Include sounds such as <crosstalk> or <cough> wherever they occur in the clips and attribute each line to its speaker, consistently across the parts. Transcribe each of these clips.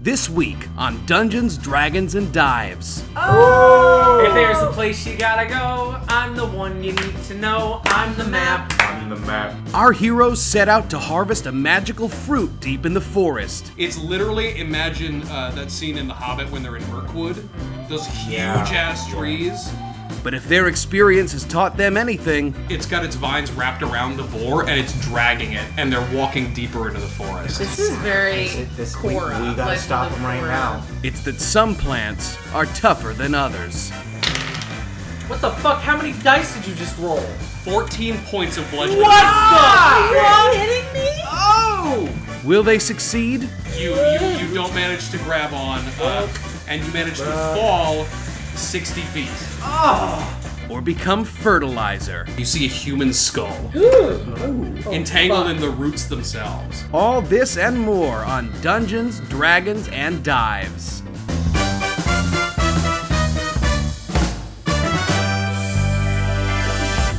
Speaker 1: This week on Dungeons, Dragons, and Dives.
Speaker 2: If there's a place you gotta go, I'm the one you need to know. I'm the map.
Speaker 3: on the map.
Speaker 1: Our heroes set out to harvest a magical fruit deep in the forest.
Speaker 4: It's literally imagine uh, that scene in The Hobbit when they're in Mirkwood, those huge ass trees.
Speaker 1: But if their experience has taught them anything,
Speaker 4: It's got its vines wrapped around the boar and it's dragging it, and they're walking deeper into the forest.
Speaker 5: This is very
Speaker 3: This week,
Speaker 5: Korra.
Speaker 3: we gotta
Speaker 5: like
Speaker 3: stop
Speaker 5: the
Speaker 3: them right
Speaker 5: Korra.
Speaker 3: now.
Speaker 1: it's that some plants are tougher than others.
Speaker 2: What the fuck? How many dice did you just roll?
Speaker 4: 14 points of bludgeoning.
Speaker 2: What the?
Speaker 5: Are you kidding me?
Speaker 1: Will they succeed?
Speaker 4: You, you, you Oh! don't manage to grab on, uh, and you manage to fall 60 feet.
Speaker 1: Or become fertilizer?
Speaker 4: You see a human skull Oh, entangled in the roots themselves.
Speaker 1: All this and more on Dungeons, Dragons, and Dives.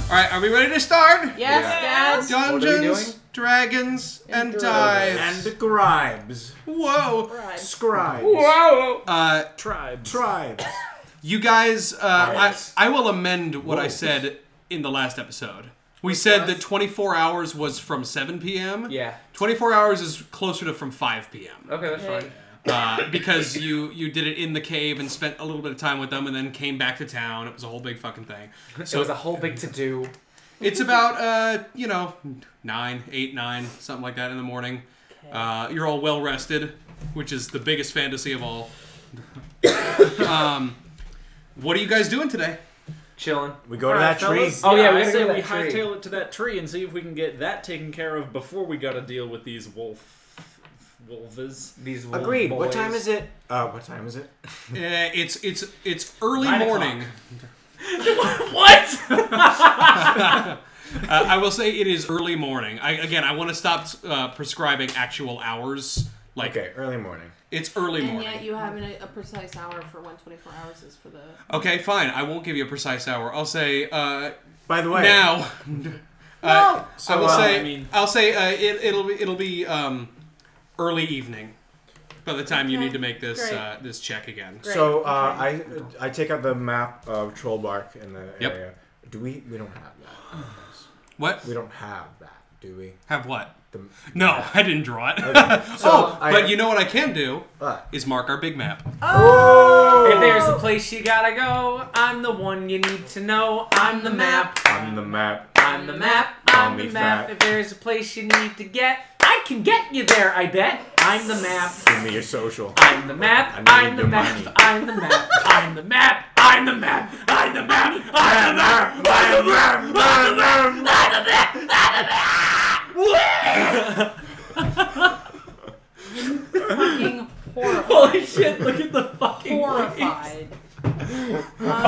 Speaker 4: All right, are we ready to start?
Speaker 5: Yes, Dad.
Speaker 3: What are we
Speaker 4: Dungeons,
Speaker 3: doing?
Speaker 4: Dragons, and,
Speaker 3: And
Speaker 4: Dives.
Speaker 3: the gribes.
Speaker 4: Whoa!
Speaker 3: Scribes.
Speaker 4: Uh,
Speaker 3: Tribes.
Speaker 4: you guys, uh, I,
Speaker 3: Yes.
Speaker 4: I will amend what I said in the last episode. We said that 24 hours was from 7 p.m.
Speaker 2: Yeah.
Speaker 4: 24 hours is closer to from 5 p.m.
Speaker 2: Okay, that's fine.
Speaker 4: Uh, because you you did it in the cave and spent a little bit of time with them and then came back to town. It was a whole big fucking thing.
Speaker 2: It
Speaker 4: So
Speaker 2: was a whole big to do.
Speaker 4: it's about uh, you know nine, eight, nine, something like that in the morning. Uh, you're all well rested, which is the biggest fantasy of all. um, what are you guys doing today?
Speaker 2: Chilling.
Speaker 3: We go to
Speaker 6: All right,
Speaker 3: that tree.
Speaker 6: fellas.
Speaker 2: Oh, yeah, we
Speaker 6: I
Speaker 2: gotta
Speaker 6: say
Speaker 2: go to
Speaker 6: we
Speaker 2: that tree.
Speaker 6: hightail it to that tree and see if we can get that taken care of before we gotta deal with these wolf wolves.
Speaker 2: These wolf
Speaker 3: Agreed.
Speaker 2: Boys.
Speaker 3: What time is it? Uh, what time is it?
Speaker 4: Eh, it's it's it's early
Speaker 6: Nine o'clock.
Speaker 4: morning.
Speaker 6: <laughs> What?
Speaker 4: <laughs> Uh, I will say it is early morning. I again, I want to stop uh, prescribing actual hours. Like
Speaker 3: Okay, early morning.
Speaker 4: it's early
Speaker 5: And
Speaker 4: morning.
Speaker 5: yet you have an, a precise hour for when 24 hours
Speaker 2: <coughs>
Speaker 5: is for the.
Speaker 4: Okay, fine. I won't give you a precise hour. I'll say uh,
Speaker 3: By the way,
Speaker 4: now.
Speaker 5: <laughs>
Speaker 4: Uh, I will
Speaker 3: uh,
Speaker 4: say.
Speaker 6: I mean-
Speaker 4: I'll say uh, it, it'll be it'll be um, early evening by the time you
Speaker 5: Okay,
Speaker 4: need to make this
Speaker 5: great.
Speaker 4: uh, this check again.
Speaker 5: Great.
Speaker 3: so uh, I I take out the map of Trollbark in the
Speaker 4: Yep.
Speaker 3: area. Do we? We don't have that.
Speaker 4: What
Speaker 3: We don't have that. Do we?
Speaker 4: have what?
Speaker 3: The,
Speaker 4: No, I didn't draw it.
Speaker 3: so
Speaker 4: oh,
Speaker 3: I-
Speaker 4: <laughs> but you know what I can do
Speaker 3: What?
Speaker 4: is mark our big map.
Speaker 2: If there's a place you gotta go, I'm the one you need to know. I'm the map.
Speaker 3: on the map.
Speaker 2: I'm the map. I'm the
Speaker 3: Mommy
Speaker 2: map.
Speaker 3: fat.
Speaker 2: If there's a place you need to get, I can get you there. I bet. I'm the map.
Speaker 3: Give me your social.
Speaker 2: I'm the map.
Speaker 3: I need
Speaker 2: I'm the
Speaker 3: your
Speaker 2: map.
Speaker 3: money.
Speaker 2: I'm the map. I'm the map. I'm the map. I'm the map. I'm the map.
Speaker 5: Fucking horrible.
Speaker 2: Holy shit! Look at the fucking.
Speaker 5: horrified. no!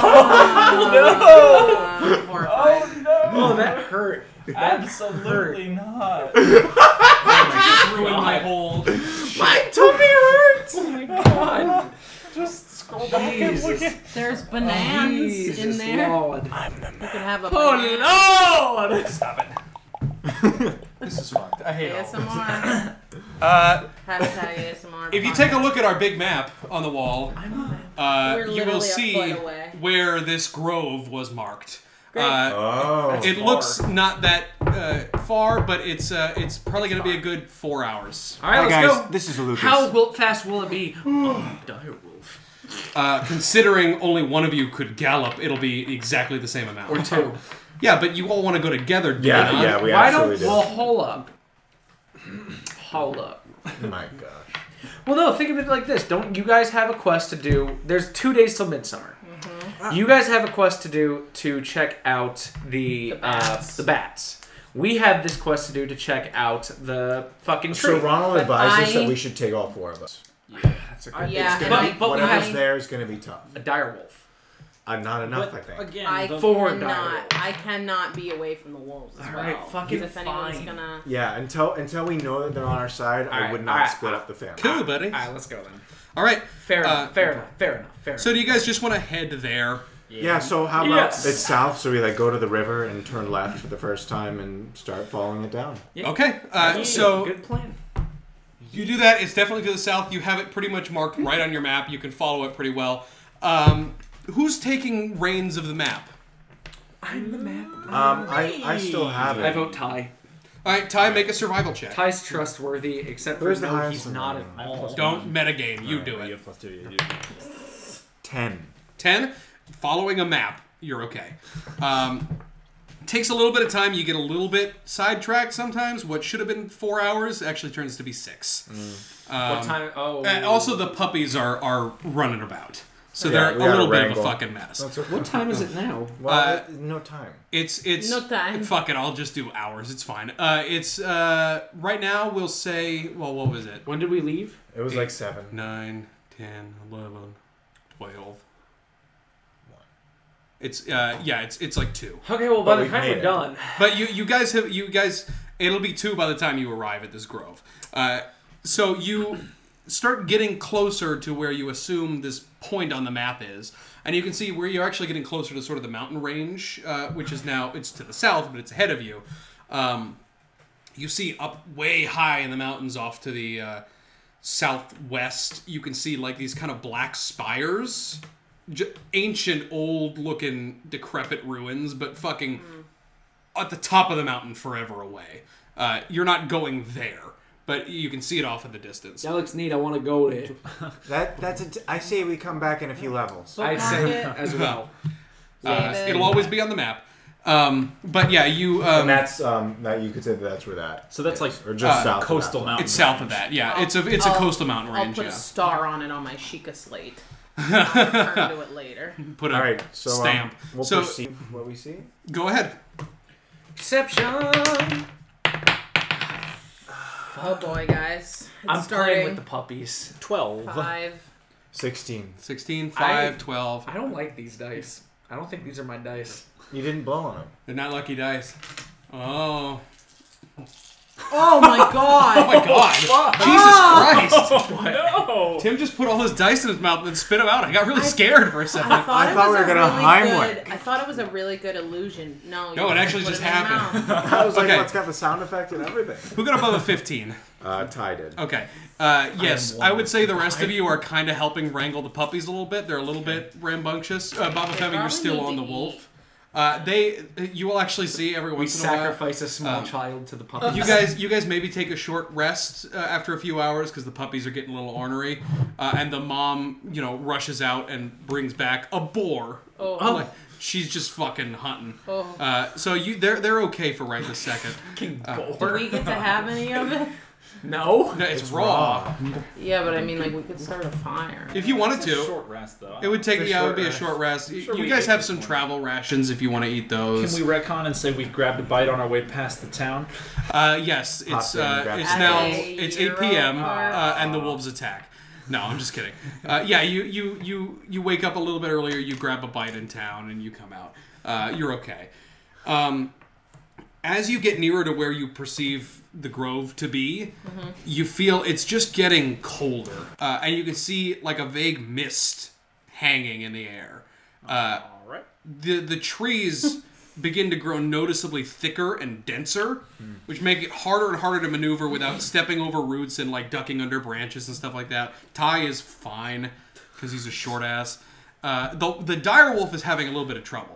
Speaker 6: oh, that hurt.
Speaker 2: <laughs>
Speaker 6: Absolutely not.
Speaker 4: Ruin my whole
Speaker 3: My tummy hurts.
Speaker 6: Just scroll back and look at.
Speaker 5: There's bananas in there.
Speaker 2: Oh, Lord.
Speaker 5: You could have a banana
Speaker 2: Oh Lord!
Speaker 4: Stop it. this is fucked. I hate all this.
Speaker 5: ASMR.
Speaker 4: <laughs> Uh,
Speaker 5: Hashtag ASMR.
Speaker 4: if you take a look at our big map on the wall, uh,
Speaker 5: We're
Speaker 4: you will
Speaker 5: literally a
Speaker 4: see
Speaker 5: foot away.
Speaker 4: where this grove was marked.
Speaker 5: Great.
Speaker 4: Uh,
Speaker 3: Oh,
Speaker 4: it looks not that uh, far, but it's uh, it's probably going to be a good four hours.
Speaker 2: All right,
Speaker 3: Hi
Speaker 2: let's
Speaker 3: guys,
Speaker 2: go.
Speaker 3: this is Lucas.
Speaker 2: How will, fast will it be? dire wolf.
Speaker 4: Uh, considering only one of you could gallop, it'll be exactly the same
Speaker 3: <laughs>
Speaker 4: amount.
Speaker 2: Or two.
Speaker 4: Yeah, but you all want to go together. do you
Speaker 3: Yeah,
Speaker 4: not?
Speaker 3: yeah, we
Speaker 2: Why don't
Speaker 3: absolutely
Speaker 2: well hold up? Hold up.
Speaker 3: did. My gosh.
Speaker 2: Well, no. Think of it like this: Don't you guys have a quest to do? There's two days till midsummer. You guys have a quest to do to check out the the bats.
Speaker 5: bats.
Speaker 2: Uh, the bats. We have this quest to do to check out the fucking
Speaker 3: So
Speaker 2: tree.
Speaker 3: Ronald
Speaker 5: But
Speaker 3: advises
Speaker 5: I-
Speaker 3: that we should take all four of us.
Speaker 5: yeah,
Speaker 3: It's
Speaker 5: and
Speaker 3: gonna
Speaker 5: I,
Speaker 3: be,
Speaker 2: but we
Speaker 3: whatever's
Speaker 5: I,
Speaker 3: there is gonna be tough.
Speaker 2: a dire wolf.
Speaker 3: I'm not enough, I think.
Speaker 6: Again,
Speaker 5: I
Speaker 6: the-
Speaker 2: forward
Speaker 5: cannot.
Speaker 2: dialogue.
Speaker 5: I cannot be away from the wolves as
Speaker 2: All
Speaker 5: well.
Speaker 2: right, fucking
Speaker 5: because if anyone's
Speaker 2: fine.
Speaker 5: gonna,
Speaker 3: Yeah, until until we know that they're on our side, I
Speaker 2: Alright,
Speaker 3: would not
Speaker 2: alright,
Speaker 3: split up the family.
Speaker 4: Cool, buddy.
Speaker 2: All right, let's go then.
Speaker 4: All right.
Speaker 2: Fair
Speaker 4: Uh,
Speaker 2: enough. Fair enough. Fair enough. Fair
Speaker 4: So
Speaker 2: enough.
Speaker 4: do you guys just want to head there?
Speaker 3: Yeah, so how about
Speaker 2: Yes.
Speaker 3: it's south, so we like go to the river and turn left for the first time and start following it down.
Speaker 4: Okay. Uh, so
Speaker 2: good plan.
Speaker 4: you do that. It's definitely to the south. You have it pretty much marked right on your map. You can follow it pretty well. Um, who's taking reins of the map?
Speaker 2: I'm the map.
Speaker 3: Um, I, I still have it.
Speaker 2: I vote Ty.
Speaker 4: All right, Ty, make a survival check.
Speaker 2: Ty's trustworthy, except for
Speaker 3: Where's the
Speaker 2: no,
Speaker 3: highest
Speaker 2: he's
Speaker 3: one?
Speaker 2: not at
Speaker 3: I have
Speaker 2: all.
Speaker 4: Don't metagame. You do
Speaker 6: You
Speaker 4: it.
Speaker 6: have plus two. You, you.
Speaker 3: ten.
Speaker 4: Ten, following a map, you're okay. Um, takes a little bit of time. You get a little bit sidetracked sometimes. What should have been four hours actually turns to be six.
Speaker 3: Mm.
Speaker 4: Um,
Speaker 2: What time? Oh.
Speaker 4: And also, the puppies are are running about, so
Speaker 3: Yeah,
Speaker 4: they're
Speaker 3: we
Speaker 4: a
Speaker 3: gotta
Speaker 4: little bit of a
Speaker 3: wrangle.
Speaker 4: fucking mess.
Speaker 2: What time is it now?
Speaker 6: Uh,
Speaker 3: Well, no time.
Speaker 4: It's it's
Speaker 5: No time.
Speaker 4: Fuck it, I'll just do hours. It's fine. Uh, it's uh right now we'll say well what was it
Speaker 2: When did we leave?
Speaker 3: It was like seven.
Speaker 4: nine ten eleven twelve. It's uh yeah it's it's like two.
Speaker 2: Okay, well,
Speaker 3: But
Speaker 2: by the
Speaker 3: we've
Speaker 2: time
Speaker 3: made
Speaker 2: we're
Speaker 3: it.
Speaker 2: done,
Speaker 4: But you you guys have you guys it'll be two by the time you arrive at this grove. Uh, so you start getting closer to where you assume this point on the map is, and you can see where you're actually getting closer to sort of the mountain range, uh, which is now it's to the south, but it's ahead of you. Um, you see up way high in the mountains off to the uh, southwest. You can see like these kind of black spires. J- ancient, old looking, decrepit ruins, but fucking
Speaker 5: Mm.
Speaker 4: at the top of the mountain forever away. Uh, you're not going there, but you can see it off in the distance.
Speaker 2: that looks neat. I want to go there.
Speaker 3: That that's a t- I say we come back in a few levels.
Speaker 2: I'd say
Speaker 5: Pocket.
Speaker 2: as well.
Speaker 4: Uh,
Speaker 5: David.
Speaker 4: it'll always be on the map. Um, but yeah, you.
Speaker 3: And
Speaker 4: Um,
Speaker 3: that's um that you could say that that's where that.
Speaker 6: So that's like
Speaker 3: Or just
Speaker 4: Uh,
Speaker 3: south. of
Speaker 6: coastal
Speaker 3: that.
Speaker 6: mountain.
Speaker 4: it's south of that. Yeah, it's a it's a
Speaker 5: I'll-
Speaker 4: coastal mountain
Speaker 5: I'll
Speaker 4: range.
Speaker 5: put a
Speaker 4: yeah.
Speaker 5: star on it on my
Speaker 4: <laughs>
Speaker 5: Sheikah slate. I'll return to it later.
Speaker 4: Put a
Speaker 3: All right, so um,
Speaker 4: stamp.
Speaker 3: we'll
Speaker 4: so
Speaker 3: perceive what we see.
Speaker 4: go ahead.
Speaker 2: Exception.
Speaker 5: Oh boy, guys. It's
Speaker 2: I'm
Speaker 5: starting
Speaker 2: playing with the puppies.
Speaker 6: twelve.
Speaker 5: five.
Speaker 3: Sixteen.
Speaker 4: 16, 5,
Speaker 2: I-
Speaker 4: 12.
Speaker 2: I don't like these dice. I don't think these are my dice.
Speaker 3: You didn't blow on him.
Speaker 4: They're not lucky dice. Oh.
Speaker 5: <laughs> Oh my
Speaker 4: <laughs> Oh my
Speaker 5: god!
Speaker 4: god.
Speaker 5: Oh.
Speaker 4: Jesus
Speaker 5: <laughs>
Speaker 4: Christ.
Speaker 6: No.
Speaker 4: Tim just put all his dice in his mouth and spit them out. I got really scared
Speaker 5: <laughs>
Speaker 4: for a second.
Speaker 5: I thought,
Speaker 3: I
Speaker 5: it
Speaker 3: thought
Speaker 5: was
Speaker 3: we were
Speaker 5: a
Speaker 3: gonna
Speaker 5: really
Speaker 3: Heimlich.
Speaker 5: good- I thought it was a really good illusion. No, you
Speaker 4: No, it
Speaker 5: just
Speaker 4: actually
Speaker 5: put
Speaker 4: just
Speaker 5: in your
Speaker 3: <laughs>
Speaker 4: happened.
Speaker 3: <laughs>
Speaker 5: mouth.
Speaker 3: I was like,
Speaker 4: Okay.
Speaker 3: what's got the sound effect and everything?
Speaker 4: Who got above a 15?
Speaker 3: Uh, Ty did.
Speaker 4: Okay. Uh, yes,
Speaker 3: one.
Speaker 4: I, would say the rest of you are kind of helping wrangle the puppies a little bit. They're a little bit rambunctious. Uh, Baba Femi, you're
Speaker 5: probably
Speaker 4: still
Speaker 5: need
Speaker 4: on
Speaker 5: to
Speaker 4: the
Speaker 5: eat.
Speaker 4: wolf. Uh, they, you will actually see every
Speaker 2: We
Speaker 4: once in a while.
Speaker 2: sacrifice a small
Speaker 4: Um,
Speaker 2: child to the puppies.
Speaker 4: You guys, you guys maybe take a short rest uh, after a few hours because the puppies are getting a little ornery, uh, and the mom, you know, rushes out and brings back a boar.
Speaker 5: Oh.
Speaker 4: Like, she's just fucking hunting.
Speaker 5: Oh.
Speaker 4: Uh, so you, they're they're okay for right this
Speaker 6: <laughs>
Speaker 4: second.
Speaker 2: Fucking
Speaker 5: Do
Speaker 2: bored.
Speaker 5: we get to have any of it?
Speaker 2: No.
Speaker 4: No, it's,
Speaker 3: It's
Speaker 4: raw.
Speaker 3: raw.
Speaker 5: Yeah, but I mean, like, we could start a fire.
Speaker 4: If you wanted to,
Speaker 6: Short rest though.
Speaker 4: It would take
Speaker 2: It's a
Speaker 4: yeah, it
Speaker 2: short
Speaker 4: would be a
Speaker 2: rest.
Speaker 4: short rest. You-
Speaker 6: Sure,
Speaker 4: you
Speaker 6: we
Speaker 4: guys
Speaker 6: ate
Speaker 4: have
Speaker 6: this
Speaker 4: some
Speaker 6: morning.
Speaker 4: travel rations if you want to eat
Speaker 6: Can
Speaker 4: those.
Speaker 6: we recon and say we grabbed a bite on our way past the town?
Speaker 4: uh, yes,
Speaker 3: Pop
Speaker 4: it's
Speaker 3: in,
Speaker 4: uh,
Speaker 3: grab
Speaker 4: it's
Speaker 3: some
Speaker 4: now
Speaker 5: eggs.
Speaker 4: it's 8 p.m. Uh, and the wolves attack. No, I'm just kidding. Uh, yeah, you you you you wake up a little bit earlier. You grab a bite in town and you come out. Uh, you're okay. Um, as you get nearer to where you perceive the grove to be, you feel it's just getting colder, uh, and you can see like a vague mist hanging in the air. Uh,
Speaker 6: All right.
Speaker 4: the the trees <laughs> begin to grow noticeably thicker and denser,
Speaker 3: Hmm.
Speaker 4: which make it harder and harder to maneuver
Speaker 3: <laughs>
Speaker 4: without stepping over roots and like ducking under branches and stuff like that. Ty is fine because he's a short ass. Uh, the the dire wolf is having a little bit of trouble.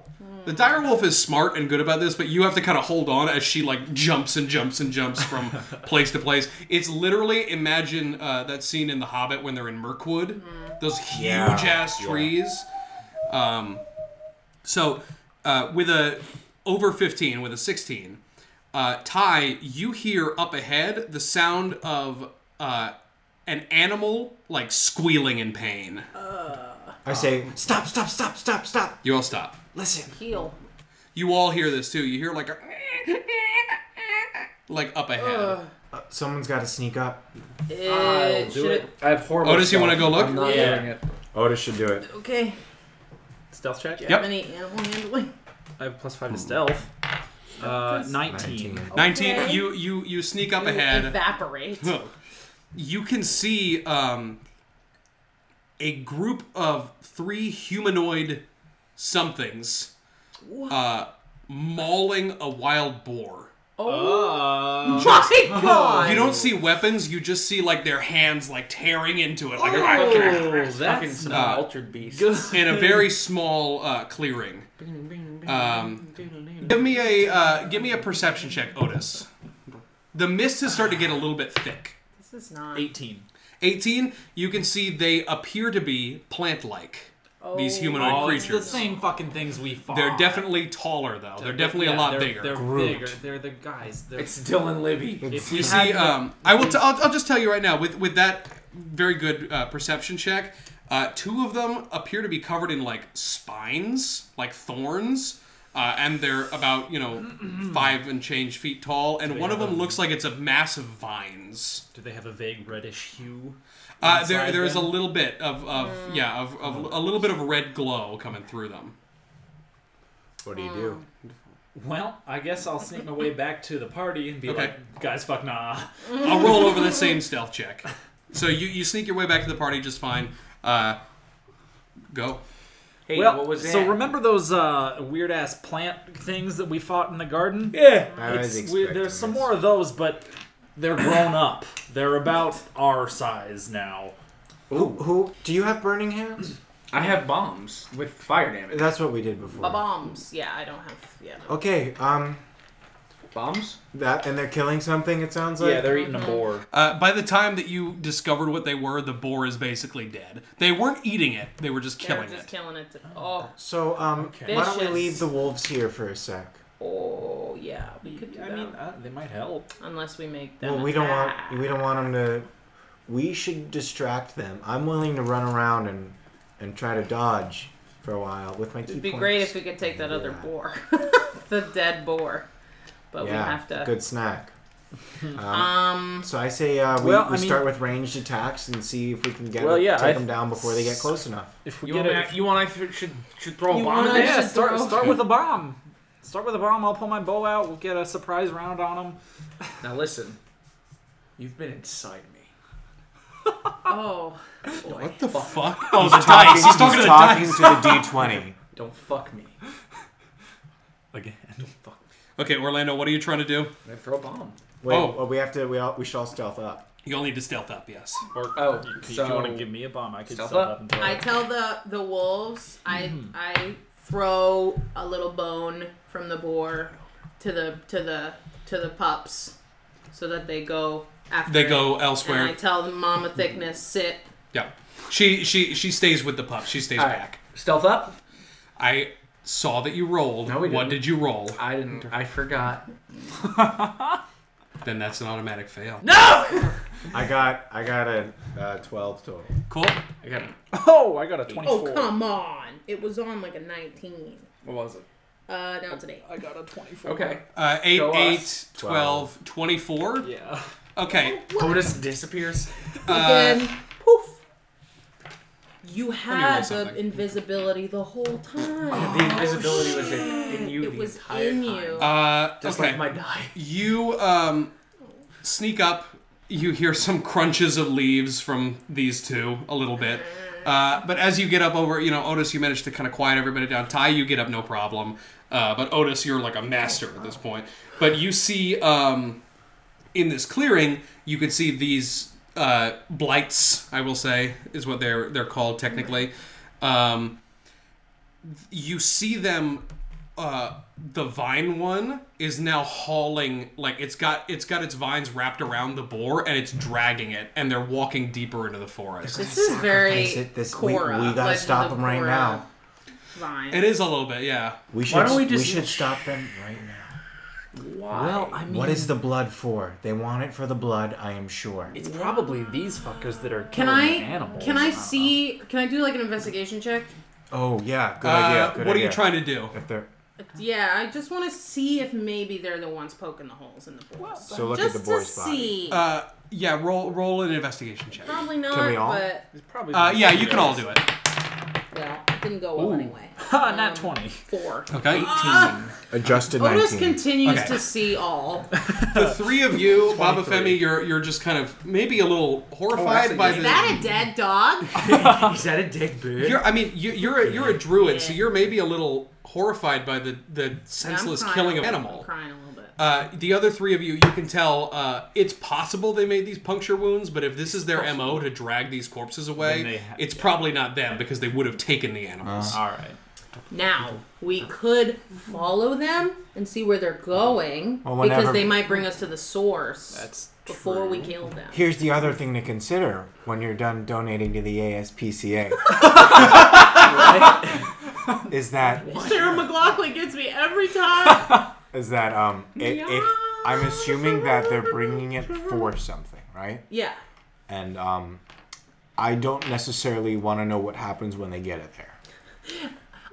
Speaker 4: The dire wolf is smart and good about this, but you have to kind of hold on as she like jumps and jumps and jumps
Speaker 3: <laughs>
Speaker 4: from place to place. It's literally imagine uh, that scene in The Hobbit when they're in Mirkwood, those huge
Speaker 3: Yeah,
Speaker 4: ass
Speaker 3: yeah.
Speaker 4: trees. Um, so, uh, with a over 15, with a 16, uh, Ty, you hear up ahead the sound of uh, an animal like squealing in pain.
Speaker 3: I say, stop, stop, stop, stop, stop.
Speaker 4: You all stop.
Speaker 3: Listen.
Speaker 5: Heal.
Speaker 4: You all hear this too. You hear like a like up ahead.
Speaker 3: Uh, someone's got to sneak up.
Speaker 5: Uh,
Speaker 6: do
Speaker 5: should
Speaker 6: it.
Speaker 5: it-
Speaker 2: I have horrible.
Speaker 4: Otis, you
Speaker 2: stuff.
Speaker 4: wanna go look?
Speaker 2: I'm not
Speaker 6: Yeah.
Speaker 2: doing it.
Speaker 3: Otis should do it.
Speaker 5: Okay.
Speaker 6: Stealth check.
Speaker 4: Yep.
Speaker 5: Any animal handling?
Speaker 6: I have plus five to stealth. Uh, 19.
Speaker 3: 19.
Speaker 4: 19
Speaker 5: Okay.
Speaker 4: you you you sneak up ahead. Oh,
Speaker 5: Evaporate.
Speaker 4: You can see um, a group of three humanoid somethings uh, mauling a wild boar.
Speaker 6: Oh.
Speaker 5: My God!
Speaker 4: You <laughs> don't see weapons, you just see like their hands like tearing into it, like
Speaker 2: Oh, that's some
Speaker 4: not
Speaker 2: altered beast.
Speaker 4: <laughs> in a very small uh, clearing. Um, give me a uh, give me a perception check, Otis. The mist has started to get a little bit thick.
Speaker 5: This is not.
Speaker 6: 18.
Speaker 4: 18, you can see they appear to be plant-like. These
Speaker 5: Oh.
Speaker 4: humanoid
Speaker 6: Oh, it's
Speaker 4: creatures.
Speaker 6: the same fucking things we fought.
Speaker 4: They're definitely taller though. They're, definitely
Speaker 6: yeah,
Speaker 4: a lot
Speaker 6: they're-
Speaker 4: bigger.
Speaker 6: They're
Speaker 3: Groot.
Speaker 6: bigger. They're the guys. They're,
Speaker 2: It's Dylan Libby.
Speaker 6: if
Speaker 4: You
Speaker 6: we
Speaker 4: see,
Speaker 6: had the-
Speaker 4: um, I will. T- I'll, I'll just tell you right now. With with that very good uh, perception check, uh, two of them appear to be covered in like spines, like thorns, uh, and they're about you
Speaker 6: <clears throat>
Speaker 4: know five and change feet tall. And one of them looks like it's a massive vines.
Speaker 6: do they have a vague reddish hue?
Speaker 4: Uh, there
Speaker 6: inside
Speaker 4: there is a
Speaker 6: them?
Speaker 4: little bit of,
Speaker 2: Mm.
Speaker 4: of yeah of, of a little bit of red glow coming through them.
Speaker 3: What do you do?
Speaker 6: Well, I guess I'll sneak my way back to the party and be
Speaker 4: Okay.
Speaker 6: like, guys, fuck nah.
Speaker 4: I'll roll over
Speaker 2: <laughs>
Speaker 4: the same stealth check. So you you sneak your way back to the party just fine. Uh, go.
Speaker 6: Hey,
Speaker 2: Well, what was
Speaker 6: So
Speaker 2: that?
Speaker 6: remember those uh, weird ass plant things that we fought in the garden?
Speaker 2: Yeah.
Speaker 3: I was
Speaker 6: It's weird.
Speaker 3: expecting
Speaker 6: There's some
Speaker 3: this.
Speaker 6: more of those, but they're grown up. They're about our size now.
Speaker 3: Who, who? Do you have burning hands?
Speaker 2: I have bombs with fire damage.
Speaker 3: That's what we did before.
Speaker 5: Bombs. Yeah, I don't have. Yeah. No.
Speaker 3: Okay. Um.
Speaker 2: Bombs?
Speaker 3: That and they're killing something. It sounds like.
Speaker 6: Yeah, they're eating a boar.
Speaker 4: Uh, by the time that you discovered what they were, the boar is basically dead. They weren't eating it; they were just
Speaker 5: They're
Speaker 4: killing
Speaker 5: just
Speaker 4: it.
Speaker 5: killing it. To, oh,
Speaker 3: So um, why don't we
Speaker 5: Vicious.
Speaker 3: leave the wolves here for a sec?
Speaker 5: oh, yeah. We could do
Speaker 6: I
Speaker 5: that.
Speaker 6: mean, uh, they might help.
Speaker 5: Unless we make them.
Speaker 3: Well, we don't want
Speaker 5: attack.
Speaker 3: we don't want them to. We should distract them. I'm willing to run around and and try to dodge for a while with my.
Speaker 5: It'd be great if we could take that other
Speaker 3: Yeah.
Speaker 5: boar, <laughs> the dead boar, but we
Speaker 3: yeah,
Speaker 5: have to.
Speaker 3: good
Speaker 5: <laughs>
Speaker 3: snack. Um,
Speaker 5: Um.
Speaker 3: so I say uh, we,
Speaker 6: well,
Speaker 3: we
Speaker 6: I mean-
Speaker 3: start with ranged attacks and see if we can get
Speaker 6: Well, yeah,
Speaker 3: take
Speaker 6: I-
Speaker 3: them down before they get close enough.
Speaker 6: If we
Speaker 2: You
Speaker 6: get
Speaker 2: want,
Speaker 6: it,
Speaker 2: I, you want I th- should should throw a
Speaker 6: You
Speaker 5: Oh,
Speaker 2: bomb
Speaker 6: wanna-
Speaker 2: at
Speaker 6: yeah,
Speaker 2: this?
Speaker 6: start,
Speaker 5: throw-
Speaker 6: start with a bomb. Start with a bomb. I'll pull my bow out. We'll get a surprise round on <laughs> them.
Speaker 2: Now listen, you've been inside me.
Speaker 5: Oh. Boy.
Speaker 4: What the fuck?
Speaker 2: <laughs>
Speaker 4: Oh, the dice. He's talking to the dice.
Speaker 3: to the D20.
Speaker 2: Don't fuck me.
Speaker 6: Again.
Speaker 4: Okay, Orlando, what are you trying to do?
Speaker 2: I'm gonna throw a bomb.
Speaker 3: <laughs> Wait,
Speaker 4: Oh.
Speaker 3: well, we have to. We all, we should all stealth up.
Speaker 4: You'll need to stealth up. Yes.
Speaker 6: Or
Speaker 2: Oh,
Speaker 6: if you
Speaker 2: so-
Speaker 6: want to give me a bomb, I could
Speaker 2: Stealth
Speaker 6: step
Speaker 2: up?
Speaker 6: up and throw
Speaker 5: I
Speaker 6: it.
Speaker 5: tell the the wolves. I I throw a little bone from the boar to the to the to the pups, so that they go after.
Speaker 4: They
Speaker 5: it.
Speaker 4: go
Speaker 5: And I
Speaker 4: elsewhere.
Speaker 5: tell them, Mama Thickness, sit.
Speaker 4: Yeah. She she she stays with the pup. She stays
Speaker 2: All right.
Speaker 4: back.
Speaker 2: Stealth up.
Speaker 4: I saw that you rolled.
Speaker 2: No, we
Speaker 4: what
Speaker 2: didn't.
Speaker 4: did you roll?
Speaker 2: I didn't. I forgot.
Speaker 4: Then that's an automatic fail.
Speaker 5: No.
Speaker 3: I got I got a uh, 12 total.
Speaker 4: Cool.
Speaker 2: I got.
Speaker 6: Oh, I got a 24.
Speaker 5: Oh come on! It was on like a nineteen.
Speaker 2: What was it?
Speaker 5: Uh, now it's an eight.
Speaker 6: I got a 24.
Speaker 2: Okay.
Speaker 4: Uh, 8,
Speaker 2: Go
Speaker 4: eight,
Speaker 2: us.
Speaker 4: 12, 24.
Speaker 6: Yeah.
Speaker 4: Okay.
Speaker 2: Otis disappears.
Speaker 4: Uh,
Speaker 5: Again, poof. You
Speaker 4: roll
Speaker 5: had the
Speaker 4: something.
Speaker 5: invisibility the whole time.
Speaker 2: The invisibility was in, in you
Speaker 5: it
Speaker 2: the
Speaker 5: was
Speaker 2: entire
Speaker 5: in
Speaker 2: time.
Speaker 5: you.
Speaker 4: Uh,
Speaker 2: Just
Speaker 4: okay.
Speaker 2: like my die.
Speaker 4: You um, sneak up. You hear some crunches of leaves from these two a little bit. Uh, but as you get up over, you know, Otis, you manage to kind of quiet everybody down. Ty, you get up no problem. Uh, but Otis, you're like a master at this point. But you see um, in this clearing, you can see these uh, blights. I will say is what they're they're called technically. Um, you see them uh the vine one is now hauling like it's got it's got its vines wrapped around the boar and it's dragging it and they're walking deeper into the forest
Speaker 5: this is very
Speaker 3: Face it, this we, we
Speaker 5: Korra.
Speaker 3: gotta
Speaker 5: Legend
Speaker 3: stop
Speaker 5: of
Speaker 3: them right
Speaker 5: Korra
Speaker 3: now.
Speaker 5: Vine.
Speaker 4: it is a little bit yeah
Speaker 3: We should
Speaker 2: don't we
Speaker 3: we,
Speaker 2: just-
Speaker 3: should stop them right now.
Speaker 2: Why?
Speaker 6: Well, I mean,
Speaker 3: What is the blood for? They want it for the blood, I am sure.
Speaker 6: it's probably these fuckers that are
Speaker 5: Can
Speaker 6: killing
Speaker 5: I?
Speaker 6: animals.
Speaker 5: Can I
Speaker 6: don't
Speaker 5: see? Can I do like an investigation check?
Speaker 3: Oh yeah, good
Speaker 4: uh,
Speaker 3: idea. Good
Speaker 4: what are
Speaker 3: idea.
Speaker 4: you trying to do
Speaker 3: If they're
Speaker 5: Yeah, I just want to see if maybe they're the ones poking the holes in the boards.
Speaker 3: so look
Speaker 5: just
Speaker 3: at the boy's
Speaker 5: to
Speaker 3: body.
Speaker 5: see.
Speaker 4: uh yeah roll roll an investigation check
Speaker 5: Probably not,
Speaker 3: we all?
Speaker 5: but
Speaker 6: know. It's probably
Speaker 4: uh yeah you can all do it
Speaker 5: well, it didn't go well anyway.
Speaker 6: Ha, <laughs> not
Speaker 5: Um,
Speaker 6: 20.
Speaker 5: Four.
Speaker 4: okay
Speaker 3: adjusted
Speaker 5: Otis
Speaker 3: 19.
Speaker 5: continues
Speaker 4: Okay.
Speaker 5: to see all.
Speaker 4: <laughs> the three of you baba
Speaker 3: 23.
Speaker 4: femi you're you're just kind of maybe a little horrified
Speaker 2: actually,
Speaker 4: by
Speaker 2: is
Speaker 4: the
Speaker 5: Is that a dead dog?
Speaker 2: Is that a dick, bird?
Speaker 4: You're, I mean, you, you're a, you're a druid, so
Speaker 5: Yeah.
Speaker 4: you're maybe a little horrified by the the senseless
Speaker 5: I'm crying
Speaker 4: killing of
Speaker 5: a-
Speaker 4: animal.
Speaker 5: I'm crying a little bit.
Speaker 4: Uh, the other three of you, you can tell uh, it's possible they made these puncture wounds, but if this is their mo to drag these corpses
Speaker 6: Then they
Speaker 4: away,
Speaker 6: ha- Uh-huh.
Speaker 4: it's probably not them because they would have taken the animals.
Speaker 6: All right.
Speaker 5: Now we could follow them and see where they're going
Speaker 3: Well, whenever-
Speaker 5: because they might bring us to the source
Speaker 6: That's
Speaker 5: before we
Speaker 6: true.
Speaker 5: kill them.
Speaker 3: Here's the other thing to consider when you're done donating to the ASPCA <laughs> is that
Speaker 2: <laughs>
Speaker 5: Sarah McLaughlin gets
Speaker 3: <laughs>
Speaker 5: me every time.
Speaker 3: is that um i- if I'm assuming that they're bringing it for something, right?
Speaker 5: yeah.
Speaker 3: And um I don't necessarily want to know what happens when they get it there.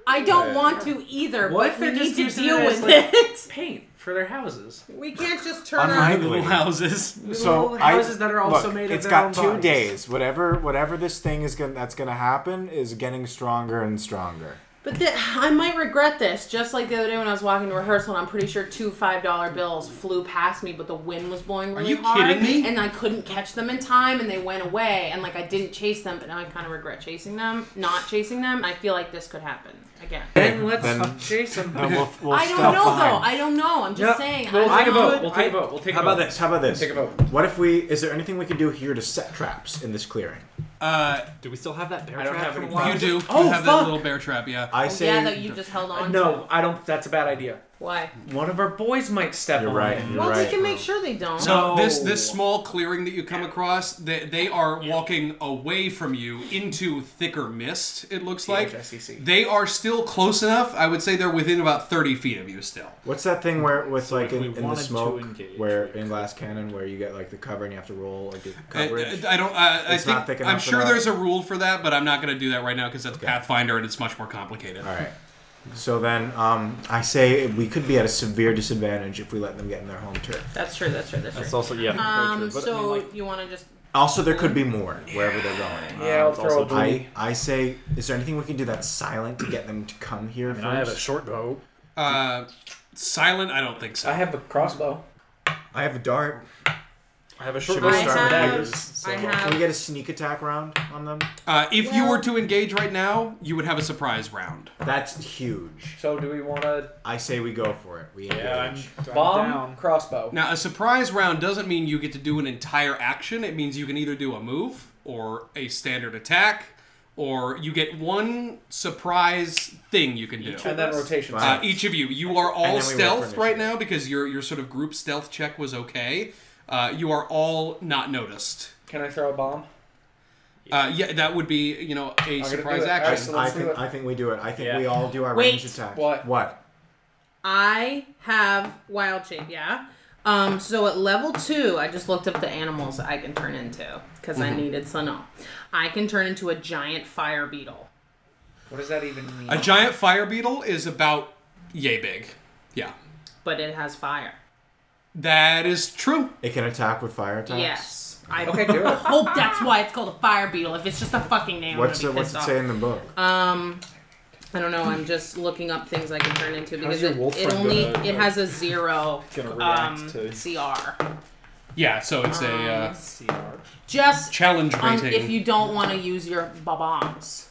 Speaker 5: I don't want to either,
Speaker 2: What if
Speaker 5: but we
Speaker 2: they're
Speaker 5: need
Speaker 2: just
Speaker 5: to
Speaker 2: using
Speaker 5: deal
Speaker 2: it as,
Speaker 5: with
Speaker 2: like-
Speaker 5: it. <laughs>
Speaker 2: paint for their houses.
Speaker 5: We can't just turn our
Speaker 3: Unlikely.
Speaker 4: houses.
Speaker 3: So
Speaker 2: Little
Speaker 3: I-
Speaker 2: houses that are also
Speaker 3: look,
Speaker 2: made of
Speaker 3: it's
Speaker 2: their
Speaker 3: got
Speaker 2: own
Speaker 3: two
Speaker 2: bodies.
Speaker 3: days. Whatever whatever this thing is going to that's gonna happen is getting stronger and stronger.
Speaker 5: But th- I might regret this, just like the other day when I was walking to rehearsal, and I'm pretty sure two five dollar bills flew past me, but the wind was blowing really
Speaker 4: you
Speaker 5: hard,
Speaker 4: kidding me?
Speaker 5: and I couldn't catch them in time, and they went away, and like I didn't chase them, but now I kind of regret chasing them, not chasing them. I feel like this could happen again.
Speaker 2: Then let's
Speaker 3: Then-
Speaker 2: chase them.
Speaker 3: And we'll, we'll
Speaker 5: I don't
Speaker 3: stop
Speaker 5: know though.
Speaker 3: behind.
Speaker 5: I don't know. I'm just saying.
Speaker 2: We'll
Speaker 5: I
Speaker 2: take a
Speaker 5: don't
Speaker 2: vote.
Speaker 5: know.
Speaker 2: We'll take a vote. We'll take a
Speaker 3: How
Speaker 2: vote.
Speaker 3: about this? How about this?
Speaker 2: Take a vote.
Speaker 3: What if we? Is there anything we could do here to set traps in this clearing?
Speaker 4: Uh,
Speaker 7: Do we still have that bear
Speaker 2: I don't
Speaker 7: trap
Speaker 2: have
Speaker 7: from
Speaker 2: any
Speaker 7: a while?
Speaker 4: you do. You
Speaker 2: Oh,
Speaker 4: have that
Speaker 2: fuck.
Speaker 4: little bear trap, yeah.
Speaker 3: I
Speaker 5: Oh,
Speaker 3: say
Speaker 5: yeah, that you just held on. to.
Speaker 2: Uh, No, I don't. That's a bad idea.
Speaker 5: Why?
Speaker 2: One of our boys might step
Speaker 3: You're
Speaker 2: on
Speaker 3: right.
Speaker 2: it.
Speaker 3: You're
Speaker 5: Well,
Speaker 3: right.
Speaker 5: we can make sure they don't.
Speaker 4: So this
Speaker 2: No.
Speaker 4: this small clearing that you come across, they, they are walking away from you into thicker mist. It looks like
Speaker 2: THSCC.
Speaker 4: they are still close enough. I would say they're within about thirty feet of you still.
Speaker 3: What's that thing where with like
Speaker 6: if
Speaker 3: in,
Speaker 6: we
Speaker 3: in the
Speaker 6: wanted to
Speaker 3: smoke,
Speaker 6: engage,
Speaker 3: where
Speaker 6: we
Speaker 3: in Glass Cannon, where you get like the cover and you have to roll like the
Speaker 4: I,
Speaker 3: coverage?
Speaker 4: I- I don't. I, I
Speaker 3: It's
Speaker 4: think,
Speaker 3: not thick
Speaker 4: I'm
Speaker 3: enough for
Speaker 4: sure
Speaker 3: that.
Speaker 4: there's a rule for that, but I'm not going to do that right now because that's Pathfinder and it's much more complicated.
Speaker 3: All right. So then, um, I say we could be at a severe disadvantage if we let them get in their home turf.
Speaker 5: that's true. That's true. That's true.
Speaker 7: That's also yeah.
Speaker 5: um.
Speaker 7: very true. But, I mean,
Speaker 5: so
Speaker 7: like,
Speaker 5: you want to just
Speaker 3: Also, there could be more wherever they're going.
Speaker 2: Yeah, I'll
Speaker 7: it's
Speaker 2: throw a
Speaker 7: also-
Speaker 2: booty.
Speaker 3: I, I say, is there anything we can do that's silent to get them to come here first?
Speaker 7: I have a short bow.
Speaker 4: Uh, silent? I don't think so.
Speaker 2: I have a crossbow.
Speaker 3: I have a dart.
Speaker 7: I have a short
Speaker 3: Should
Speaker 7: bow.
Speaker 3: we
Speaker 5: I
Speaker 3: start with
Speaker 5: have-
Speaker 3: daggers?
Speaker 5: I
Speaker 3: Can we
Speaker 5: have.
Speaker 3: get a sneak attack round on them?
Speaker 4: Uh, if you
Speaker 5: Well-
Speaker 4: were to engage right now, you would have a surprise round.
Speaker 3: That's huge.
Speaker 2: So do we want to
Speaker 3: I say we go for it. We engage.
Speaker 2: bomb crossbow?
Speaker 4: Now, a surprise round doesn't mean you get to do an entire action. It means you can either do a move or a standard attack, or you get one surprise thing you can do.
Speaker 2: And then rotation.
Speaker 4: Uh, each of you, you are
Speaker 3: then we
Speaker 4: all
Speaker 3: roll for
Speaker 4: stealth right
Speaker 3: initiative.
Speaker 4: now because your your sort of group stealth check was okay. Uh, you are all not noticed.
Speaker 2: Can I throw a bomb?
Speaker 4: Uh, yeah, that would be you know a
Speaker 2: do
Speaker 4: surprise
Speaker 2: it. Alright,
Speaker 4: action.
Speaker 2: so
Speaker 3: I
Speaker 2: let's do
Speaker 3: think
Speaker 2: it.
Speaker 3: I think we do it. I think
Speaker 6: Yeah.
Speaker 3: we all do our
Speaker 5: Wait.
Speaker 3: range attack.
Speaker 2: What?
Speaker 3: What?
Speaker 5: I have wild shape, yeah. Um, so at level two, I just looked up the animals I can turn into because
Speaker 6: Mm-hmm.
Speaker 5: I needed to know. I can turn into a giant fire beetle.
Speaker 2: What does that even mean?
Speaker 4: A giant fire beetle is about yay big. Yeah,
Speaker 5: but it has fire.
Speaker 4: that is true.
Speaker 3: It can attack with fire attacks.
Speaker 5: Yes. I
Speaker 2: Okay, do it.
Speaker 5: hope that's why it's called a fire beetle. If it's just a fucking name,
Speaker 3: What's
Speaker 5: I'm
Speaker 3: the,
Speaker 5: gonna be
Speaker 3: what's
Speaker 5: pissed
Speaker 3: it
Speaker 5: off.
Speaker 3: say in the book?
Speaker 5: I don't know. I'm just looking up things I can turn into because
Speaker 6: your
Speaker 5: it,
Speaker 6: wolf
Speaker 5: it
Speaker 6: friend
Speaker 5: only
Speaker 6: gonna-
Speaker 5: it has a zero
Speaker 6: gonna react
Speaker 5: um,
Speaker 6: to-
Speaker 5: CR.
Speaker 4: Yeah, so it's a uh,
Speaker 5: Just
Speaker 4: challenge
Speaker 5: um,
Speaker 4: rating.
Speaker 5: if you don't want to use your bombs.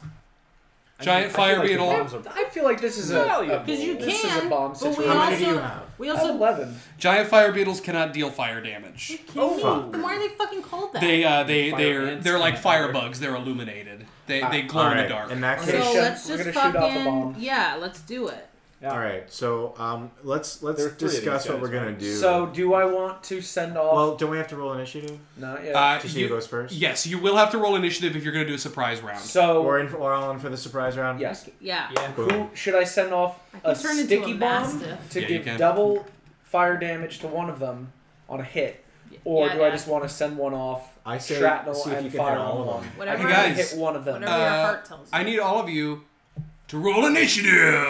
Speaker 4: giant fire beetle.
Speaker 2: <laughs> <laughs> I feel like this is a
Speaker 5: Because you
Speaker 2: This is a
Speaker 5: can,
Speaker 2: bomb
Speaker 5: but we
Speaker 2: situation.
Speaker 3: How
Speaker 5: also
Speaker 3: many do you have?
Speaker 5: we also
Speaker 2: eleven.
Speaker 4: Giant fire beetles cannot deal fire
Speaker 3: <laughs>
Speaker 4: damage.
Speaker 5: Oh,
Speaker 3: fuck.
Speaker 5: Then why are they fucking called that?
Speaker 4: They uh, they
Speaker 6: Fire
Speaker 4: they're
Speaker 6: ants
Speaker 4: they're like
Speaker 6: cannot fire.
Speaker 4: firebugs. They're illuminated. They they glow in the dark.
Speaker 3: In Uh, that
Speaker 2: Okay.
Speaker 5: so
Speaker 3: case,
Speaker 2: shoot-
Speaker 5: let's
Speaker 2: we're
Speaker 5: just
Speaker 2: gonna shoot off a bomb.
Speaker 5: fucking yeah, let's do it.
Speaker 3: all right. So um, let's let's
Speaker 6: There are three of these
Speaker 3: discuss what
Speaker 6: guys,
Speaker 3: we're gonna
Speaker 6: right?
Speaker 3: do.
Speaker 2: So do I want to send off?
Speaker 3: well, don't we have to roll initiative
Speaker 2: not yet.
Speaker 4: Uh,
Speaker 3: to see who goes first?
Speaker 4: Yes, you will have to roll initiative if you're going to do a surprise round.
Speaker 2: so
Speaker 3: Or in or all in for the surprise round?
Speaker 2: Oh. yes.
Speaker 5: Yeah.
Speaker 6: Yeah.
Speaker 3: Boom.
Speaker 2: Who should I send off
Speaker 5: I can
Speaker 2: a
Speaker 5: turn into
Speaker 2: sticky
Speaker 5: a
Speaker 2: bomb
Speaker 5: mastiff.
Speaker 2: to
Speaker 4: Yeah, you
Speaker 2: give
Speaker 4: can.
Speaker 2: double fire damage to one of them on a hit, or
Speaker 5: Yeah,
Speaker 2: do I
Speaker 5: yeah.
Speaker 2: just want to send one off?
Speaker 3: I say
Speaker 2: shrapnel
Speaker 3: see if
Speaker 2: and
Speaker 3: you can
Speaker 2: fire
Speaker 3: hit all
Speaker 2: on
Speaker 3: of
Speaker 2: one.
Speaker 3: them.
Speaker 5: Whatever,
Speaker 4: You
Speaker 2: I can
Speaker 4: guys,
Speaker 2: hit one of them.
Speaker 5: whatever your
Speaker 4: Uh,
Speaker 5: heart tells you.
Speaker 4: I need all of you to roll initiative.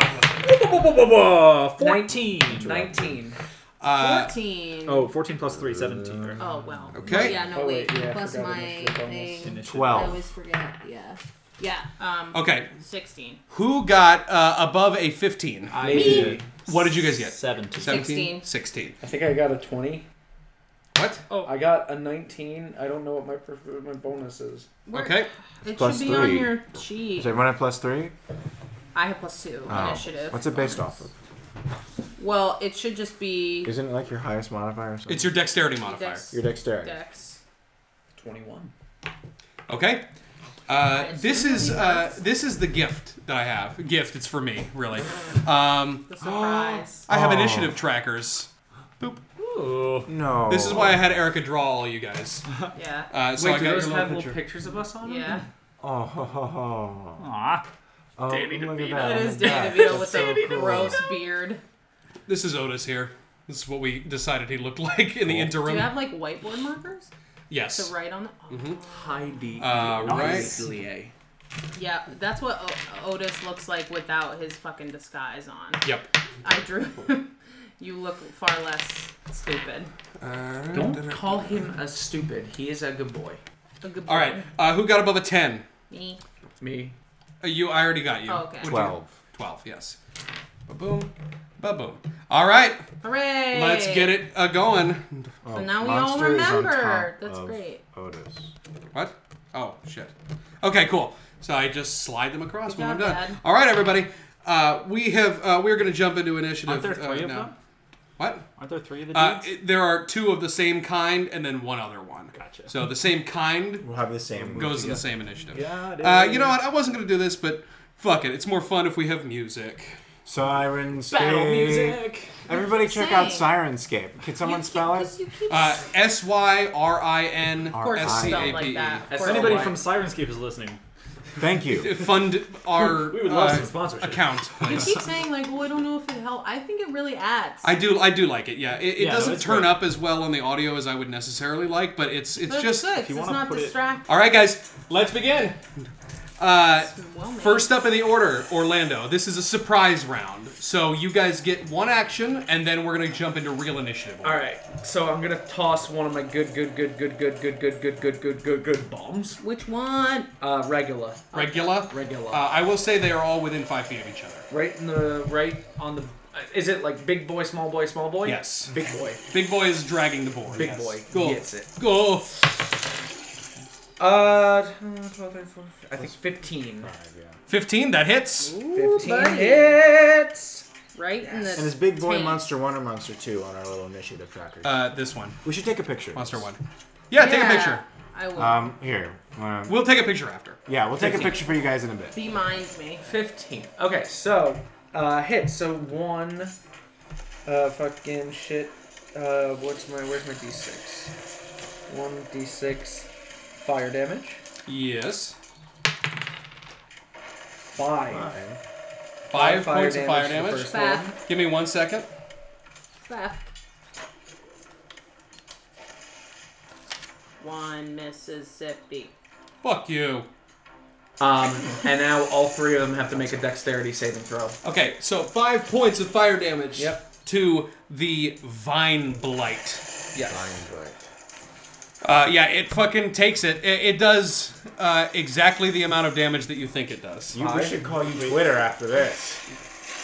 Speaker 6: Fourteen.
Speaker 2: 19.
Speaker 4: Uh,
Speaker 5: Fourteen.
Speaker 7: Oh, 14 plus 3, 17. right?
Speaker 5: Oh, well.
Speaker 4: Okay.
Speaker 5: Well, yeah. No
Speaker 2: Oh,
Speaker 5: wait.
Speaker 2: wait, yeah, I
Speaker 5: plus
Speaker 2: forgot
Speaker 5: my
Speaker 2: initiative bonus.
Speaker 5: thing.
Speaker 7: Initiative.
Speaker 5: I
Speaker 3: Twelve.
Speaker 5: always forget. Yeah. Yeah. Um.
Speaker 4: okay,
Speaker 5: Sixteen.
Speaker 4: who got uh, above a 15?
Speaker 6: I
Speaker 5: Me.
Speaker 6: did
Speaker 4: What did you guys get?
Speaker 7: 17.
Speaker 4: 17?
Speaker 5: Sixteen.
Speaker 4: 16.
Speaker 2: I think I got a 20.
Speaker 4: What?
Speaker 2: I got a 19. I don't know what my perf- my bonus is.
Speaker 5: We're-
Speaker 4: Okay.
Speaker 5: It
Speaker 3: Plus
Speaker 5: should be on
Speaker 3: three.
Speaker 5: your cheat.
Speaker 3: Is everyone at plus three?
Speaker 5: I have plus two
Speaker 3: Oh.
Speaker 5: initiative.
Speaker 3: What's it based off of?
Speaker 5: Well, it should just be
Speaker 3: Isn't it like your highest modifier or something?
Speaker 4: It's your dexterity modifier.
Speaker 5: dex.
Speaker 3: your dexterity.
Speaker 5: dex.
Speaker 2: Twenty-one.
Speaker 4: Okay. Uh, this is uh, this is the gift that I have. Gift. It's for me, really. Um, <gasps>
Speaker 5: The surprise.
Speaker 4: I have
Speaker 3: Oh.
Speaker 4: initiative trackers.
Speaker 3: No.
Speaker 4: This is why I had Erica draw all you guys.
Speaker 5: yeah.
Speaker 4: Uh, so
Speaker 2: Wait,
Speaker 4: I
Speaker 2: do
Speaker 4: got
Speaker 2: those
Speaker 4: your
Speaker 2: have
Speaker 4: little picture.
Speaker 2: little pictures of us on them?
Speaker 5: Yeah.
Speaker 3: Oh, <laughs> ho, ho, ho.
Speaker 7: Aw.
Speaker 3: oh
Speaker 7: Danny
Speaker 3: look
Speaker 7: DeVito.
Speaker 3: at that.
Speaker 5: It
Speaker 3: look
Speaker 5: is
Speaker 3: at that.
Speaker 5: Danny DeVito with
Speaker 3: That's
Speaker 5: the
Speaker 3: so cool.
Speaker 5: gross beard.
Speaker 4: This is Otis here. This is what we decided he looked <laughs> like in the
Speaker 5: Do you
Speaker 4: interim.
Speaker 5: have like whiteboard markers
Speaker 4: Yes.
Speaker 5: to write on? The- oh.
Speaker 4: Mm-hmm.
Speaker 2: Heidi.
Speaker 4: Uh, right.
Speaker 2: Obviously,
Speaker 5: Yeah, that's what o- Otis looks like without his fucking disguise on.
Speaker 4: Yep.
Speaker 5: I drew. <laughs> you look far less stupid.
Speaker 2: Don't call him a stupid. He is a good boy.
Speaker 5: A good
Speaker 4: All right.
Speaker 5: boy.
Speaker 4: Uh, who got above a ten?
Speaker 5: Me.
Speaker 2: Me.
Speaker 4: Uh, you. I already got you.
Speaker 5: Oh, okay.
Speaker 4: What'd you-
Speaker 3: Twelve.
Speaker 4: Twelve. Yes. Ba boom. Ba boom. All right.
Speaker 5: Hooray!
Speaker 4: Let's get it uh, going.
Speaker 3: Oh,
Speaker 5: now we all
Speaker 3: monster is on
Speaker 5: remember.
Speaker 3: top
Speaker 5: That's
Speaker 3: of
Speaker 5: great.
Speaker 3: Otis.
Speaker 4: What? Oh shit. Okay, cool. So I just slide them across
Speaker 5: Good
Speaker 4: when I'm
Speaker 5: job,
Speaker 4: done.
Speaker 5: Dad.
Speaker 4: All right, everybody. Uh, we have uh, we're going to jump into initiative.
Speaker 7: Aren't there
Speaker 4: uh,
Speaker 7: three of
Speaker 4: now.
Speaker 7: them?
Speaker 4: What?
Speaker 7: Aren't there three of the
Speaker 4: Uh,
Speaker 7: dudes?
Speaker 4: it- there are two of the same kind, and then one other one.
Speaker 7: Gotcha.
Speaker 4: So the same kind
Speaker 3: We'll have the same.
Speaker 4: goes in the same initiative.
Speaker 7: Got
Speaker 4: Uh, you
Speaker 7: it.
Speaker 4: know what? I wasn't going to do this, but fuck it. It's more fun if we have music.
Speaker 3: Sirenscape.
Speaker 7: Battle music.
Speaker 3: Everybody check out
Speaker 5: Same.
Speaker 3: Sirenscape. Could someone spell it?
Speaker 5: You keep
Speaker 4: Uh, S Y R I N
Speaker 5: of course
Speaker 4: S
Speaker 5: it's
Speaker 4: C
Speaker 5: spelled
Speaker 4: A
Speaker 5: like
Speaker 4: P
Speaker 5: that.
Speaker 4: E.
Speaker 5: Of
Speaker 2: As
Speaker 5: course
Speaker 2: anybody
Speaker 6: Anybody
Speaker 5: it's
Speaker 6: from
Speaker 5: spelled-
Speaker 6: Sirenscape is listening.
Speaker 3: Thank you.
Speaker 4: Fund
Speaker 7: <laughs>
Speaker 4: our
Speaker 6: We would love
Speaker 4: uh,
Speaker 6: some sponsorship.
Speaker 4: account,
Speaker 5: You
Speaker 4: please.
Speaker 5: keep saying like, well, I don't know if it helped. I think it really adds.
Speaker 4: E. I do, I do like it. Yeah, it, it
Speaker 6: Yeah, no,
Speaker 4: doesn't
Speaker 6: it's
Speaker 4: turn
Speaker 6: great.
Speaker 4: up as well on the audio as I would necessarily like, but it's it's
Speaker 5: But
Speaker 4: just.
Speaker 5: good. 'cause
Speaker 7: you
Speaker 5: it's
Speaker 7: wanna
Speaker 5: not
Speaker 7: put it-
Speaker 5: distracting.
Speaker 4: All right, guys, let's begin. Uh,
Speaker 5: Well, made.
Speaker 4: first up in the order, Orlando. This is a surprise round, so you guys get one action, and then we're gonna jump into real initiative.
Speaker 2: All right. So I'm gonna toss one of my good, good, good, good, good, good, good, good, good, good, good, good bombs.
Speaker 5: Which one?
Speaker 2: Uh, regular,
Speaker 4: Regula.
Speaker 2: Regula.
Speaker 4: Uh, I will say they are all within five feet of each other.
Speaker 2: right in the right on the. Is it like big boy, small boy, small boy?
Speaker 4: Yes.
Speaker 2: Big boy.
Speaker 4: Big boy is dragging the board.
Speaker 2: Big
Speaker 4: yes.
Speaker 2: boy
Speaker 4: Go.
Speaker 2: gets it.
Speaker 4: Go.
Speaker 2: Uh, 12, 13, 14, I think 15.
Speaker 4: Fifteen. That hits.
Speaker 2: 15
Speaker 5: buddy.
Speaker 2: hits.
Speaker 5: Right in the.
Speaker 3: And it's Big Boy
Speaker 5: tank.
Speaker 3: Monster 1 or Monster 2 on our little initiative tracker.
Speaker 4: Uh, this one.
Speaker 3: we should take a picture.
Speaker 4: Monster one. Yeah, take a
Speaker 5: Yeah,
Speaker 4: picture.
Speaker 5: I will.
Speaker 3: Um, here. Uh,
Speaker 4: We'll take a picture after.
Speaker 3: yeah, we'll take a picture for you guys in a bit.
Speaker 5: Be mind me.
Speaker 2: 15. Okay, so uh, hit. So one. Uh, fucking shit. Uh, what's my? Where's my d6? One d6 fire damage.
Speaker 4: Yes.
Speaker 2: Five.
Speaker 4: Five, points of fire
Speaker 2: to the
Speaker 4: damage.
Speaker 2: first
Speaker 5: Bath.
Speaker 2: one.
Speaker 4: Give me one second.
Speaker 5: Left. One Mississippi.
Speaker 4: Fuck you.
Speaker 2: Um, and now all three of them have to make a dexterity saving throw.
Speaker 4: Okay, so five points of fire damage.
Speaker 2: Yep.
Speaker 4: To the vine blight.
Speaker 2: Yes.
Speaker 4: Uh, yeah, it fucking takes it. It, it does uh, exactly the amount of damage that you think it does.
Speaker 3: You, we should call you Twitter after this.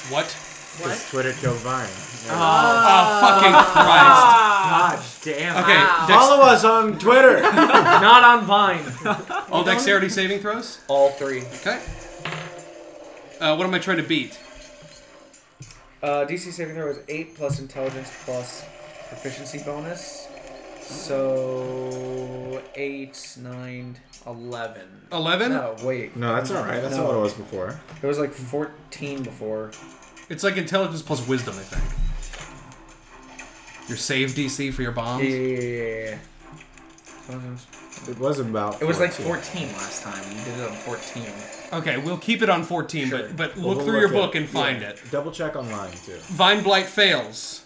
Speaker 4: What?
Speaker 3: Because
Speaker 5: What?
Speaker 3: Twitter killed Vine. Yeah.
Speaker 4: Oh, fucking Christ.
Speaker 2: God Ah. damn.
Speaker 4: Okay.
Speaker 5: Wow.
Speaker 4: dex-
Speaker 3: Follow us on Twitter!
Speaker 2: Not on Vine.
Speaker 4: all dexterity saving throws.
Speaker 2: all three.
Speaker 4: Okay. Uh, what am I trying to beat?
Speaker 2: Uh, DC saving throw is eight plus intelligence plus proficiency bonus. So eight, nine, eleven.
Speaker 4: Eleven.
Speaker 2: No,
Speaker 3: <laughs>
Speaker 2: wait.
Speaker 3: no, that's alright. That's
Speaker 2: No.
Speaker 3: not what it was before.
Speaker 2: It was like fourteen before.
Speaker 4: It's like intelligence plus wisdom, I think. Your save DC for your bombs.
Speaker 2: Yeah, yeah, yeah, yeah, yeah.
Speaker 3: It was about.
Speaker 2: It was like fourteen last time. You did it on fourteen.
Speaker 4: Okay, we'll keep it on 14,
Speaker 2: Sure.
Speaker 4: but, but
Speaker 3: Well,
Speaker 4: look
Speaker 3: we'll
Speaker 4: through your
Speaker 3: look at
Speaker 4: book and find it.
Speaker 3: Double check online, too.
Speaker 4: Vine Blight fails.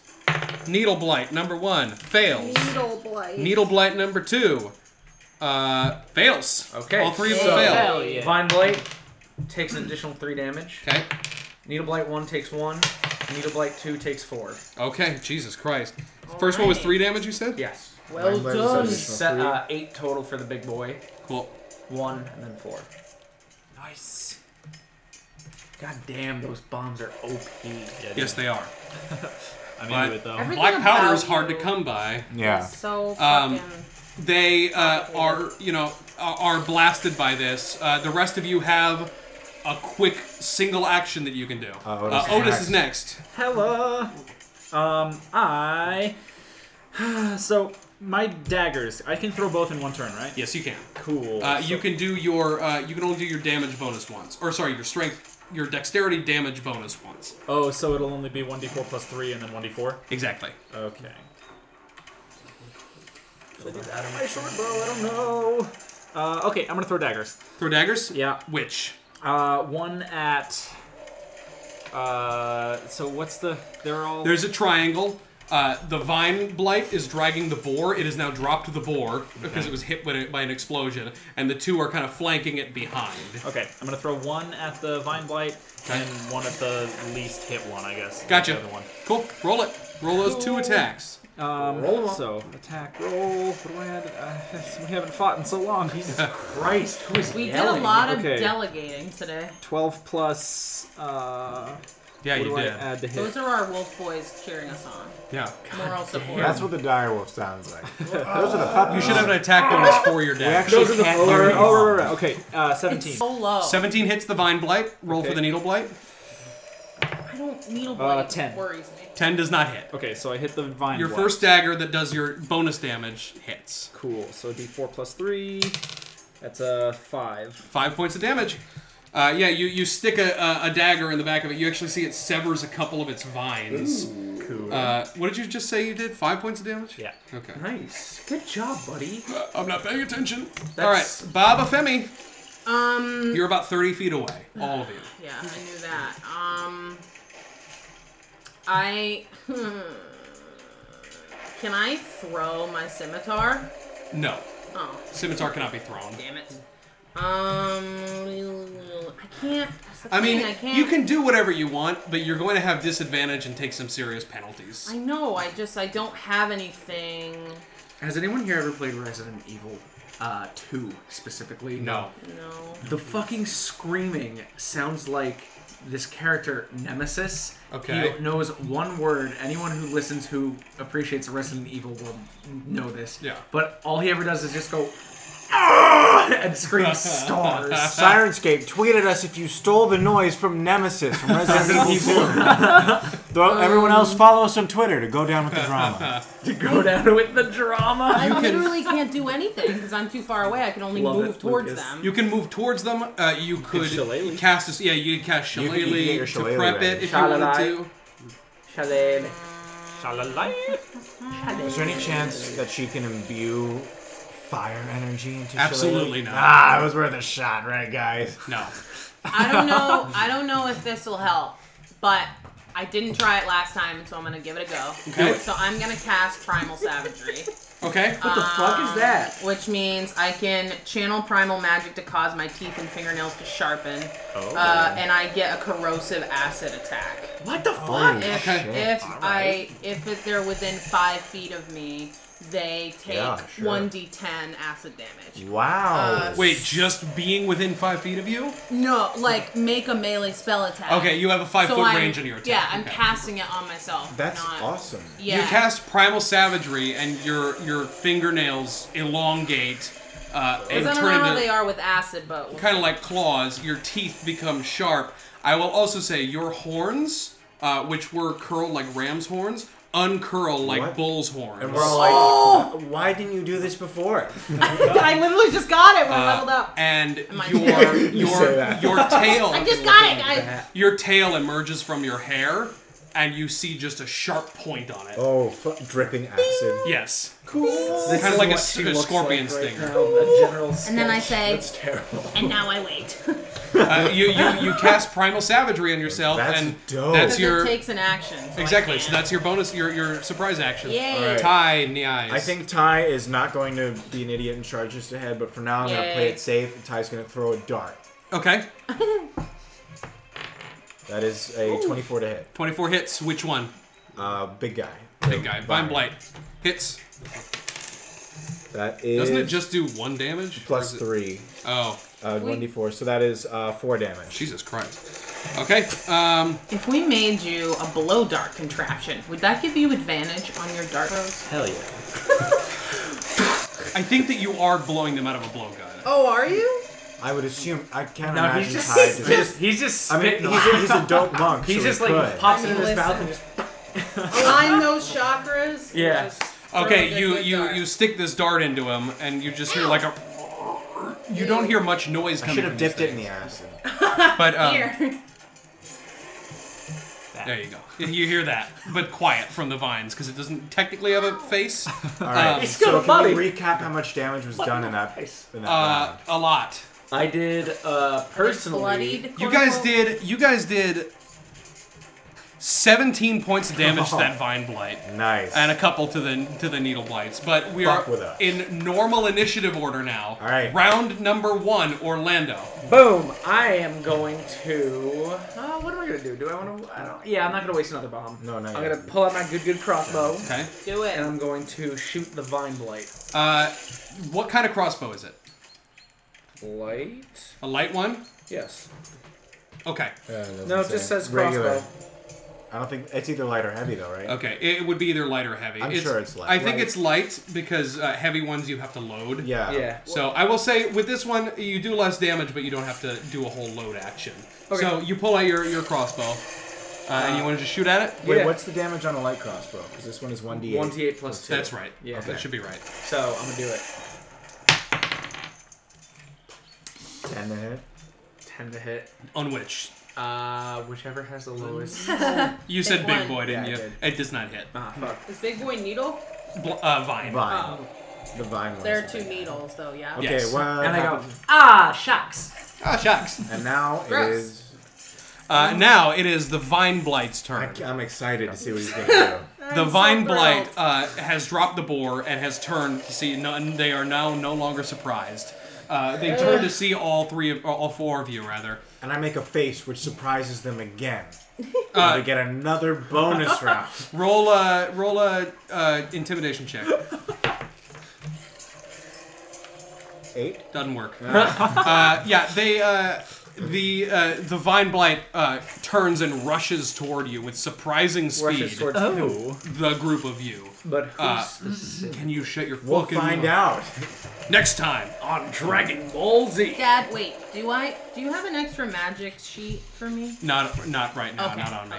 Speaker 4: Needle Blight, number one, fails.
Speaker 5: Needle blight.
Speaker 4: Needle Blight, number two, uh, fails.
Speaker 2: Okay,
Speaker 4: All three of them
Speaker 2: so-
Speaker 4: fail.
Speaker 5: yeah.
Speaker 2: Vine Blight takes an additional three damage.
Speaker 4: Okay,
Speaker 2: Needle Blight one takes one. Needle Blight two takes four.
Speaker 4: okay, Jesus Christ. First one was
Speaker 5: Alright.
Speaker 4: three damage, you said?
Speaker 2: Yes.
Speaker 6: Oh,
Speaker 5: Well
Speaker 3: Mine was
Speaker 5: done.
Speaker 3: a-
Speaker 2: Se- uh, eight total for the big boy.
Speaker 4: Cool.
Speaker 2: One and then four.
Speaker 7: Nice.
Speaker 2: God damn, those bombs are OP.
Speaker 7: Yeah,
Speaker 4: Yes, they are.
Speaker 7: I'm
Speaker 4: But-
Speaker 7: into it though.
Speaker 5: Everything
Speaker 4: Black powder
Speaker 5: about
Speaker 4: is hard to
Speaker 5: you
Speaker 4: come by.
Speaker 3: Yeah.
Speaker 5: So
Speaker 4: Um,
Speaker 5: fucking.
Speaker 4: They uh, are, you know, are are blasted by this. Uh, the rest of you have a quick single action that you can do.
Speaker 3: Oh,
Speaker 4: uh,
Speaker 3: Otis is
Speaker 4: Otis is next.
Speaker 6: Hella. Um, I. <sighs> so my daggers, I can throw both in one turn, right?
Speaker 4: Yes, you can.
Speaker 6: Cool.
Speaker 4: Uh, you can do your. Uh, you can only do your damage bonus once, or sorry, your strength, your dexterity damage bonus once.
Speaker 6: Oh, so it'll only be one d4 plus three, and then one d4.
Speaker 4: Exactly.
Speaker 6: Okay. Should I do that or my short bow? I don't know. Uh, okay, I'm gonna throw daggers.
Speaker 4: Throw daggers.
Speaker 6: Yeah.
Speaker 4: Which?
Speaker 6: Uh, one at. Uh, so what's the? They're all.
Speaker 4: There's a triangle. Uh, the vine blight is dragging the boar. It has now dropped the boar because it was hit with a, by an explosion, and the two are kind of flanking it behind.
Speaker 6: Okay, I'm gonna throw one at the vine blight
Speaker 4: Okay.
Speaker 6: and one at the least hit one, I guess. like
Speaker 4: Gotcha.
Speaker 6: The other one.
Speaker 4: Cool. Roll it. Roll those two attacks.
Speaker 6: Um,
Speaker 2: Roll 'em up.
Speaker 6: so attack roll. What do I have? Uh, <laughs> we haven't fought in so long. Jesus Christ. Who is
Speaker 5: We did a lot of
Speaker 6: Okay.
Speaker 5: delegating today.
Speaker 6: Twelve plus. Uh,
Speaker 4: Yeah,
Speaker 6: what
Speaker 4: you
Speaker 6: do
Speaker 4: did.
Speaker 6: I add to hit?
Speaker 5: Those are our wolf boys cheering us on.
Speaker 4: Yeah.
Speaker 5: Moral support.
Speaker 3: That's what the direwolf sounds <laughs> like. Those are the puppies.
Speaker 4: You should have an attack bonus for your
Speaker 3: We
Speaker 4: dash.
Speaker 3: actually
Speaker 6: Those are the.
Speaker 3: can't
Speaker 6: Oh,
Speaker 3: hear
Speaker 6: right, right,
Speaker 3: anyone.
Speaker 6: right, right, Okay. Uh, Seventeen.
Speaker 5: It's so low.
Speaker 4: 17 hits the vine blight. Roll for
Speaker 6: Okay.
Speaker 4: the needle blight.
Speaker 5: I don't needle
Speaker 6: Uh,
Speaker 5: blade.
Speaker 6: 10.
Speaker 5: Worries me.
Speaker 4: 10 does not hit.
Speaker 6: Okay, so I hit the vine.
Speaker 4: Your
Speaker 6: blight.
Speaker 4: first dagger that does your bonus damage hits.
Speaker 6: Cool. So D4 plus three. That's a five.
Speaker 4: Five points of damage. Uh, yeah, you, you stick a, a, a dagger in the back of it. You actually see it severs a couple of its vines.
Speaker 6: Cool.
Speaker 4: Uh, what did you just say you did? Five points of damage?
Speaker 6: yeah.
Speaker 4: Okay.
Speaker 2: Nice. Good job, buddy.
Speaker 4: Uh, I'm not paying attention.
Speaker 2: That's-
Speaker 4: All right, Bob Afemi,
Speaker 5: Um,
Speaker 4: you're about 30 feet away. All of you.
Speaker 5: yeah, I knew that. Um, I <laughs> can I throw my scimitar?
Speaker 4: No.
Speaker 5: Oh,
Speaker 4: Scimitar cannot be thrown.
Speaker 5: damn it. Um, I can't. that's the
Speaker 4: I mean,
Speaker 5: thing, I can't.
Speaker 4: you can do whatever you want, but you're going to have disadvantage and take some serious penalties.
Speaker 5: I know. I just I don't have anything.
Speaker 7: Has anyone here ever played Resident Evil uh, 2 specifically?
Speaker 4: No.
Speaker 5: No.
Speaker 7: The fucking screaming sounds like this character Nemesis.
Speaker 4: Okay.
Speaker 7: He knows one word. Anyone who listens who appreciates Resident Evil will know this.
Speaker 4: Yeah.
Speaker 7: But all he ever does is just go "Ah!" and
Speaker 4: <laughs>
Speaker 7: scream stars.
Speaker 3: <laughs> Sirenscape tweeted us if you stole the noise from Nemesis from <laughs> Resident Evil 2. Though everyone else follow us on Twitter to go down with the drama.
Speaker 7: to go down with the drama.
Speaker 5: I literally can't do anything because I'm too far away. I can only
Speaker 7: Love
Speaker 5: move
Speaker 7: it,
Speaker 5: towards
Speaker 7: Lucas.
Speaker 5: them.
Speaker 4: You can move towards them. Uh, you could
Speaker 6: shillelagh.
Speaker 4: cast. A, yeah, you could cast
Speaker 3: You could- you could get
Speaker 4: shillelagh
Speaker 3: your
Speaker 4: to
Speaker 3: shillelagh
Speaker 4: prep
Speaker 3: ready.
Speaker 4: it if you
Speaker 2: Shallelagh.
Speaker 4: wanted to.
Speaker 2: Shalele.
Speaker 6: Shalalai.
Speaker 3: Is there any chance that she can imbue fire energy into
Speaker 4: Absolutely
Speaker 3: Shillelagh?
Speaker 4: not.
Speaker 3: Ah, it was worth a shot, right, guys?
Speaker 4: No.
Speaker 5: I don't know. I don't know if this will help, but I didn't try it last time, so I'm gonna give it a go.
Speaker 4: Do it.
Speaker 5: So I'm gonna cast Primal Savagery,
Speaker 4: Okay.
Speaker 2: What the fuck is that?
Speaker 5: which means I can channel primal magic to cause my teeth and fingernails to sharpen,
Speaker 6: Oh.
Speaker 5: uh, and I get a corrosive acid attack.
Speaker 2: What the fuck?
Speaker 3: Holy
Speaker 5: If
Speaker 4: Okay.
Speaker 5: if
Speaker 6: right.
Speaker 5: I if it- they're within five feet of me, they take
Speaker 3: Yeah, sure.
Speaker 5: one d10 acid damage.
Speaker 3: Wow.
Speaker 5: Uh,
Speaker 4: Wait, just being within five feet of you?
Speaker 5: No, like make a melee spell attack.
Speaker 4: Okay, you have a five foot
Speaker 5: I'm-
Speaker 4: range on your attack.
Speaker 5: Yeah, I'm
Speaker 4: Okay.
Speaker 5: casting it on myself.
Speaker 3: That's
Speaker 5: not-
Speaker 3: awesome.
Speaker 5: Yeah.
Speaker 4: You cast primal savagery, and your your fingernails elongate uh, and
Speaker 5: Because I don't know
Speaker 4: turn
Speaker 5: how they
Speaker 4: into
Speaker 5: are with acid, but we'll-
Speaker 4: kind of like claws. Your teeth become sharp. I will also say your horns, uh, which were curled like ram's horns, uncurl like
Speaker 3: What?
Speaker 4: bull's horns.
Speaker 3: And we're all like,
Speaker 5: Oh!
Speaker 3: why didn't you do this before?
Speaker 5: I literally just got it when
Speaker 4: Uh,
Speaker 5: I leveled up.
Speaker 4: and
Speaker 5: My-
Speaker 4: your
Speaker 3: You say
Speaker 4: your
Speaker 3: that.
Speaker 4: your tail
Speaker 5: I just got it, guys.
Speaker 4: your tail emerges from your hair and you see just a sharp point on it.
Speaker 3: Oh, fu- dripping acid.
Speaker 4: Yes.
Speaker 2: Cool.
Speaker 4: Kinda like a s- a scorpion stinger.
Speaker 3: <laughs>
Speaker 5: And then I say,
Speaker 3: That's terrible.
Speaker 5: and now I wait.
Speaker 4: Uh, you, you
Speaker 3: <laughs>
Speaker 4: you cast primal savagery on yourself
Speaker 3: That's
Speaker 4: and
Speaker 3: dope.
Speaker 4: that's
Speaker 5: <laughs> Because
Speaker 4: your
Speaker 5: it takes an action. so I
Speaker 4: Exactly. So
Speaker 5: can't.
Speaker 4: that's your bonus your your surprise action.
Speaker 5: Yay.
Speaker 3: Alright.
Speaker 4: Tie in the eyes.
Speaker 3: I think Ty is not going to be an idiot and charge us ahead, but for now I'm going
Speaker 5: Yay.
Speaker 3: to play it safe, and Ty's going to throw a dart.
Speaker 4: Okay.
Speaker 3: That is a 24 to hit.
Speaker 4: Twenty four hits, which one?
Speaker 3: Uh, big guy.
Speaker 4: Big guy. Vine Blight. Hits.
Speaker 3: That is
Speaker 4: Doesn't it just do one damage? Or
Speaker 3: plus
Speaker 4: is it-
Speaker 3: three,
Speaker 4: Oh,
Speaker 3: uh,
Speaker 5: We-
Speaker 3: 1d4. So that is uh, four damage.
Speaker 4: Jesus Christ. Okay. Um
Speaker 5: If we made you a blow dart contraption, would that give you advantage on your dart throws?
Speaker 6: Hell yeah.
Speaker 4: I think that you are blowing them out of a blowgun.
Speaker 5: Oh, are you?
Speaker 3: I would assume. I can't
Speaker 7: No,
Speaker 3: imagine
Speaker 7: he's just,
Speaker 3: Ty doing
Speaker 7: he's, he's just
Speaker 3: I mean,
Speaker 7: spitting.
Speaker 3: he's a, he's a dope
Speaker 2: <laughs>
Speaker 3: monk.
Speaker 7: he's
Speaker 3: so
Speaker 7: just
Speaker 3: he
Speaker 7: like
Speaker 3: could.
Speaker 7: pops it in his
Speaker 5: Listen.
Speaker 7: mouth and just.
Speaker 5: Align those chakras. and
Speaker 7: Yeah.
Speaker 5: just throw a
Speaker 4: Okay,
Speaker 5: good-
Speaker 4: you
Speaker 5: good
Speaker 4: you
Speaker 5: dart.
Speaker 4: you stick this dart into him, and you just hear like a. You don't hear much noise
Speaker 3: I
Speaker 4: coming.
Speaker 3: should
Speaker 4: from
Speaker 3: have
Speaker 4: this
Speaker 3: dipped it in
Speaker 4: thing,
Speaker 3: the acid.
Speaker 4: But um,
Speaker 5: Here.
Speaker 4: there you go. You hear that, but quiet from the vines because it doesn't technically have a
Speaker 3: <laughs>
Speaker 4: face.
Speaker 3: All right.
Speaker 4: Um,
Speaker 3: so
Speaker 7: got a
Speaker 3: can
Speaker 7: body.
Speaker 3: we recap how much damage was done in that, in that
Speaker 4: Uh,
Speaker 3: round?
Speaker 4: a lot.
Speaker 7: I did uh, personally.
Speaker 5: Bloodied.
Speaker 4: You
Speaker 5: quote
Speaker 4: guys
Speaker 5: unquote.
Speaker 4: did. You guys did. Seventeen points of damage to
Speaker 3: <laughs>
Speaker 4: that vine blight.
Speaker 3: Nice.
Speaker 4: and a couple to the to the needle blights. But we
Speaker 3: Fuck
Speaker 4: are
Speaker 3: with us.
Speaker 4: in normal initiative order now.
Speaker 3: All right.
Speaker 4: Round number one, Orlando.
Speaker 7: Boom! I am going to. Oh, what am I gonna do? Do I want to? I don't. Yeah, I'm not gonna waste another bomb.
Speaker 3: No, not
Speaker 7: I'm
Speaker 3: yet.
Speaker 7: gonna pull out my good, good crossbow,
Speaker 4: Okay.
Speaker 5: Do it.
Speaker 7: and I'm going to shoot the vine blight.
Speaker 4: Uh, what kind of crossbow is it?
Speaker 7: Blight?
Speaker 4: A light one.
Speaker 7: Yes.
Speaker 4: Okay.
Speaker 7: No, it just says
Speaker 3: Regular.
Speaker 7: crossbow.
Speaker 3: I don't think it's either light or heavy though, right?
Speaker 4: Okay. It would be either light or heavy.
Speaker 3: I'm sure it's light.
Speaker 4: I think
Speaker 3: Light.
Speaker 4: it's light because uh, heavy ones you have to load.
Speaker 3: Yeah.
Speaker 7: Yeah.
Speaker 4: So I will say with this one you do less damage, but you don't have to do a whole load action.
Speaker 7: Okay.
Speaker 4: So you pull out your your crossbow, uh, and you want to just shoot at it.
Speaker 3: Wait,
Speaker 7: Yeah.
Speaker 3: what's the damage on a light crossbow? Because this one is one d eight.
Speaker 7: 1d8 plus 2.
Speaker 4: That's right.
Speaker 7: Yeah.
Speaker 4: That should be right.
Speaker 7: So I'm gonna do it.
Speaker 3: Ten to hit.
Speaker 7: 10 to hit.
Speaker 4: On which
Speaker 7: Uh, whichever has the lowest.
Speaker 4: You said big
Speaker 5: one.
Speaker 4: boy, didn't
Speaker 7: Yeah, I
Speaker 4: you? It does not hit.
Speaker 7: ah, fuck.
Speaker 5: Is Big Boy Needle?
Speaker 4: Bl- uh, vine.
Speaker 3: Vine.
Speaker 5: Oh,
Speaker 3: The vine one.
Speaker 5: there are
Speaker 3: is
Speaker 5: two
Speaker 3: the big one.
Speaker 5: needles though. Yeah.
Speaker 3: Okay.
Speaker 4: Yes.
Speaker 3: Well.
Speaker 7: And I go,
Speaker 5: Ah, shucks.
Speaker 4: Ah, shucks.
Speaker 3: And now it
Speaker 5: Gross.
Speaker 3: is.
Speaker 4: Uh, now it is the vine blight's
Speaker 3: I,
Speaker 4: turn.
Speaker 3: am excited to see what he's gonna do.
Speaker 4: The vine
Speaker 5: so
Speaker 4: blight
Speaker 5: thrilled.
Speaker 4: uh, has dropped the boar and has turned to see. None, they are now no longer surprised. Uh, they turn to see all three of, or all four of you rather.
Speaker 3: And I make a face which surprises them
Speaker 5: <laughs>
Speaker 3: again. and we get another bonus round.
Speaker 4: Roll a roll a uh, intimidation check.
Speaker 3: Eight.
Speaker 4: Doesn't work. uh, yeah, they uh, the uh, the vine blight uh, turns and rushes toward you with surprising speed. Oh.
Speaker 7: Rushes towards who?
Speaker 4: the group of you.
Speaker 7: But who's
Speaker 4: Uh,
Speaker 7: specific?
Speaker 4: Can you shut your
Speaker 3: We'll
Speaker 4: fucking
Speaker 3: find
Speaker 4: mouth?
Speaker 3: out.
Speaker 4: next time on Dragon Ball Z?
Speaker 5: Dad, wait. Do I? Do you have an extra magic sheet for me?
Speaker 4: Not not right now,
Speaker 5: Okay,
Speaker 4: not on me.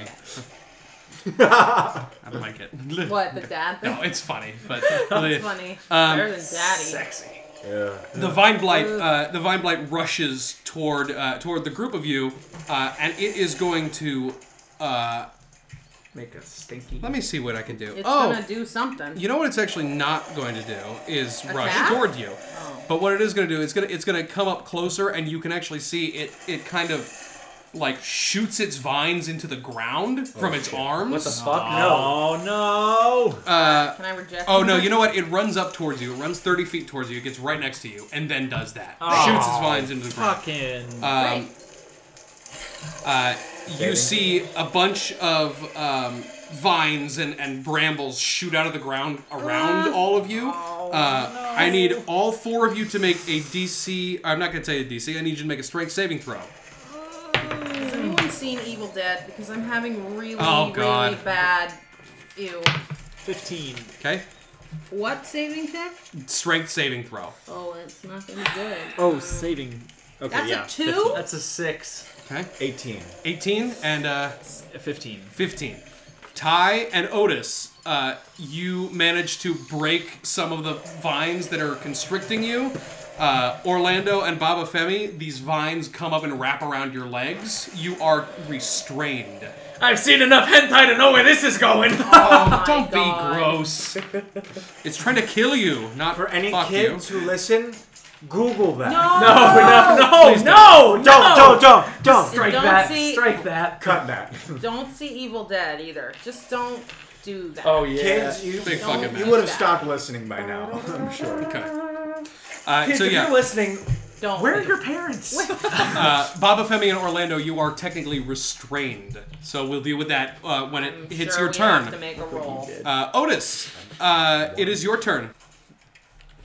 Speaker 4: I don't like it.
Speaker 5: What the dad
Speaker 4: <laughs>
Speaker 5: thing?
Speaker 4: No, Um, it's funny, but
Speaker 5: <laughs> It's funny. Better than daddy.
Speaker 3: Yeah.
Speaker 4: the vine blight uh, the vine blight rushes toward uh, toward the group of you, uh, and it is going to. Uh,
Speaker 7: Make a stinky.
Speaker 4: let me see what I can do.
Speaker 5: It's
Speaker 4: oh,
Speaker 5: gonna do something.
Speaker 4: you know what it's actually not going to do is rush
Speaker 5: Attack? Oh.
Speaker 4: toward you. But what it is going to do is going to it's going to come up closer, and you can actually see it. It kind of like shoots its vines into the ground from its arms.
Speaker 7: Oh, What the fuck? No.
Speaker 6: Oh no!
Speaker 5: Can I reject?
Speaker 4: Oh no!
Speaker 5: it?
Speaker 4: You know what? It runs up towards you. It runs thirty feet towards you. It gets right next to you, and then does that. Shoots its vines into the ground.
Speaker 6: Fucking.
Speaker 4: Um, uh, you see a bunch of um, vines and, and brambles shoot out of the ground around all of you. uh, I need all four of you to make a DC. I'm not gonna tell you a DC. I need you to make a strength saving throw.
Speaker 5: Has anyone seen Evil Dead? Because I'm having really,
Speaker 4: Oh, God.
Speaker 5: really bad. Ew.
Speaker 6: Fifteen.
Speaker 4: Okay.
Speaker 5: What saving check?
Speaker 4: Strength saving throw.
Speaker 5: Oh, it's not gonna be good.
Speaker 6: Oh, saving. Okay,
Speaker 5: That's
Speaker 6: yeah.
Speaker 5: a two.
Speaker 7: That's a 6.
Speaker 4: Okay.
Speaker 3: Eighteen.
Speaker 4: Eighteen and. Uh,
Speaker 6: A Fifteen.
Speaker 4: 15. Ty and Otis, uh, you manage to break some of the vines that are constricting you. Uh, Orlando and Baba Femi, these vines come up and wrap around your legs. You are restrained.
Speaker 5: <laughs>
Speaker 7: I've seen enough hentai to know where this is going! <laughs>
Speaker 4: Oh, don't
Speaker 5: God.
Speaker 4: be gross. It's trying to kill you, not
Speaker 3: For any
Speaker 4: fuck you.
Speaker 3: kids who listen, Google that.
Speaker 7: Oh, no, no, no,
Speaker 3: Don't, don't, don't, don't.
Speaker 5: Just-
Speaker 7: Strike
Speaker 5: Don't
Speaker 7: that,
Speaker 5: see-
Speaker 7: strike that.
Speaker 3: Cut that.
Speaker 5: Don't see Evil Dead either. Just don't do that.
Speaker 7: Oh, yeah.
Speaker 3: Kids, you,
Speaker 4: Big fucking
Speaker 3: you
Speaker 4: mess.
Speaker 3: would have stopped listening by now, I'm
Speaker 5: <laughs>
Speaker 3: sure.
Speaker 4: Okay. Uh,
Speaker 7: Kids,
Speaker 4: so
Speaker 7: if
Speaker 4: yeah,
Speaker 7: you're listening,
Speaker 5: Don't.
Speaker 7: where are your parents?
Speaker 4: uh, Baba Femi and Orlando, you are technically restrained. So we'll deal with that uh, when it
Speaker 5: I'm
Speaker 4: hits
Speaker 5: sure
Speaker 4: your
Speaker 5: we
Speaker 4: turn.
Speaker 5: Have to make a roll.
Speaker 4: Uh, Otis, uh, it is your turn.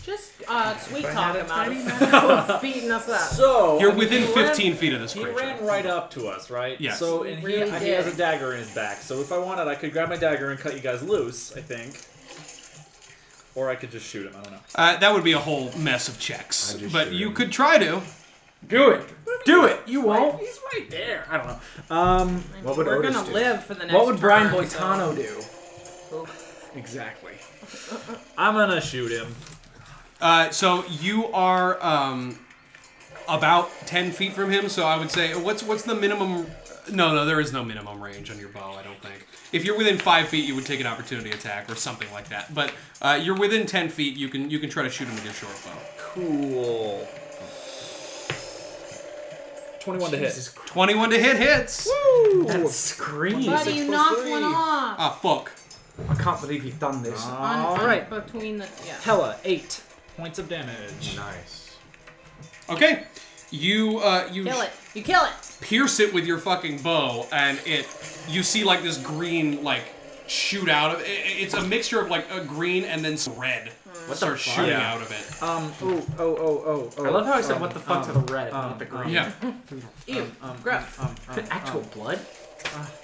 Speaker 5: Just uh, sweet
Speaker 7: had
Speaker 5: talk
Speaker 7: a
Speaker 5: about
Speaker 7: tiny
Speaker 5: it. <laughs> beating us up.
Speaker 6: So
Speaker 4: You're
Speaker 6: I mean,
Speaker 4: within
Speaker 6: he ran-
Speaker 4: 15 feet of this
Speaker 6: He
Speaker 4: creature.
Speaker 6: ran right up to us, right?
Speaker 4: Yes.
Speaker 6: So
Speaker 5: He
Speaker 6: and he,
Speaker 5: really
Speaker 6: he has a
Speaker 5: did.
Speaker 6: dagger in his back. So if I wanted, I could grab my dagger and cut you guys loose. I think. Or I could just shoot him. I don't know.
Speaker 4: Uh, that would be a whole mess of checks,
Speaker 3: I just
Speaker 4: but
Speaker 3: shoot
Speaker 4: you
Speaker 3: him.
Speaker 4: could try to.
Speaker 2: Do it. Do it.
Speaker 6: You won't. He's right there. I don't know. Um,
Speaker 3: What would
Speaker 5: We're
Speaker 3: Otis
Speaker 5: gonna
Speaker 3: do?
Speaker 5: live for the next.
Speaker 2: What would Brian
Speaker 5: turn, so-
Speaker 2: Boitano do?
Speaker 7: Exactly.
Speaker 6: I'm gonna shoot him.
Speaker 4: Uh, so you are um, about ten feet from him. So I would say, what's what's the minimum? No, no, there is no minimum range on your bow. I don't think. If you're within five feet, you would take an opportunity attack or something like that. But uh, you're within ten feet. You can you can try to shoot him with your short bow.
Speaker 6: Cool. Twenty-one
Speaker 7: Jesus
Speaker 4: Twenty-one to hit hits.
Speaker 6: to hit.
Speaker 7: That screams.
Speaker 5: Buddy, you knocked one off.
Speaker 4: Ah, fuck.
Speaker 7: I can't believe you've done this.
Speaker 5: On-
Speaker 6: All
Speaker 5: on-
Speaker 6: right.
Speaker 5: Between the yeah.
Speaker 6: Hella eight points of damage.
Speaker 3: Nice.
Speaker 4: Okay. You uh, you
Speaker 5: Kill it. You kill it.
Speaker 4: pierce it with your fucking bow, and it you see like this green like shoot out of it. It's a mixture of like a green and then some red. What
Speaker 3: the
Speaker 4: start
Speaker 3: fuck?
Speaker 4: shooting
Speaker 3: Yeah.
Speaker 4: out of it.
Speaker 2: Um. Oh. Oh. Oh. Oh. oh
Speaker 7: I love how I said
Speaker 2: um,
Speaker 7: what the fuck to
Speaker 2: um,
Speaker 7: the red,
Speaker 2: um,
Speaker 7: not the green.
Speaker 4: Yeah.
Speaker 5: Ew. Gross.
Speaker 2: Um, um, uh,
Speaker 7: The actual blood?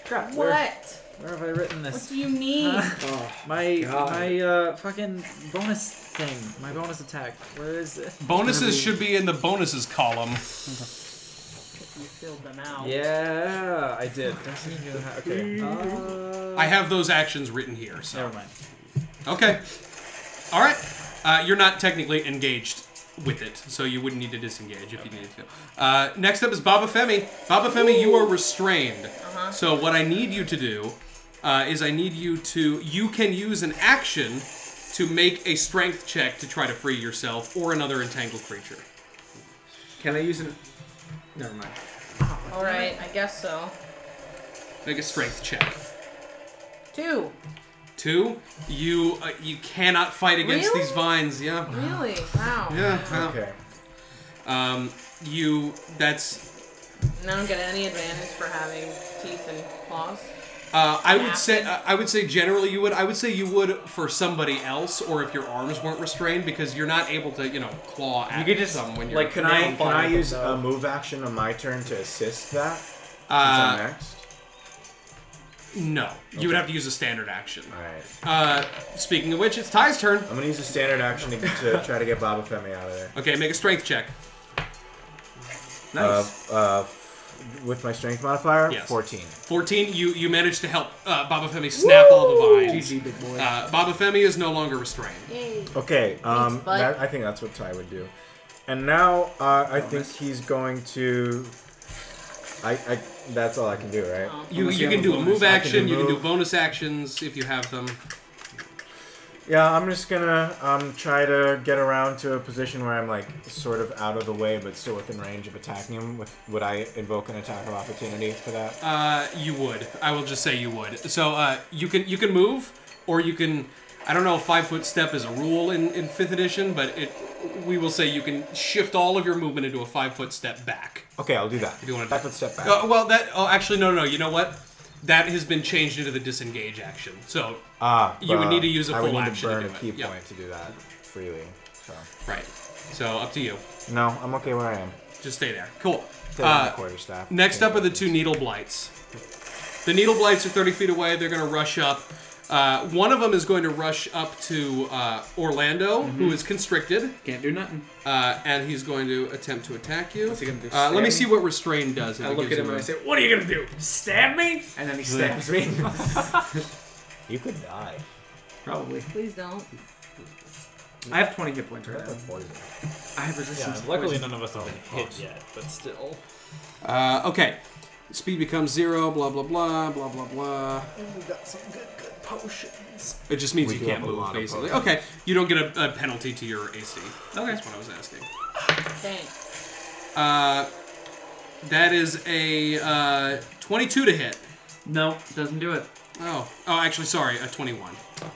Speaker 2: crap. um, Where,
Speaker 5: what?
Speaker 2: where have I written
Speaker 5: What
Speaker 2: this?
Speaker 5: do you need?
Speaker 2: Oh, my
Speaker 7: God.
Speaker 2: my uh fucking bonus thing. My bonus attack. Where is it?
Speaker 4: Bonuses should be in the bonuses column.
Speaker 5: you filled them out.
Speaker 2: Yeah, I did. Okay. Uh,
Speaker 4: I have those actions written here. So
Speaker 6: Never mind.
Speaker 4: okay, all right. Uh, you're not technically engaged with it, so you wouldn't need to disengage if you needed to. Uh, next up is Baba Femi. Baba Femi, you are restrained. So what I need you to do uh, is I need you to you can use an action to make a strength check to try to free yourself or another entangled creature.
Speaker 7: Can I use an. Never mind.
Speaker 5: All right. I guess so.
Speaker 4: Make a strength check.
Speaker 5: Two.
Speaker 4: Two, you uh, you cannot fight against
Speaker 5: Really?
Speaker 4: these vines. Yeah.
Speaker 5: Really? Wow.
Speaker 4: Yeah. yeah.
Speaker 3: Okay.
Speaker 4: Um, you that's
Speaker 5: And I don't get any advantage for having teeth and claws.
Speaker 4: uh, I would
Speaker 5: Happen.
Speaker 4: say uh, I would say generally you would I would say you would for somebody else or if your arms weren't restrained because you're not able to you know claw at
Speaker 7: You could just,
Speaker 4: them when you're
Speaker 7: like,
Speaker 3: Can I
Speaker 7: Nail
Speaker 3: can I
Speaker 7: fire,
Speaker 3: use
Speaker 7: though.
Speaker 3: a move action on my turn to assist that? Since I'm
Speaker 4: uh,
Speaker 3: next.
Speaker 4: no you would have to use a standard action.
Speaker 3: All right.
Speaker 4: Uh, speaking of which, it's Ty's turn.
Speaker 3: I'm gonna use a standard action to, to try to get Baba Femi out of there.
Speaker 4: Okay, make a strength check.
Speaker 7: Nice.
Speaker 3: Uh, uh, f- with my strength modifier,
Speaker 4: Yes.
Speaker 3: 14.
Speaker 4: Fourteen. You you managed to help uh, Baba Femi snap all the vines.
Speaker 7: GG, big boy.
Speaker 4: Uh, Baba Femi is no longer restrained.
Speaker 5: Yay.
Speaker 3: Okay, um,
Speaker 5: Thanks, bud.
Speaker 3: that, I think that's what Ty would do. And now uh, I think he's going to. I, I that's all I can do, right?
Speaker 4: You,
Speaker 7: Unless
Speaker 4: you
Speaker 7: you
Speaker 4: can
Speaker 7: have
Speaker 4: do
Speaker 7: a
Speaker 4: a
Speaker 7: bonus.
Speaker 4: move
Speaker 3: I can
Speaker 4: action. You can do
Speaker 3: move.
Speaker 4: bonus actions if you have them.
Speaker 3: Yeah, I'm just gonna um, try to get around to a position where I'm like sort of out of the way, but still within range of attacking him. With would I invoke an attack of opportunity for that?
Speaker 4: Uh, you would. I will just say you would. So uh, you can you can move, or you can. I don't know. if Five foot step is a rule in in fifth edition, but it we will say you can shift all of your movement into a five foot step back.
Speaker 3: okay, I'll do that.
Speaker 4: If you wanna-
Speaker 3: That's a step back.
Speaker 4: Uh, well, that. Oh, actually, no, no, no. You know what? That has been changed into the disengage action. So
Speaker 3: Ah,
Speaker 4: you would
Speaker 3: but
Speaker 4: need to use a
Speaker 3: I would
Speaker 4: full
Speaker 3: need
Speaker 4: action
Speaker 3: to
Speaker 4: to
Speaker 3: burn a
Speaker 4: do it.
Speaker 3: key
Speaker 4: Yeah.
Speaker 3: point to do that freely. So
Speaker 4: right. So up to you.
Speaker 3: no, I'm okay where I am.
Speaker 4: Just stay there. Cool.
Speaker 3: Take my
Speaker 4: Uh,
Speaker 3: quarter staff.
Speaker 4: Next up are the two needle blights. The needle blights are 30 feet away. They're going to rush up. Uh, one of them is going to rush up to uh, Orlando,
Speaker 7: Mm-hmm.
Speaker 4: who is constricted,
Speaker 7: Can't do nothing.
Speaker 4: uh, and he's going to attempt to attack you.
Speaker 7: he gonna do,
Speaker 4: Uh, let me
Speaker 7: stab
Speaker 4: see what restrain does. if
Speaker 7: I
Speaker 4: it
Speaker 7: look
Speaker 4: gives
Speaker 7: at him
Speaker 4: you
Speaker 7: and I
Speaker 4: a-
Speaker 7: say, What are you gonna do? Stab me? And then he stabs
Speaker 2: <laughs>
Speaker 7: me.
Speaker 3: You could die.
Speaker 7: Probably.
Speaker 5: Please don't.
Speaker 7: I have 20 hit points right
Speaker 3: That's
Speaker 7: now.
Speaker 3: a poison.
Speaker 7: I have resistance. to
Speaker 2: <laughs>
Speaker 6: Luckily,
Speaker 7: poison.
Speaker 6: none of us have been hit yet, but still.
Speaker 4: Uh, okay. Speed becomes zero, blah, blah, blah, blah, blah, blah.
Speaker 3: We got some good, good potions.
Speaker 4: It just means
Speaker 3: We
Speaker 4: you
Speaker 3: do
Speaker 4: can't
Speaker 3: have a lot
Speaker 4: move,
Speaker 3: of
Speaker 4: basically.
Speaker 3: bugs.
Speaker 4: Okay, you don't get a, a penalty to your AC. That's what I was asking.
Speaker 5: Thanks.
Speaker 4: Uh, that is a uh, 22 to hit.
Speaker 7: No, doesn't do it.
Speaker 4: Oh, oh, actually, sorry, a twenty-one.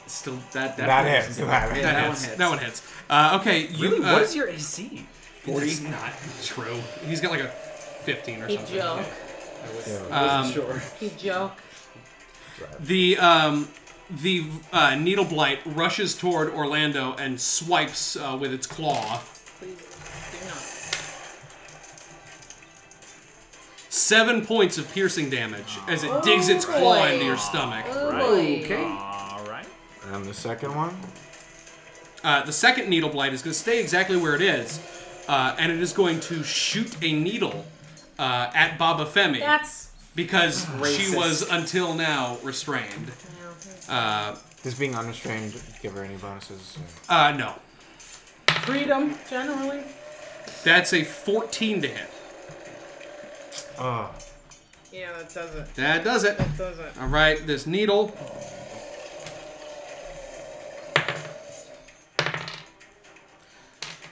Speaker 7: Still, that
Speaker 3: That
Speaker 7: definitely
Speaker 3: hits.
Speaker 7: doesn't do it.
Speaker 3: That
Speaker 7: Yeah,
Speaker 3: hits.
Speaker 4: That,
Speaker 7: that
Speaker 4: hits.
Speaker 7: one hits.
Speaker 4: That one hits. Uh, okay, you.
Speaker 7: Really?
Speaker 4: uh,
Speaker 7: what is your AC?
Speaker 4: That's not true. He's got like a fifteen or
Speaker 5: He
Speaker 4: something.
Speaker 5: joke.
Speaker 3: Yeah.
Speaker 4: Um,
Speaker 7: Sure.
Speaker 5: He joke.
Speaker 4: the um, the uh, needle blight rushes toward Orlando and swipes uh, with its claw.
Speaker 5: Please do not.
Speaker 4: Seven points of piercing damage as it digs its claw
Speaker 5: boy.
Speaker 4: into your stomach.
Speaker 2: Oh,
Speaker 5: Okay.
Speaker 2: um,
Speaker 6: All right.
Speaker 3: and the second one.
Speaker 4: Uh, the second needle blight is going to stay exactly where it is, uh, and it is going to shoot a needle uh, at Baba Femi
Speaker 5: That's
Speaker 4: because she was until now restrained. Uh,
Speaker 3: Does being unrestrained give her any bonuses?
Speaker 4: uh, no,
Speaker 5: freedom generally.
Speaker 4: that's a 14 to hit.
Speaker 3: Oh,
Speaker 5: Yeah, that does it.
Speaker 4: That does it.
Speaker 5: That does it.
Speaker 4: All right, this needle.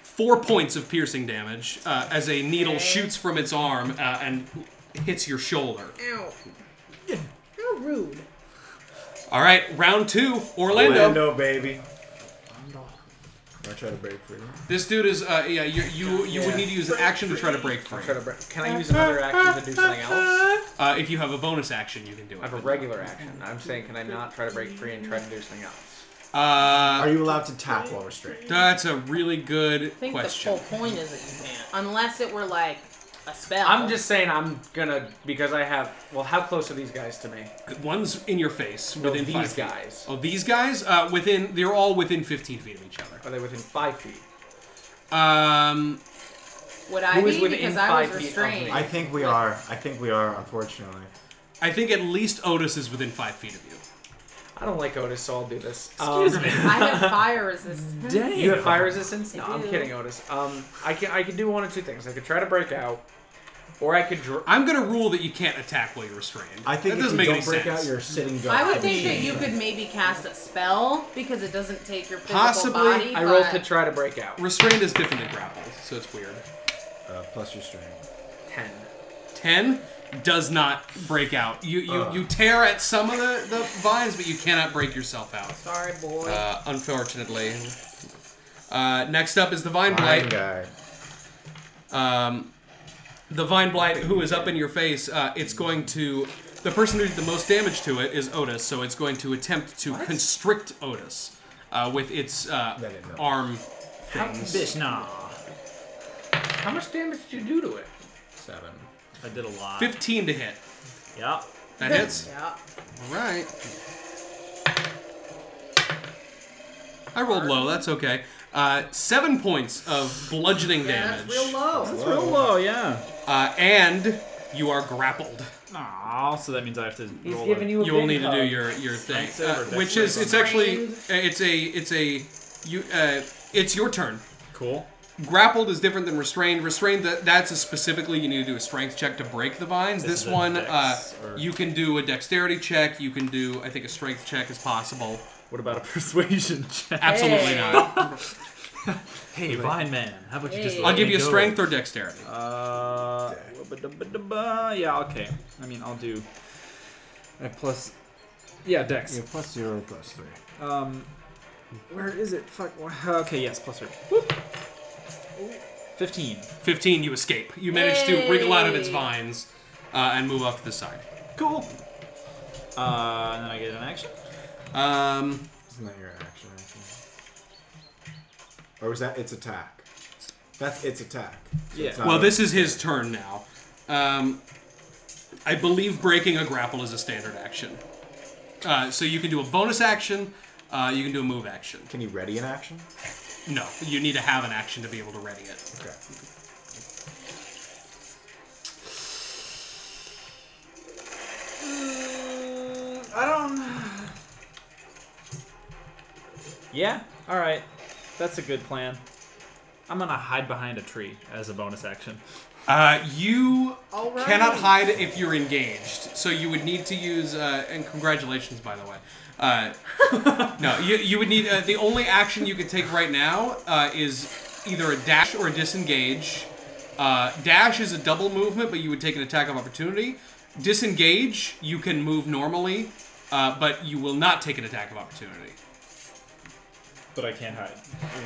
Speaker 4: Four points of piercing damage uh, as a needle
Speaker 5: Okay.
Speaker 4: shoots from its arm uh, and hits your shoulder.
Speaker 5: Ow. How rude.
Speaker 4: All right, round two, Orlando.
Speaker 3: Orlando, baby. I try to break free.
Speaker 4: This dude is uh, yeah. You you, you would need to use an action to try to break free.
Speaker 2: Try to break. Can I use another action to do something else?
Speaker 4: Uh, if you have a bonus action, you can do it.
Speaker 2: I have a regular action. I'm saying, can I not try to break free and try to do something else?
Speaker 4: Uh,
Speaker 3: Are you allowed to tap while restrained?
Speaker 4: that's a really good
Speaker 5: I think
Speaker 4: question.
Speaker 5: the whole point is that you can't. Unless it were like a spell.
Speaker 2: I'm just saying, I'm gonna because I have. Well, how close are these guys to me?
Speaker 4: One's in your face
Speaker 2: No,
Speaker 4: within five
Speaker 2: these
Speaker 4: feet.
Speaker 2: guys.
Speaker 4: Oh, these guys? Uh, within they're all within 15 feet of each other.
Speaker 2: Are they within five feet?
Speaker 4: Um,
Speaker 5: Would I
Speaker 2: Who is
Speaker 5: be
Speaker 2: within
Speaker 5: because I was
Speaker 2: five feet of
Speaker 5: restrained?
Speaker 2: me?
Speaker 3: I think we are. I think we are, unfortunately.
Speaker 4: I think at least Otis is within five feet of you.
Speaker 2: I don't like Otis, so I'll do this.
Speaker 5: Excuse
Speaker 2: Um, <laughs>
Speaker 5: me. I have fire resistance.
Speaker 2: You have fire resistance? No,
Speaker 5: I
Speaker 2: I'm
Speaker 5: do.
Speaker 2: kidding, Otis. Um, I can I can do one of two things. I could try to break out, or I could. Dr-
Speaker 4: I'm gonna rule that you can't attack while you're restrained.
Speaker 3: I think
Speaker 4: that
Speaker 3: if
Speaker 4: doesn't
Speaker 3: you
Speaker 4: make
Speaker 3: don't
Speaker 4: any
Speaker 3: break
Speaker 4: sense.
Speaker 3: out your sitting duck.
Speaker 5: I would
Speaker 3: could
Speaker 5: think
Speaker 3: be-
Speaker 5: that you could maybe cast a spell because it doesn't take your physical
Speaker 4: Possibly.
Speaker 5: body.
Speaker 2: I rolled
Speaker 5: but-
Speaker 2: to try to break out.
Speaker 4: Restrained is different than grappled, so it's weird.
Speaker 3: Uh, plus your strength.
Speaker 2: Ten.
Speaker 4: Ten does not break out. You you, you tear at some of the, the vines, but you cannot break yourself out.
Speaker 5: Sorry, boy.
Speaker 4: Uh, unfortunately. Uh, next up is the Vine
Speaker 3: Fine
Speaker 4: Blight.
Speaker 3: guy.
Speaker 4: Um, the Vine Blight, who is up in your face, uh, it's going to. The person who did the most damage to it is Otis, so it's going to attempt to constrict Otis uh, with its uh,
Speaker 3: Let it know.
Speaker 4: arm
Speaker 6: How-
Speaker 4: things.
Speaker 6: Bitch, nah.
Speaker 2: How much damage did you do to it?
Speaker 3: Seven.
Speaker 6: I did a lot.
Speaker 4: 15 to hit.
Speaker 6: Yep.
Speaker 4: That hits?
Speaker 5: yeah.
Speaker 4: All right. I rolled low, that's okay. Uh, seven points of bludgeoning
Speaker 5: Yeah,
Speaker 4: damage.
Speaker 5: that's real low.
Speaker 6: That's real low, yeah.
Speaker 4: Uh, and you are grappled.
Speaker 6: Aw, so that means I have to He's roll a-
Speaker 2: a
Speaker 4: You will need to do your your thing,
Speaker 6: Strength save
Speaker 4: uh,
Speaker 6: or dex
Speaker 4: which
Speaker 6: save
Speaker 4: is
Speaker 6: on
Speaker 4: it's
Speaker 6: that?
Speaker 4: actually uh, it's a it's a you uh, it's your turn.
Speaker 6: Cool.
Speaker 4: Grappled is different than restrained. Restrained that that's a specifically you need to do a strength check to break the vines.
Speaker 6: This
Speaker 4: This,
Speaker 6: is a
Speaker 4: one
Speaker 6: dex
Speaker 4: uh,
Speaker 6: or-
Speaker 4: you can do a dexterity check. You can do I think a strength check is possible.
Speaker 6: What about a <laughs> persuasion check?
Speaker 4: Absolutely
Speaker 5: Hey.
Speaker 4: not.
Speaker 6: Hey, Vine Man, how about you just
Speaker 5: Hey.
Speaker 6: let
Speaker 4: I'll give
Speaker 6: me
Speaker 4: you a
Speaker 6: go?
Speaker 4: strength or dexterity.
Speaker 6: Uh, ba-da-ba-da-ba, yeah, okay. I mean, I'll do. uh,
Speaker 3: plus.
Speaker 6: Yeah, Dex.
Speaker 3: Yeah, plus zero, plus three.
Speaker 6: Um, where is it? Fuck. wh- Okay, yes, plus three. Whoop. Fifteen.
Speaker 4: Fifteen, you escape. You manage to wriggle out of its
Speaker 5: Yay.
Speaker 4: vines uh, and move off to the side.
Speaker 6: Cool. Uh, and then I get an action.
Speaker 4: Um,
Speaker 3: Isn't that your action? action? Or was that its attack? That's its attack. So
Speaker 6: Yeah.
Speaker 3: it's not
Speaker 4: Well,
Speaker 3: a-
Speaker 4: this is his turn now. Um, I believe breaking a grapple is a standard action. Uh, so you can do a bonus action, uh, you can do a move action.
Speaker 3: Can you ready an action?
Speaker 4: No, you need to have an action to be able to ready it.
Speaker 3: Okay.
Speaker 6: I don't. Yeah. All right. That's a good plan. I'm gonna hide behind a tree as a bonus action.
Speaker 4: Uh, you
Speaker 5: All right.
Speaker 4: cannot hide if you're engaged, so you would need to use. Uh, and congratulations, by the way. Uh,
Speaker 5: <laughs>
Speaker 4: no, you, you would need uh, the only action you could take right now uh, is either a dash or a disengage. Uh, dash is a double movement, but you would take an attack of opportunity. Disengage, you can move normally, uh, but you will not take an attack of opportunity.
Speaker 6: But I can't hide.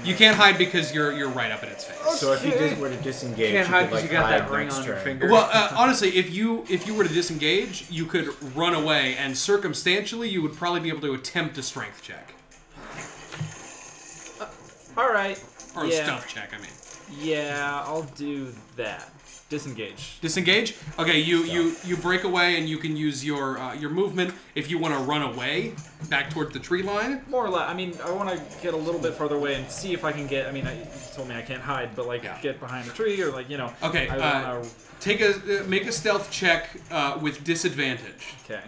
Speaker 4: You can't hide because you're you're right up in its face.
Speaker 3: So if you dis-
Speaker 4: <laughs>
Speaker 3: were to disengage,
Speaker 2: Can't hide
Speaker 3: could, like,
Speaker 2: because you got that
Speaker 3: hide
Speaker 2: ring
Speaker 3: next
Speaker 2: on your
Speaker 3: turn.
Speaker 2: finger.
Speaker 4: Well, uh, honestly, if you if you were to disengage, you could run away, and circumstantially, you would probably be able to attempt a strength check
Speaker 6: All right.
Speaker 4: or a
Speaker 6: yeah.
Speaker 4: stuff check. I mean,
Speaker 6: Yeah, I'll do that. Disengage.
Speaker 4: Disengage. Okay, you you you break away and you can use your uh, your movement if you want to run away back towards the tree line.
Speaker 6: More or less. I mean, I want to get a little bit further away and see if I can get. I mean, I, you told me I can't hide, but like
Speaker 4: Yeah.
Speaker 6: get behind a tree or like you know.
Speaker 4: Okay,
Speaker 6: I
Speaker 4: uh,
Speaker 6: wanna-
Speaker 4: Take a uh, make a stealth check uh, with disadvantage.
Speaker 6: Okay.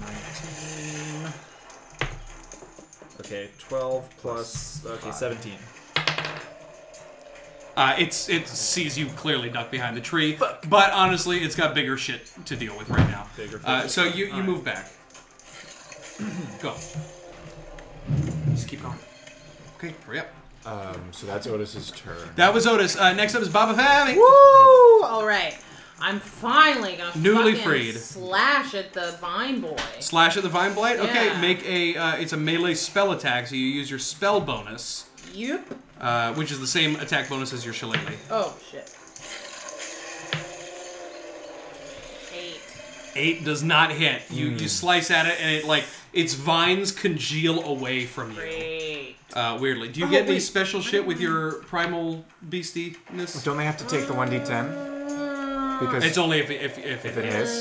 Speaker 6: 19. Okay, 12 plus. Okay, 17.
Speaker 4: Uh, it's it sees you clearly duck behind the tree, but honestly, it's got bigger shit to deal with right now.
Speaker 6: Bigger
Speaker 4: Uh,
Speaker 6: fish.
Speaker 4: so you you
Speaker 6: Alright.
Speaker 4: move back. <clears throat> Go. Just keep going. Okay, hurry up.
Speaker 3: Um, so that's Otis's turn.
Speaker 4: That was Otis. Uh, next up is Baba Fami.
Speaker 5: Woo! All right. I'm finally gonna
Speaker 4: Newly
Speaker 5: fucking
Speaker 4: freed.
Speaker 5: slash at the vine boy.
Speaker 4: Slash at the Vine Blight. Okay,
Speaker 5: Yeah.
Speaker 4: make a. Uh, it's a melee spell attack, so you use your spell bonus,
Speaker 5: Yep.
Speaker 4: uh, which is the same attack bonus as your shillelagh.
Speaker 5: Oh shit. Eight.
Speaker 4: Eight does not hit. You you slice at it, and it like its vines congeal away from you.
Speaker 5: Great.
Speaker 4: Uh, weirdly, do you
Speaker 3: Oh,
Speaker 4: get any
Speaker 3: wait.
Speaker 4: special shit with your primal beastiness?
Speaker 3: Don't they have to take the 1d10? Because
Speaker 4: It's only if if if,
Speaker 3: if it
Speaker 4: it
Speaker 3: hits.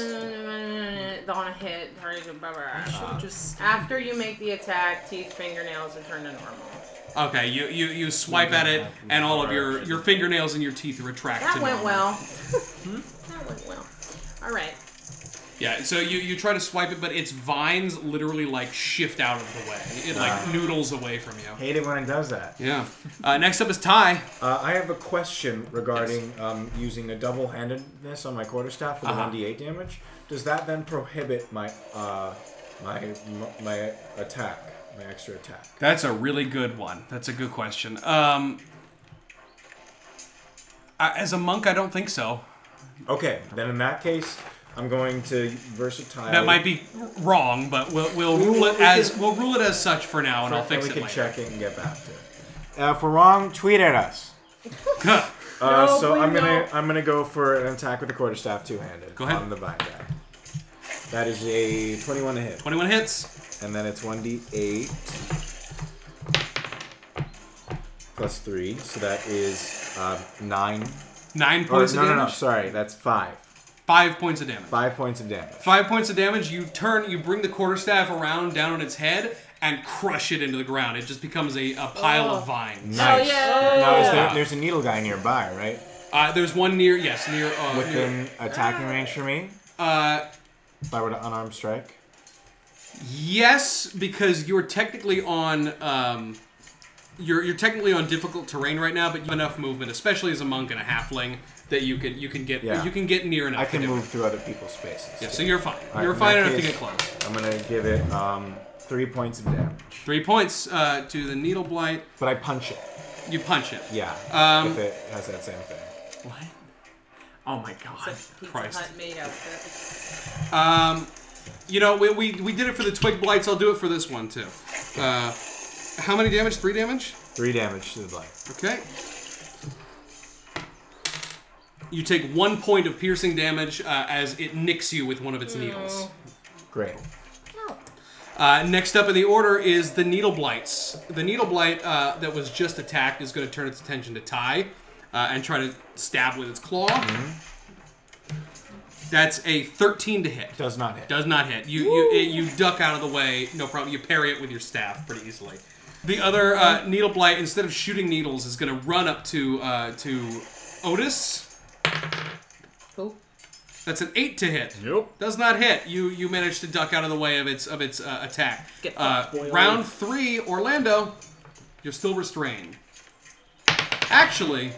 Speaker 5: Don't hit. hurry, blah, blah,
Speaker 4: Uh,
Speaker 5: blah. After you make the attack, teeth, fingernails return to normal.
Speaker 4: Okay, you you you swipe at it, and all of your your fingernails and your teeth retract.
Speaker 5: That
Speaker 4: to
Speaker 5: went
Speaker 4: normal. Hmm?
Speaker 5: well. that went well. All right.
Speaker 4: Yeah, so you, you try to swipe it, but its vines literally like shift out of the way. It
Speaker 3: Ah.
Speaker 4: like noodles away from you.
Speaker 3: Hate it when it does that.
Speaker 4: Yeah. Uh, next up is Ty.
Speaker 3: Uh, I have a question regarding um, using a double handedness on my quarterstaff for the
Speaker 4: Uh-huh.
Speaker 3: 1d8 damage. Does that then prohibit my uh, my my attack, my extra attack?
Speaker 4: That's a really good one. That's a good question. Um, I, as a monk, I don't think so.
Speaker 3: Okay, then in that case, I'm going to versatile.
Speaker 4: That might be wrong, but we'll we'll rule it as we'll rule it as such for now, and I'll
Speaker 3: and
Speaker 4: fix
Speaker 3: we
Speaker 4: it
Speaker 3: can
Speaker 4: later.
Speaker 3: check it and get back to it. Uh, if we're wrong, tweet at us.
Speaker 4: Huh.
Speaker 3: Uh,
Speaker 5: No,
Speaker 3: so
Speaker 5: please
Speaker 3: I'm gonna
Speaker 5: don't.
Speaker 3: I'm gonna go for an attack with the quarterstaff two-handed
Speaker 4: Go ahead.
Speaker 3: on the vine guy. That is a 21 to hit,
Speaker 4: <laughs> Twenty-one hits.
Speaker 3: and then it's 1d8 plus three, so that is uh, nine.
Speaker 4: Nine
Speaker 3: Or,
Speaker 4: points
Speaker 3: no,
Speaker 4: of
Speaker 3: no,
Speaker 4: damage.
Speaker 3: no, sorry, that's five.
Speaker 4: Five points of damage.
Speaker 3: Five points of damage.
Speaker 4: Five points of damage. You turn, you bring the quarterstaff around down on its head and crush it into the ground. It just becomes a, a pile of vines.
Speaker 5: Oh
Speaker 3: Nice.
Speaker 5: yeah.
Speaker 3: Now, is there, there's a needle guy nearby, right?
Speaker 4: Uh, there's one near, yes, near. Uh, near
Speaker 3: Within attacking range for me,
Speaker 4: uh,
Speaker 3: if I were to unarmed strike.
Speaker 4: yes, because you're technically on. Um, you're, you're technically on difficult terrain right now, but you have enough movement, especially as a monk and a halfling, that you can you can get
Speaker 3: Yeah.
Speaker 4: you can get near enough.
Speaker 3: I
Speaker 4: to
Speaker 3: can
Speaker 4: do it.
Speaker 3: move through other people's spaces.
Speaker 4: Yeah, so you're fine.
Speaker 3: All right,
Speaker 4: you're
Speaker 3: in
Speaker 4: fine
Speaker 3: that
Speaker 4: enough to
Speaker 3: case-
Speaker 4: get close.
Speaker 3: I'm gonna give it um, three points of damage,
Speaker 4: Three points uh, to the needle blight.
Speaker 3: but I punch it.
Speaker 4: You punch it.
Speaker 3: Yeah,
Speaker 4: Um,
Speaker 3: if it has that same thing.
Speaker 4: What?
Speaker 7: Oh my god.
Speaker 5: Pizza
Speaker 4: Christ.
Speaker 5: Hut made outfit.
Speaker 4: You know, we, we, we did it for the twig blights. I'll do it for this one too. Uh, how many damage? Three damage.
Speaker 3: Three damage to the blight.
Speaker 4: Okay. You take one point of piercing damage uh, as it nicks you with one of its needles.
Speaker 3: Great.
Speaker 4: Uh, next up in the order is the needle blights. The needle blight uh, that was just attacked is going to turn its attention to Ty uh, and try to stab with its claw. That's a 13 to hit.
Speaker 3: Does not hit.
Speaker 4: Does not hit. You you it, you duck out of the way. No problem. You parry it with your staff pretty easily. The other uh, needle blight, instead of shooting needles, is going to run up to uh, to Otis.
Speaker 5: Cool.
Speaker 4: That's an eight to hit.
Speaker 6: Nope.
Speaker 4: Does not hit. You you manage to duck out of the way of its of its uh, attack.
Speaker 5: Get
Speaker 4: uh,
Speaker 5: fucked, boy.
Speaker 4: round three, Orlando. You're still restrained. Actually,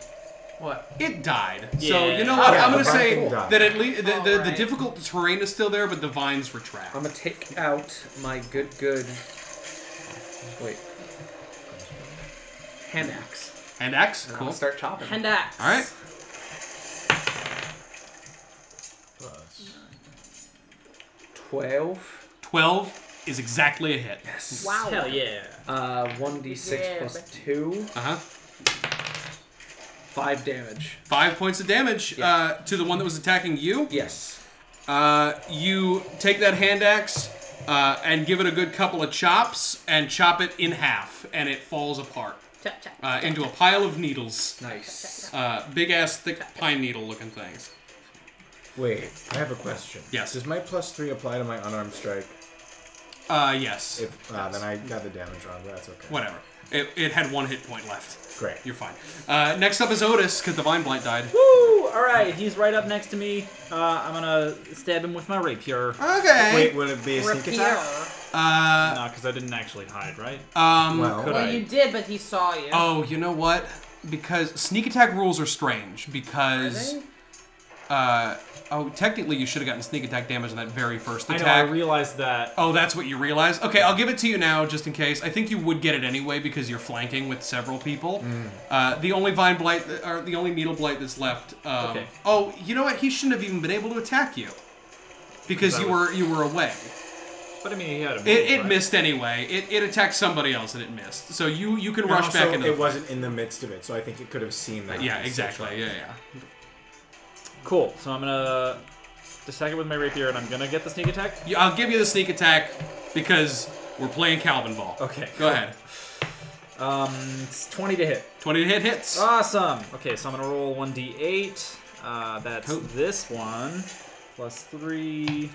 Speaker 7: What?
Speaker 4: it died. So
Speaker 6: Yeah.
Speaker 4: you know what?
Speaker 3: Yeah,
Speaker 4: I'm going
Speaker 3: the
Speaker 4: to say
Speaker 3: vine died.
Speaker 4: that at least the, the, the
Speaker 5: Alright.
Speaker 4: difficult terrain is still there, but the vines retract.
Speaker 2: I'm gonna take out my good good. Wait. Hand axe.
Speaker 4: And X,
Speaker 2: And
Speaker 4: cool.
Speaker 2: I'll start chopping.
Speaker 5: And that.
Speaker 4: All right.
Speaker 2: Twelve.
Speaker 4: 12 is exactly a hit.
Speaker 2: Yes.
Speaker 5: Wow.
Speaker 6: Hell yeah.
Speaker 2: Uh, one d six
Speaker 5: Yeah,
Speaker 2: plus
Speaker 5: but-
Speaker 2: two.
Speaker 4: Uh huh.
Speaker 2: Five damage.
Speaker 4: Five points of damage
Speaker 2: Yeah.
Speaker 4: uh, to the one that was attacking you.
Speaker 2: Yes.
Speaker 4: Uh, you take that hand axe uh, and give it a good couple of chops and chop it in half, and it falls apart.
Speaker 5: Chop, chop.
Speaker 4: uh, into a pile of needles.
Speaker 2: Nice.
Speaker 4: Uh, big ass, thick pine needle looking things.
Speaker 3: Wait, I have a question.
Speaker 4: Yes.
Speaker 3: Does my plus three apply to my unarmed strike?
Speaker 4: Uh, yes.
Speaker 3: If uh, then I got the damage wrong, but that's okay.
Speaker 4: Whatever. It, it had one hit point left.
Speaker 3: Great.
Speaker 4: You're fine. Uh, next up is Otis, because the Vine Blight died.
Speaker 6: Woo! All right, he's right up next to me. Uh, I'm gonna stab him with my rapier.
Speaker 4: Uh. Okay.
Speaker 3: Wait, would it be a sneak
Speaker 5: Rapier.
Speaker 3: attack?
Speaker 4: Uh,
Speaker 6: Nah, because I didn't actually hide, right?
Speaker 4: um,
Speaker 3: Well,
Speaker 6: Could
Speaker 5: Well,
Speaker 6: I?
Speaker 5: you did, but he saw you.
Speaker 4: Oh, you know what? Because sneak attack rules are strange. Because, uh, oh, technically you should have gotten sneak attack damage on that very first
Speaker 6: I
Speaker 4: attack.
Speaker 6: know. I realized that.
Speaker 4: oh, that's what you realize. Okay, I'll give it to you now, just in case. I think you would get it anyway because you're flanking with several people. Uh, the only vine blight, uh, or the only needle blight that's left. Um,
Speaker 6: Okay.
Speaker 4: Oh, you know what? He shouldn't have even been able to attack you because
Speaker 6: That
Speaker 4: you
Speaker 6: was-
Speaker 4: were you were away.
Speaker 6: But I mean, he had a.
Speaker 4: It, it
Speaker 6: right?
Speaker 4: missed anyway. It, it attacked somebody else and it missed. So you you can
Speaker 3: And
Speaker 4: rush
Speaker 3: also,
Speaker 4: back into the
Speaker 3: it
Speaker 4: fight.
Speaker 3: wasn't in the midst of it, so I think it could have seen that.
Speaker 4: Yeah,
Speaker 3: It's
Speaker 4: exactly.
Speaker 3: still
Speaker 4: Yeah,
Speaker 3: shot.
Speaker 4: yeah.
Speaker 6: Cool. So I'm gonna attack it with my rapier, and I'm gonna get the sneak attack.
Speaker 4: You- I'll give you the sneak attack because we're playing Calvin Ball.
Speaker 6: Okay.
Speaker 4: Go ahead.
Speaker 6: Um, it's 20 to hit.
Speaker 4: 20 hit hits.
Speaker 6: Ah. Awesome. Okay, so I'm gonna roll 1d8. Uh, that's
Speaker 4: Oh.
Speaker 6: this one plus three,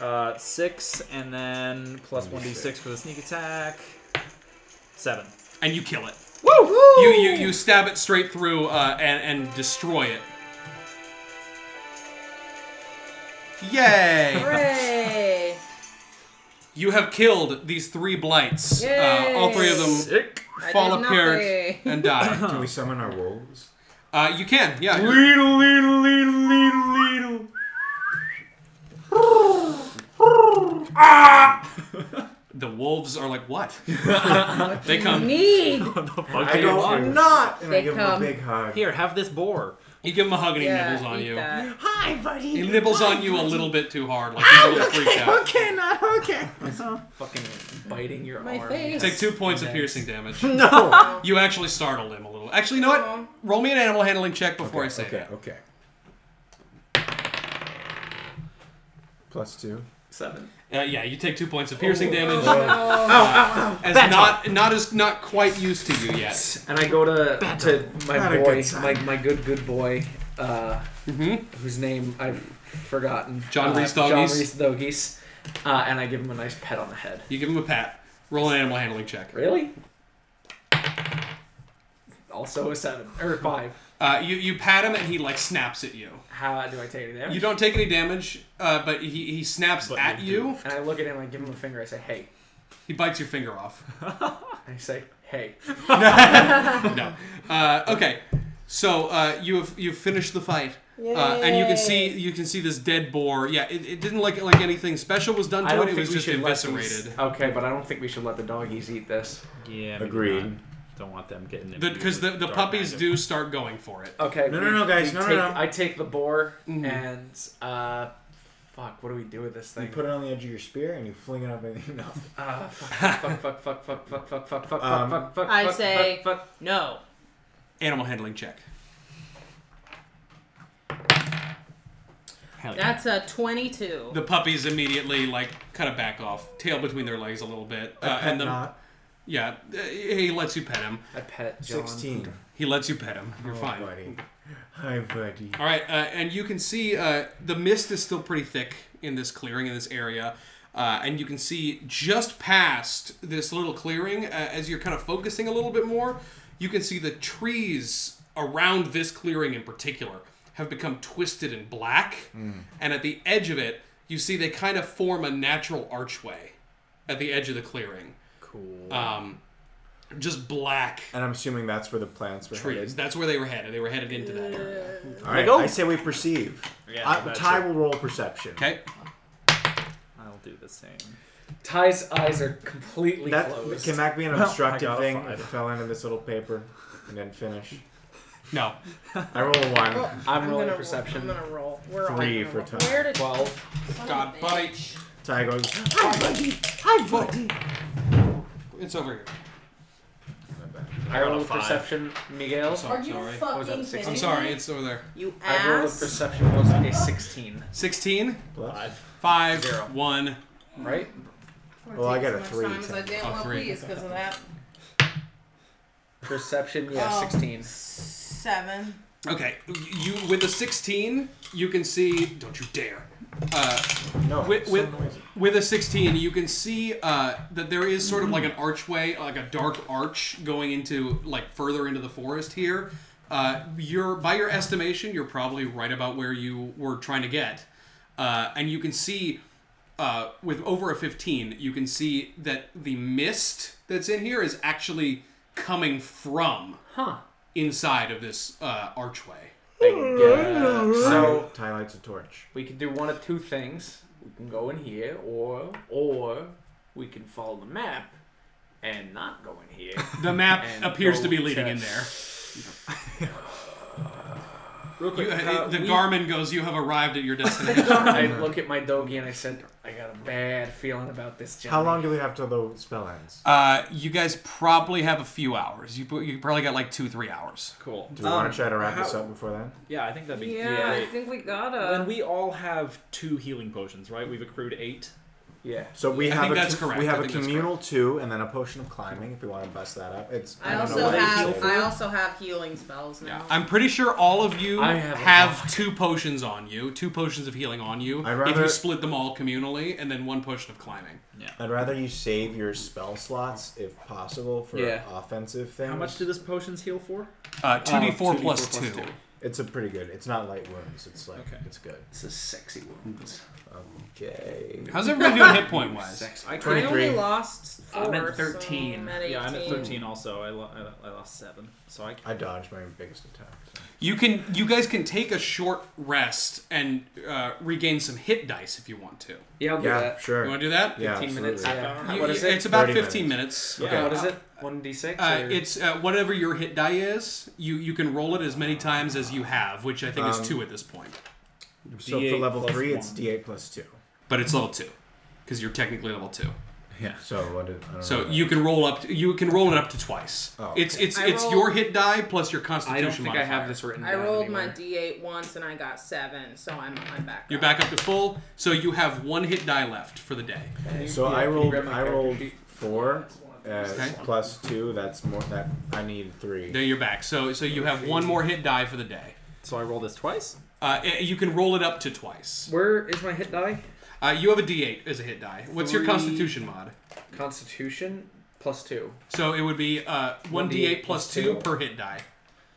Speaker 6: uh, six, and then plus 1d6 for the sneak attack. Seven.
Speaker 4: and you kill it.
Speaker 6: Woo!
Speaker 4: You, you you stab it straight through uh, and, and destroy it. Yay! <laughs>
Speaker 5: Hooray!
Speaker 4: you have killed these three blights. Uh, all three of them
Speaker 6: Sick.
Speaker 5: I
Speaker 4: fall
Speaker 5: did
Speaker 4: apart
Speaker 5: nothing.
Speaker 4: and
Speaker 5: <laughs>
Speaker 4: die.
Speaker 3: Can we summon our wolves?
Speaker 4: Uh, you can, yeah.
Speaker 3: Leedle, leedle, leedle, leedle, leedle. Ah!
Speaker 4: The wolves are like,
Speaker 5: <laughs>
Speaker 4: what? they come.
Speaker 5: Need.
Speaker 3: I don't. I'm not. And I
Speaker 5: They
Speaker 3: give
Speaker 5: come.
Speaker 3: him a big hug.
Speaker 6: Here, have this boar.
Speaker 4: You give him a hug and he
Speaker 5: Yeah,
Speaker 4: nibbles on
Speaker 5: eat
Speaker 4: you.
Speaker 5: that.
Speaker 4: He nibbles on
Speaker 5: <laughs>
Speaker 4: you a little bit too hard, like he's a little freaked out.
Speaker 3: Okay, not okay.
Speaker 7: Fucking biting your
Speaker 5: My
Speaker 7: arm.
Speaker 5: face.
Speaker 4: Take two points of piercing
Speaker 5: <laughs>
Speaker 4: damage.
Speaker 3: No.
Speaker 4: You actually startled him a little. Actually, you know
Speaker 5: Uh-huh.
Speaker 4: what? Roll me an animal handling check before I say
Speaker 3: okay.
Speaker 4: that.
Speaker 3: Okay. Plus two.
Speaker 7: Seven.
Speaker 4: Uh, yeah, you take two points of piercing damage. uh,
Speaker 5: Oh,
Speaker 4: As not not as not quite used to you yet.
Speaker 2: And I go to, to
Speaker 3: Not
Speaker 2: my
Speaker 3: a
Speaker 2: boy,
Speaker 3: good sign.
Speaker 2: my, my good, good boy, uh,
Speaker 4: Mhm.
Speaker 2: whose name I've forgotten.
Speaker 4: John
Speaker 2: uh,
Speaker 4: Reese
Speaker 2: John
Speaker 4: Doggies.
Speaker 2: Reese Doggies. Uh, and I give him a nice pet on the head.
Speaker 4: You give him a pat. Roll an animal handling check.
Speaker 2: Really? Also a seven. Or five.
Speaker 4: Uh, you you pat him and he like snaps at you.
Speaker 2: How do I take any damage?
Speaker 4: You don't take any damage, uh, but he, he snaps
Speaker 6: But
Speaker 4: at
Speaker 6: you do.
Speaker 4: you.
Speaker 2: and I look at him, I give him a finger, I say, hey.
Speaker 4: He bites your finger
Speaker 6: <laughs>
Speaker 4: off.
Speaker 2: I say, hey.
Speaker 4: no. Uh, okay. So uh, you have you have finished the fight, uh, and you can see you can see this dead boar. Yeah, it, it didn't like like anything special was done
Speaker 2: I
Speaker 4: to
Speaker 2: don't
Speaker 4: it. It
Speaker 2: think
Speaker 4: was
Speaker 2: we
Speaker 4: just
Speaker 2: should let these-
Speaker 4: eviscerated.
Speaker 2: Okay, but I don't think we should let the doggies eat this.
Speaker 6: Yeah. maybe
Speaker 3: Agreed.
Speaker 6: not. Don't want them getting imbued
Speaker 4: Because the,
Speaker 6: with
Speaker 4: the
Speaker 6: dark
Speaker 4: puppies
Speaker 6: magic.
Speaker 4: do start going for it.
Speaker 2: Okay. Mm-hmm.
Speaker 3: No,
Speaker 2: we-
Speaker 3: no, no, guys,
Speaker 2: we
Speaker 3: no, no,
Speaker 2: take-
Speaker 3: no.
Speaker 2: I take the boar
Speaker 4: Mhm.
Speaker 2: and uh, fuck. What do we do with this
Speaker 3: You
Speaker 2: thing?
Speaker 3: put it on the edge of your spear and you fling it up and <laughs> you know.
Speaker 2: uh, fuck, fuck, fuck, fuck, fuck, fuck, fuck, fuck, fuck,
Speaker 3: Um,
Speaker 2: fuck, fuck.
Speaker 5: I
Speaker 2: fuck,
Speaker 5: say-
Speaker 2: fuck, fuck.
Speaker 5: no.
Speaker 4: Animal handling check.
Speaker 5: That's a 22.
Speaker 4: The puppies immediately like kind of back off, tail between their legs a little bit, uh, and the
Speaker 3: not
Speaker 4: yeah, uh, he lets you pet him.
Speaker 2: I pet John.
Speaker 3: sixteen.
Speaker 4: He lets you pet him. You're
Speaker 3: Oh,
Speaker 4: fine.
Speaker 3: buddy. Hi, buddy.
Speaker 4: All right, uh, and you can see uh, the mist is still pretty thick in this clearing in this area, uh, and you can see just past this little clearing uh, as you're kind of focusing a little bit more. You can see the trees around this clearing in particular have become twisted and black, and at the edge of it, you see they kind of form a natural archway at the edge of the clearing.
Speaker 6: Cool.
Speaker 4: Um, just black
Speaker 3: And I'm assuming that's where the plants were
Speaker 4: trees. That's where they were headed. They were headed into that area.
Speaker 3: headed. All right,
Speaker 6: go.
Speaker 3: I say we perceive.
Speaker 6: Yeah,
Speaker 3: I-
Speaker 6: that's
Speaker 3: Ty
Speaker 6: it.
Speaker 3: will roll perception.
Speaker 4: Okay.
Speaker 6: I'll do the same.
Speaker 2: Ty's eyes are completely
Speaker 3: That
Speaker 2: closed.
Speaker 3: can that be an
Speaker 6: I
Speaker 3: obstructive
Speaker 6: got a
Speaker 3: thing?
Speaker 6: five.
Speaker 3: If it fell into this little paper and didn't finish.
Speaker 4: No.
Speaker 3: I roll a one.
Speaker 2: I'm rolling
Speaker 5: gonna
Speaker 2: perception.
Speaker 5: Roll, I'm gonna roll. We're all
Speaker 3: Three
Speaker 5: gonna
Speaker 3: for
Speaker 5: roll.
Speaker 3: time.
Speaker 5: Where did
Speaker 2: Twelve.
Speaker 5: son of a
Speaker 4: God
Speaker 5: bitch.
Speaker 4: bite.
Speaker 3: Ty goes. Hi, buddy. Hi, buddy.
Speaker 4: It's over here.
Speaker 2: I rolled a
Speaker 6: five.
Speaker 2: perception, Miguel.
Speaker 4: So-
Speaker 5: Are
Speaker 4: I'm
Speaker 5: you
Speaker 4: sorry.
Speaker 5: fucking
Speaker 2: was that,
Speaker 5: kidding
Speaker 2: 16?
Speaker 4: I'm sorry, it's over there.
Speaker 5: You
Speaker 2: I rolled a
Speaker 5: ass.
Speaker 2: perception was a sixteen,
Speaker 4: 16,
Speaker 3: Plus.
Speaker 4: five,
Speaker 2: Zero.
Speaker 4: 1.
Speaker 2: right?
Speaker 3: Well, I got a three,
Speaker 5: Times I
Speaker 3: technically.
Speaker 5: didn't
Speaker 4: Oh,
Speaker 5: want to
Speaker 4: three.
Speaker 5: please because of that.
Speaker 2: Perception, yeah,
Speaker 5: Oh.
Speaker 2: 16.
Speaker 5: Seven.
Speaker 4: Okay, you with a sixteen, you can see. Don't you dare. Uh,
Speaker 3: No,
Speaker 4: With-
Speaker 3: it's
Speaker 4: with-
Speaker 3: so noisy.
Speaker 4: with a 16 you can see uh, that there is sort of like an archway like a dark arch going into like further into the forest here uh, you're by your estimation you're probably right about where you were trying to get uh, and you can see uh, with over a 15 you can see that the mist that's in here is actually coming from
Speaker 5: Huh.
Speaker 4: inside of this uh, archway
Speaker 5: Hmm.
Speaker 7: I guess. So
Speaker 3: Ty Ty lights a torch.
Speaker 7: we can do one of two things. We can go in here, or or we can follow the map and not go in here.
Speaker 4: the map
Speaker 7: And
Speaker 4: appears
Speaker 7: go
Speaker 4: to be leading in
Speaker 7: check.
Speaker 4: there
Speaker 7: Real quick,
Speaker 4: You-
Speaker 7: uh,
Speaker 4: the
Speaker 7: we-
Speaker 4: Garmin goes you have arrived at your destination
Speaker 7: I look at my doggy and I said, I got a bad feeling about this.
Speaker 3: How
Speaker 7: Gentleman.
Speaker 3: long do we have till the spell ends?
Speaker 4: Uh, you guys probably have a few hours. You, you probably got like two, three hours.
Speaker 6: Cool.
Speaker 3: Do we want
Speaker 2: Um,
Speaker 3: to try to wrap
Speaker 2: how-
Speaker 3: this up before then?
Speaker 6: Yeah, I think that'd be
Speaker 5: Yeah, I
Speaker 6: great.
Speaker 5: think we
Speaker 6: Then
Speaker 5: gotta.
Speaker 6: we all have two healing potions, right? We've accrued eight.
Speaker 7: Yeah.
Speaker 3: So we
Speaker 4: I
Speaker 3: have
Speaker 4: think
Speaker 3: a
Speaker 4: that's
Speaker 3: co-
Speaker 4: correct.
Speaker 3: we
Speaker 4: I
Speaker 3: have a
Speaker 4: think that's
Speaker 3: communal two, and then a potion of climbing. If we want to bust that up, it's
Speaker 5: I
Speaker 3: don't know
Speaker 5: also
Speaker 3: what it is.
Speaker 5: have. I also have healing spells now.
Speaker 4: Yeah, I'm pretty sure all of you
Speaker 7: I have
Speaker 4: have,
Speaker 7: a
Speaker 4: two potions on you, two potions of healing on you.
Speaker 3: I'd
Speaker 4: If
Speaker 3: rather-
Speaker 4: you split them all communally, and then one potion of climbing.
Speaker 3: I'd rather you save your spell slots if possible for
Speaker 7: Yeah.
Speaker 3: offensive things.
Speaker 6: How much do this potions heal for?
Speaker 4: Uh, two d four
Speaker 7: 2d4
Speaker 4: plus
Speaker 7: plus
Speaker 4: two.
Speaker 7: two.
Speaker 3: It's a pretty good. It's not light wounds. It's like
Speaker 6: Okay.
Speaker 3: it's good.
Speaker 7: It's a sexy wound.
Speaker 3: Okay.
Speaker 4: How's everybody doing hit point wise?
Speaker 6: I
Speaker 5: I only
Speaker 3: 23.
Speaker 5: lost four.
Speaker 7: I'm at
Speaker 5: so
Speaker 7: 13.
Speaker 5: I'm at
Speaker 6: Yeah, I'm at
Speaker 5: 18.
Speaker 6: 13 also. I, lo- I- I lost seven. So I.
Speaker 3: I dodged my biggest attack. so.
Speaker 4: You can, you guys can take a short rest and uh, regain some hit dice if you want to.
Speaker 2: Yeah, I'll do
Speaker 3: Yeah,
Speaker 2: that.
Speaker 3: sure.
Speaker 4: You want to do that?
Speaker 3: yeah,
Speaker 7: 15 minutes.
Speaker 3: absolutely.
Speaker 7: Yeah.
Speaker 4: You-
Speaker 2: What is it?
Speaker 4: It's about
Speaker 3: 30
Speaker 4: fifteen minutes.
Speaker 6: Yeah.
Speaker 2: What is it? 1d6?
Speaker 4: Uh,
Speaker 2: or-
Speaker 4: it's uh, whatever your hit die is. You you can roll it as many times as you have, which I think
Speaker 3: Um,
Speaker 4: is two at this point.
Speaker 3: So for
Speaker 6: D8
Speaker 3: level
Speaker 6: plus
Speaker 3: three, it's
Speaker 6: one.
Speaker 3: D8 plus two.
Speaker 4: But it's level two, because you're technically level two.
Speaker 3: Yeah. So what? Did, I don't know
Speaker 4: So
Speaker 3: what
Speaker 4: you
Speaker 3: that-
Speaker 4: can roll up. You can roll it up to twice.
Speaker 3: Oh,
Speaker 4: It's it's
Speaker 5: I
Speaker 4: it's
Speaker 5: rolled-
Speaker 4: your hit die plus your
Speaker 7: I
Speaker 4: Constitution
Speaker 7: don't think I
Speaker 4: modifier.
Speaker 7: have this written.
Speaker 5: I
Speaker 7: down
Speaker 5: rolled my
Speaker 7: anywhere.
Speaker 5: D8 once and I got seven, so I'm I'm back.
Speaker 4: You're
Speaker 5: up.
Speaker 4: back up to full, so you have one hit die left for the day.
Speaker 3: So
Speaker 2: Yeah,
Speaker 3: I
Speaker 2: can you
Speaker 3: rolled.
Speaker 2: grab my
Speaker 3: I
Speaker 2: character
Speaker 3: rolled
Speaker 2: sheet?
Speaker 3: four. Uh,
Speaker 4: Okay.
Speaker 3: plus two. That's more. That I need three.
Speaker 4: Then you're back. So so you have one more hit die for the day.
Speaker 6: So I roll this twice.
Speaker 4: Uh, eh, you can roll it up to twice.
Speaker 2: Where is my hit die?
Speaker 4: Uh, you have a D8 as a hit die. What's your
Speaker 2: Three.
Speaker 4: Constitution mod?
Speaker 2: Constitution plus 2.
Speaker 4: So it would be uh, one D8 plus two per hit die.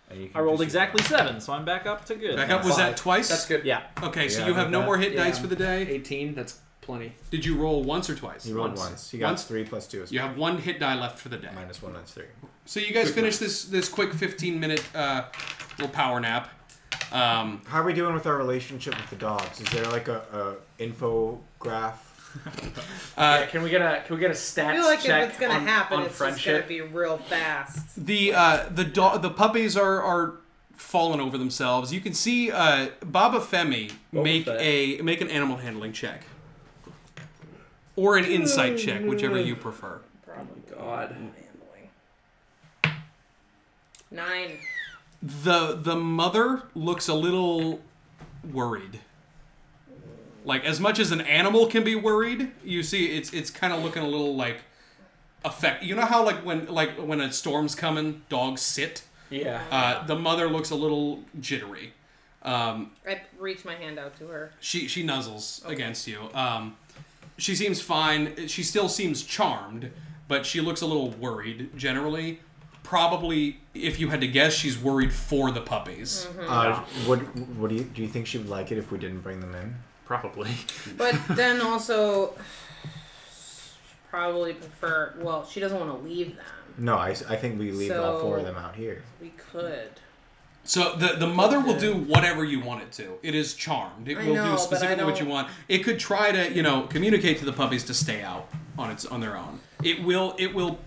Speaker 3: And you can
Speaker 6: I rolled
Speaker 3: just-
Speaker 6: exactly seven, so I'm back up to good.
Speaker 4: Back up. Was that
Speaker 2: Five.
Speaker 4: twice?
Speaker 2: That's good.
Speaker 6: Yeah.
Speaker 4: Okay, so
Speaker 3: Yeah,
Speaker 4: you
Speaker 3: I
Speaker 4: have
Speaker 3: think
Speaker 4: no
Speaker 3: that-
Speaker 4: more hit
Speaker 2: yeah.
Speaker 4: dice for the day.
Speaker 2: 18, that's plenty.
Speaker 4: Did you roll once or twice?
Speaker 3: He rolled once.
Speaker 2: Once.
Speaker 3: He got
Speaker 4: Once.
Speaker 3: three plus two is
Speaker 4: You have one hit die left for the day.
Speaker 3: minus one. That's three.
Speaker 4: So you guys finish this this quick 15 minute uh, little power nap. Um,
Speaker 3: How are we doing with our relationship with the dogs? Is there like a, a infograph?
Speaker 4: uh,
Speaker 7: Can we get a Can we get a stats
Speaker 5: I feel like
Speaker 7: check
Speaker 5: if it's gonna
Speaker 7: on,
Speaker 5: happen,
Speaker 7: on
Speaker 5: it's just
Speaker 7: friendship?
Speaker 5: gonna be real fast.
Speaker 4: the uh, the do- the puppies are are falling over themselves. You can see uh, Baba Femi make a make an animal handling check or an insight check, whichever you prefer.
Speaker 5: Probably
Speaker 2: God.
Speaker 5: handling. Nine.
Speaker 4: the the mother looks a little worried. Like as much as an animal can be worried, you see it's it's kind of looking a little like affect. You know how like when like when a storm's coming, dogs sit.
Speaker 7: Yeah.
Speaker 4: Uh, the mother looks a little jittery. Um,
Speaker 5: I reached my hand out to her.
Speaker 4: she she nuzzles against you. Um, she seems fine. She still seems charmed, but she looks a little worried. Generally, probably if you had to guess, she's worried for the puppies.
Speaker 3: Uh, what what do you do? You think she would like it if we didn't bring them in?
Speaker 6: Probably.
Speaker 5: But then also, <sighs> probably prefer. Well, she doesn't want to leave them.
Speaker 3: No, I, s- I think we leave all four of
Speaker 5: So-
Speaker 3: them out here.
Speaker 5: We could.
Speaker 4: So the the mother will do whatever you want it to. It is charmed. It
Speaker 5: I
Speaker 4: will
Speaker 5: know, but
Speaker 4: do
Speaker 5: I
Speaker 4: specifically what you
Speaker 5: don't-
Speaker 4: want. It could try to you know communicate to the puppies to stay out on its on their own. It will it will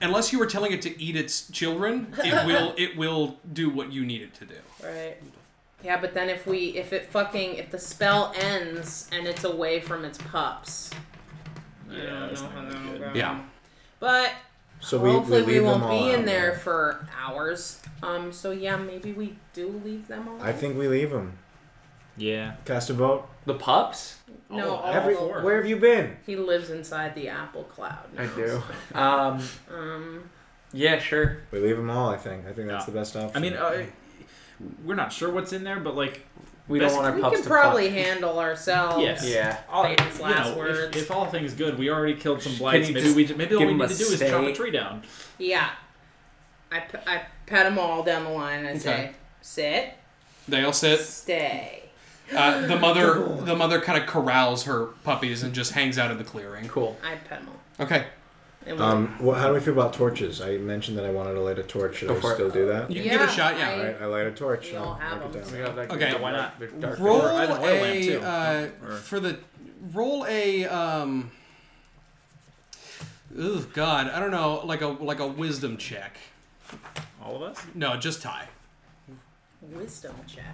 Speaker 4: unless you were telling it to eat its children.
Speaker 5: <laughs>
Speaker 4: It will it will do what you need it to do.
Speaker 5: Right. Yeah, but then if we if it fucking if the spell ends and it's away from its pups. I
Speaker 6: Yeah,
Speaker 5: don't
Speaker 6: that's
Speaker 5: know
Speaker 6: not
Speaker 5: how
Speaker 6: gonna be
Speaker 5: that'll
Speaker 6: good.
Speaker 5: go.
Speaker 4: Yeah.
Speaker 5: But
Speaker 3: So
Speaker 5: hopefully we,
Speaker 3: leave them
Speaker 5: won't
Speaker 3: all
Speaker 5: be in
Speaker 3: out
Speaker 5: there for hours. Um so yeah, maybe we do leave them all.
Speaker 3: I think we leave them.
Speaker 6: Yeah.
Speaker 3: Cast a vote.
Speaker 7: the pups.
Speaker 5: no,
Speaker 6: Oh,
Speaker 5: all
Speaker 3: Every,
Speaker 5: of-
Speaker 6: four.
Speaker 3: where have you been?
Speaker 5: he lives inside the apple cloud. now,
Speaker 7: Um,
Speaker 5: so- Um
Speaker 7: Yeah, sure.
Speaker 3: We leave them all. I think. I think that's the best option.
Speaker 6: I mean, uh, we're not sure what's in there, but like,
Speaker 7: We
Speaker 6: Best-
Speaker 7: don't want our
Speaker 5: We
Speaker 7: pups
Speaker 5: can
Speaker 7: to
Speaker 5: probably Oh. handle ourselves.
Speaker 6: Yes.
Speaker 7: fuck. Yeah.
Speaker 6: all,
Speaker 5: Famous
Speaker 6: you
Speaker 5: last
Speaker 6: know, if-
Speaker 5: words.
Speaker 6: If, all things good, we already killed some blights.
Speaker 7: you
Speaker 6: Maybe
Speaker 7: just
Speaker 6: we maybe all
Speaker 7: give
Speaker 6: we
Speaker 7: them
Speaker 6: need
Speaker 7: a
Speaker 6: to do is chop a
Speaker 7: steak?
Speaker 6: tree down.
Speaker 5: Yeah. I, p- I pat them all down the line. I say,
Speaker 4: Okay.
Speaker 5: sit,
Speaker 4: They all sit.
Speaker 5: stay.
Speaker 4: Uh, the mother, the mother, kind of corrals her puppies and just hangs out in the clearing.
Speaker 7: Cool.
Speaker 5: I pet them all.
Speaker 4: Okay,
Speaker 5: And we'll-
Speaker 3: um, well, how do we feel about torches? I mentioned that I wanted to light a torch. Should
Speaker 7: Go
Speaker 3: I
Speaker 7: for it.
Speaker 3: still do that?
Speaker 4: you can give it a
Speaker 5: Yeah,
Speaker 4: shot. Yeah.
Speaker 5: I-
Speaker 3: All right, I light a torch.
Speaker 5: We all
Speaker 3: I'll
Speaker 5: have
Speaker 3: mark it
Speaker 5: 'em.
Speaker 3: down.
Speaker 7: We got that
Speaker 4: Okay,
Speaker 7: dark-
Speaker 6: why not?
Speaker 7: the dark-
Speaker 4: Roll
Speaker 6: Or I have an oil lamp,
Speaker 4: a
Speaker 6: too.
Speaker 4: uh,
Speaker 6: Or-
Speaker 4: for the roll a um. Ooh, God, I don't know, like a like a wisdom check.
Speaker 6: All of us.
Speaker 4: No, just tie.
Speaker 5: Wisdom check.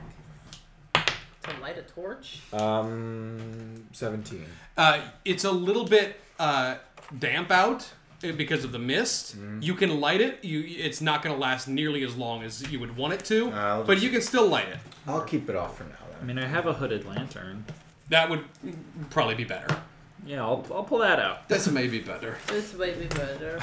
Speaker 5: To light a torch?
Speaker 3: Um, seventeen.
Speaker 4: Uh, it's a little bit uh, damp out uh, because of the mist.
Speaker 3: Mm-hmm.
Speaker 4: You can light it. You, it's not going to last nearly as long as you would want it to,
Speaker 3: I'll
Speaker 4: but
Speaker 3: just-
Speaker 4: you can still light it.
Speaker 3: I'll keep it off for now.
Speaker 6: I
Speaker 3: Then.
Speaker 6: mean, I have a hooded lantern.
Speaker 4: That would probably be better.
Speaker 6: Yeah, I'll, I'll pull that out.
Speaker 4: This may be better.
Speaker 5: This might be
Speaker 4: <laughs>
Speaker 5: better.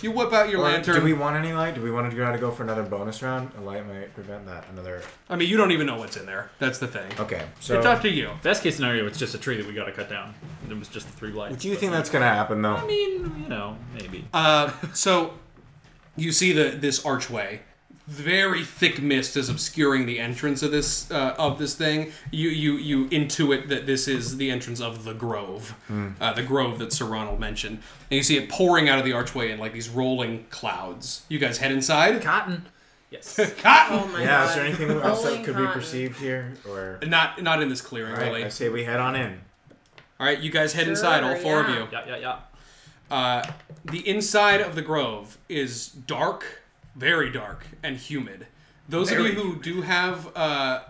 Speaker 4: You whip out your
Speaker 3: Or
Speaker 4: lantern.
Speaker 3: Do we want any light? Do we want to try to go for another bonus round? A light might prevent that. Another.
Speaker 4: I mean, you don't even know what's in there. That's the thing.
Speaker 3: Okay, so
Speaker 4: it's up to you.
Speaker 6: Best case scenario, it's just a tree that we got to cut down. It was just the three blights.
Speaker 3: do you
Speaker 6: but-
Speaker 3: think that's gonna happen though?
Speaker 6: I mean, you know, maybe.
Speaker 4: Uh, so you see the this archway. Very thick mist is obscuring the entrance of this uh, of this thing. You you you intuit that this is the entrance of the grove, uh, the grove that Sir Ronald mentioned, and you see it pouring out of the archway in like these rolling clouds. You guys head inside.
Speaker 6: Cotton. Yes. <laughs>
Speaker 4: Cotton.
Speaker 5: Oh my
Speaker 3: Yeah,
Speaker 5: god.
Speaker 3: is there anything else that
Speaker 5: Rolling
Speaker 3: could be
Speaker 5: cotton.
Speaker 3: perceived here? Or
Speaker 4: Not not in this clearing,
Speaker 3: all right,
Speaker 4: really.
Speaker 3: I say we head on in.
Speaker 4: All right, you guys head inside, all
Speaker 5: Sure,
Speaker 4: four
Speaker 5: yeah.
Speaker 4: of you.
Speaker 6: yeah, yeah, yeah.
Speaker 4: Uh, the inside of the grove is dark, very dark, and humid. Those of you who do have uh,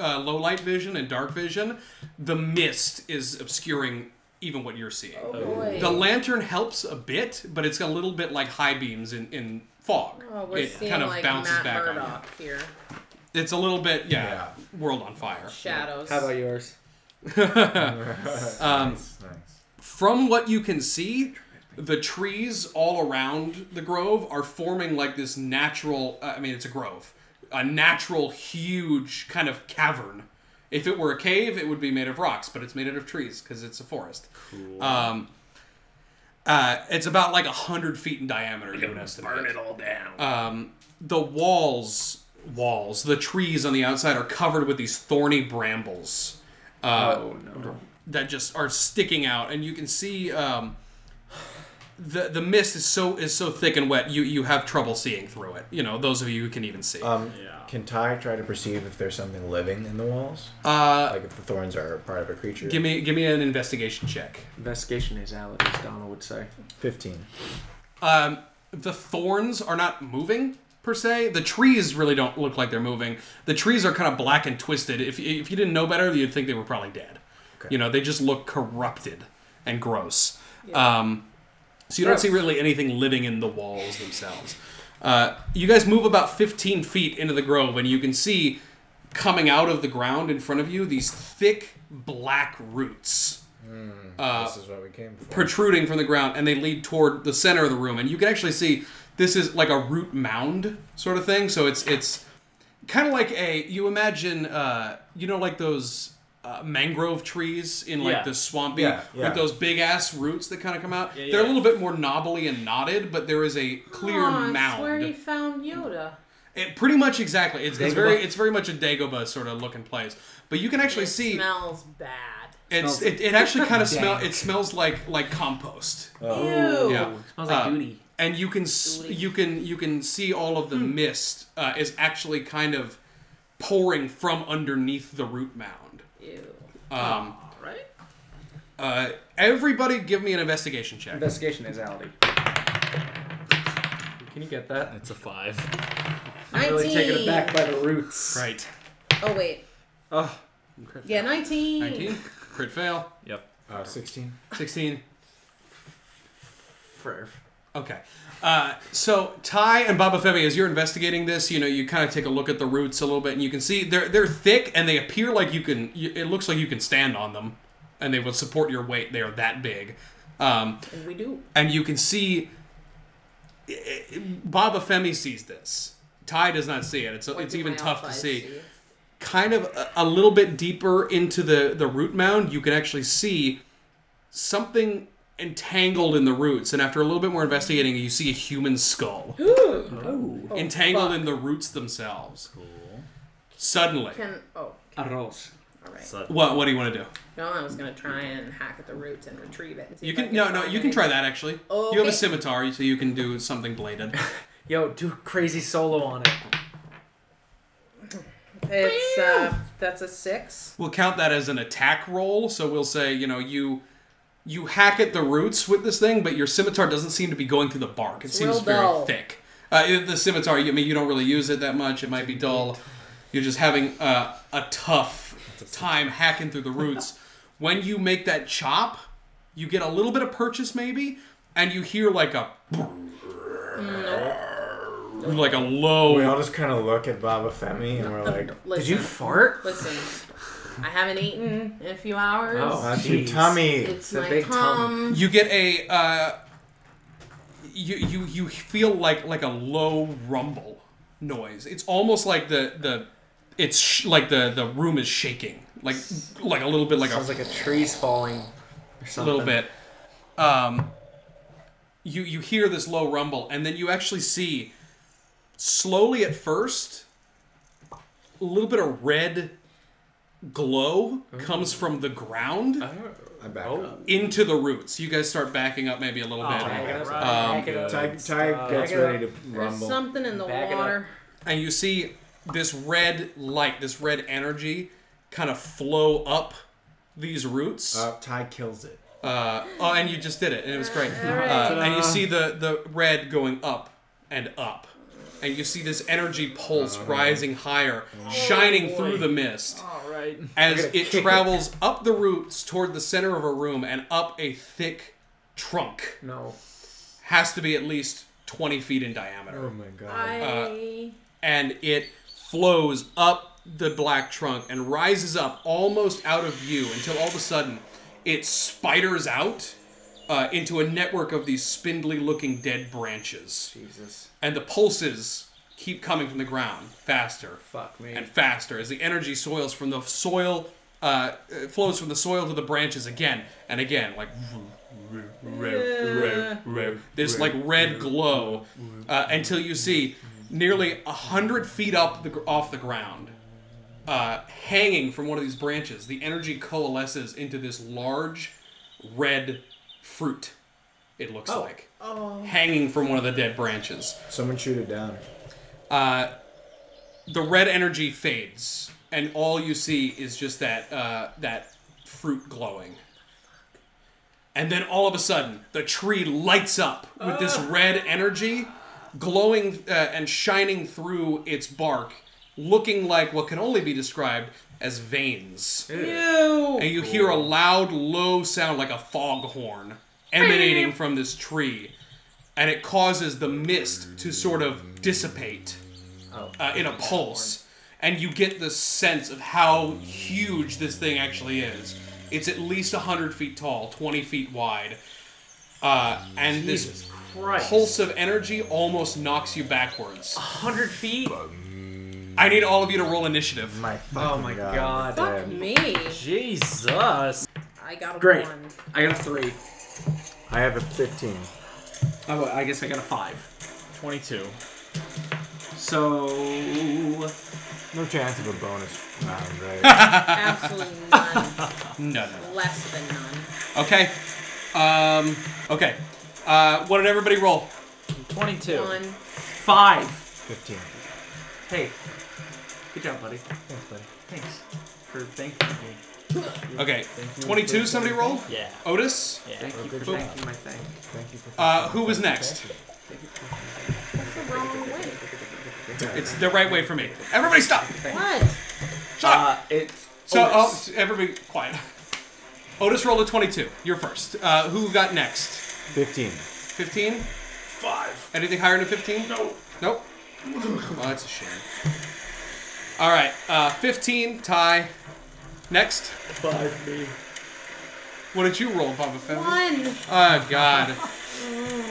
Speaker 4: uh, low light vision and dark vision, the mist is obscuring even what you're seeing.
Speaker 5: Oh boy.
Speaker 4: The lantern helps a bit, but it's a little bit like high beams in, in fog.
Speaker 5: Oh, we're
Speaker 4: it
Speaker 5: seeing
Speaker 4: kind of
Speaker 5: like
Speaker 4: bounces
Speaker 5: Matt
Speaker 4: back on
Speaker 5: Murdock here.
Speaker 4: you. It's a little bit, yeah,
Speaker 3: Yeah.
Speaker 4: world on fire.
Speaker 5: Shadows.
Speaker 2: How about yours?
Speaker 4: Um,
Speaker 3: Nice.
Speaker 4: from what you can see the trees all around the grove are forming like this natural uh, i mean it's a grove a natural huge kind of cavern if it were a cave it would be made of rocks but it's made out of trees because it's a forest cool. um, uh, it's about like a hundred feet in diameter you would estimate
Speaker 7: Burn it all down.
Speaker 4: um, the walls walls the trees on the outside are covered with these thorny brambles uh,
Speaker 7: oh no.
Speaker 4: that just are sticking out, and you can see um, the the mist is so is so thick and wet. You you have trouble seeing through it. You know, those of you who can even see.
Speaker 3: Um,
Speaker 6: Yeah.
Speaker 3: Can Ty try to perceive if there's something living in the walls?
Speaker 4: Uh,
Speaker 3: Like if the thorns are part of a creature?
Speaker 4: give me give me an investigation check.
Speaker 7: Investigation is out, as Donald would say.
Speaker 3: 15.
Speaker 4: Um, the thorns are not moving per se. The trees really don't look like they're moving. The trees are kind of black and twisted. If if you didn't know better, you'd think they were probably dead. You know, they just look corrupted and gross. Um, so you don't see really anything living in the walls themselves. Uh, you guys move about 15 feet into the grove, and you can see coming out of the ground in front of you these thick black roots Uh,
Speaker 3: this is what we came for.
Speaker 4: protruding from the ground and they lead toward the center of the room and you can actually see this is like a root mound sort of thing so it's it's kind of like a you imagine uh you know like those uh, mangrove trees in like
Speaker 6: Yeah.
Speaker 4: the swampy
Speaker 3: Yeah, yeah.
Speaker 4: with those big ass roots that kind of come out
Speaker 6: yeah.
Speaker 4: they're a little bit more knobbly and knotted but there is a clear
Speaker 5: Aw, Oh, I
Speaker 4: mound
Speaker 5: swear he found Yoda.
Speaker 4: it pretty much exactly it's, it's
Speaker 7: Dagobah?
Speaker 4: very it's very much a dagoba sort of looking place but you can actually
Speaker 5: It
Speaker 4: see
Speaker 5: smells bad.
Speaker 4: it's, it, it actually kind of smell it smells like like compost
Speaker 3: Oh,
Speaker 5: Ew.
Speaker 4: yeah
Speaker 7: Smells like
Speaker 4: Uh,
Speaker 7: duty.
Speaker 4: and you can s- you can you can see all of the mist uh, is actually kind of pouring from underneath the root mound.
Speaker 5: Ew.
Speaker 4: Um,
Speaker 6: All right.
Speaker 4: uh, everybody, give me an investigation check.
Speaker 7: Investigation is out. Can you get that?
Speaker 6: It's a five.
Speaker 5: 19.
Speaker 2: Really taken aback by the roots.
Speaker 4: Right,
Speaker 5: Oh, wait.
Speaker 6: Oh.
Speaker 5: Yeah, 19.
Speaker 4: nineteen, crit fail,
Speaker 6: Yep.
Speaker 3: Uh, 16.
Speaker 4: sixteen.
Speaker 7: Frerf.
Speaker 4: Okay. Uh, so Ty and Baba Femi, as you're investigating this, you know you kind of take a look at the roots a little bit, and you can see they're they're thick, and they appear like you can. You, it looks like you can stand on them, and they will support your weight. They are that big. Um,
Speaker 5: And we do.
Speaker 4: and you can see Baba Femi sees this. Ty does not see it. It's
Speaker 5: Or
Speaker 4: it's
Speaker 5: do
Speaker 4: even
Speaker 5: my
Speaker 4: tough to
Speaker 5: alphas
Speaker 4: see. Kind of a, a little bit deeper into the the root mound, you can actually see something entangled in the roots. And after a little bit more investigating, you see a human
Speaker 5: <gasps>
Speaker 4: skull entangled
Speaker 5: Oh, fuck.
Speaker 4: in the roots themselves. Suddenly,
Speaker 5: Can oh,
Speaker 2: Arroz.
Speaker 5: all right.
Speaker 6: So,
Speaker 4: what what do you want to do?
Speaker 5: No, I was gonna try and hack at the roots and retrieve it. and see
Speaker 4: You
Speaker 5: if I
Speaker 4: can no no
Speaker 5: find
Speaker 4: you can try
Speaker 5: anything.
Speaker 4: that actually. You have
Speaker 5: Oh, Okay.
Speaker 4: a scimitar, so you can do something bladed.
Speaker 2: Yo, do a crazy solo on it.
Speaker 5: It's uh, that's a six.
Speaker 4: We'll count that as an attack roll. So we'll say you know you you hack at the roots with this thing, but your scimitar doesn't seem to be going through the bark. It seems
Speaker 5: real
Speaker 4: very
Speaker 5: dull.
Speaker 4: thick. Uh, it- the scimitar, I mean, you don't really use it that much. It might be dull. You're just having uh, a tough time hacking through the
Speaker 5: <laughs>
Speaker 4: roots. when you make that chop, you get a little bit of purchase maybe, and you hear like a
Speaker 5: Mm,
Speaker 4: like a low.
Speaker 3: We all just kind of look at Baba Femi and we're like,
Speaker 5: Listen,
Speaker 2: fart?
Speaker 5: listen. I haven't eaten in a few hours.
Speaker 2: Oh.
Speaker 3: that's your
Speaker 2: Jeez.
Speaker 3: tummy.
Speaker 5: it's
Speaker 2: a
Speaker 5: my
Speaker 2: big
Speaker 5: tum.
Speaker 2: tum.
Speaker 4: You get a uh, you you you feel like like a low rumble noise. It's almost like the the it's sh- like the the room is shaking like like a little bit like a
Speaker 2: Sounds like a tree's falling or
Speaker 4: a
Speaker 2: something.
Speaker 4: little bit. Um, you you hear this low rumble, and then you actually see slowly at first a little bit of red glow comes from the
Speaker 2: Uh-huh.
Speaker 4: ground
Speaker 3: I back up.
Speaker 4: into the roots. You guys start backing up maybe a
Speaker 6: Oh,
Speaker 4: little bit.
Speaker 7: Um,
Speaker 6: Back it up.
Speaker 3: Ty, Ty gets
Speaker 2: it
Speaker 3: ready to
Speaker 5: There's
Speaker 3: rumble.
Speaker 5: something in the
Speaker 7: Back it up.
Speaker 5: water.
Speaker 4: and you see this red light, this red energy, kind of flow up these roots. Uh,
Speaker 3: Uh, Ty kills it.
Speaker 4: oh, and you just did it, and it was great.
Speaker 5: Alright.
Speaker 4: Uh, and you see the the red going up and up, and you see this energy pulse rising higher, shining through the mist
Speaker 6: all right.
Speaker 4: as it travels <laughs> up the roots toward the center of a room and up a thick trunk.
Speaker 2: No.
Speaker 4: Has to be at least twenty feet in diameter.
Speaker 3: Oh my god.
Speaker 5: I
Speaker 4: and it flows up the black trunk and rises up almost out of view until all of a sudden it spiders out uh, into a network of these spindly looking dead branches.
Speaker 2: Jesus.
Speaker 4: And the pulses keep coming from the ground faster
Speaker 2: Fuck me.
Speaker 4: and faster as the energy soils from the soil. Uh, uh, flows from the soil to the branches again and again, like this like red glow uh, until you see nearly a hundred feet up the, gr- off the ground, uh, hanging from one of these branches. The energy coalesces into this large red fruit. It looks like hanging from one of the dead branches
Speaker 3: Someone shoot it down.
Speaker 4: the red energy fades, and all you see is just that uh, that fruit glowing. And then all of a sudden, the tree lights up with this red energy, glowing uh, and shining through its bark, looking like what can only be described as veins.
Speaker 5: ew.
Speaker 4: And you hear a loud, low sound like a foghorn emanating from this tree, and it causes the mist to sort of dissipate uh, in a pulse. And you get the sense of how huge this thing actually is. It's at least 100 feet tall, 20 feet wide. Uh, and this pulse of energy almost knocks you backwards.
Speaker 2: 100 feet?
Speaker 4: I need all of you to roll initiative.
Speaker 3: My
Speaker 2: Oh
Speaker 3: fucking
Speaker 2: my
Speaker 3: god.
Speaker 2: god.
Speaker 5: Fuck me.
Speaker 6: Jesus.
Speaker 5: I got a
Speaker 2: Great.
Speaker 5: one.
Speaker 2: I got a 3.
Speaker 3: I have a 15.
Speaker 2: Oh, I guess I got a 5.
Speaker 6: 22.
Speaker 2: So.
Speaker 3: No chance of a bonus round,
Speaker 2: <laughs>
Speaker 3: right?
Speaker 5: Absolutely none.
Speaker 4: No, no.
Speaker 5: Less than none.
Speaker 4: Okay. Um, okay. Uh, what did everybody roll?
Speaker 6: 22.
Speaker 5: One.
Speaker 2: 5.
Speaker 3: 15.
Speaker 2: Hey. Good job, buddy.
Speaker 3: Thanks, buddy.
Speaker 2: Thanks for thanking me.
Speaker 4: Okay. 22, somebody rolled?
Speaker 6: Yeah.
Speaker 4: Otis?
Speaker 2: Thank you for
Speaker 3: job.
Speaker 2: thanking my thing.
Speaker 3: Thank you for
Speaker 4: Uh, who was next?
Speaker 5: That's the wrong way.
Speaker 4: It's the right way for me. Everybody stop!
Speaker 5: What?
Speaker 4: Shut up!
Speaker 2: it's.
Speaker 4: So, oh, everybody quiet. Otis rolled a 22. You're first. Uh, who got next?
Speaker 3: 15.
Speaker 4: 15? 5. Anything higher than 15? No. Nope. oh, that's a shame. All right. Uh, 15, tie. Next. 5 me. What did you roll, Baba Femi?
Speaker 5: One.
Speaker 4: Oh, God.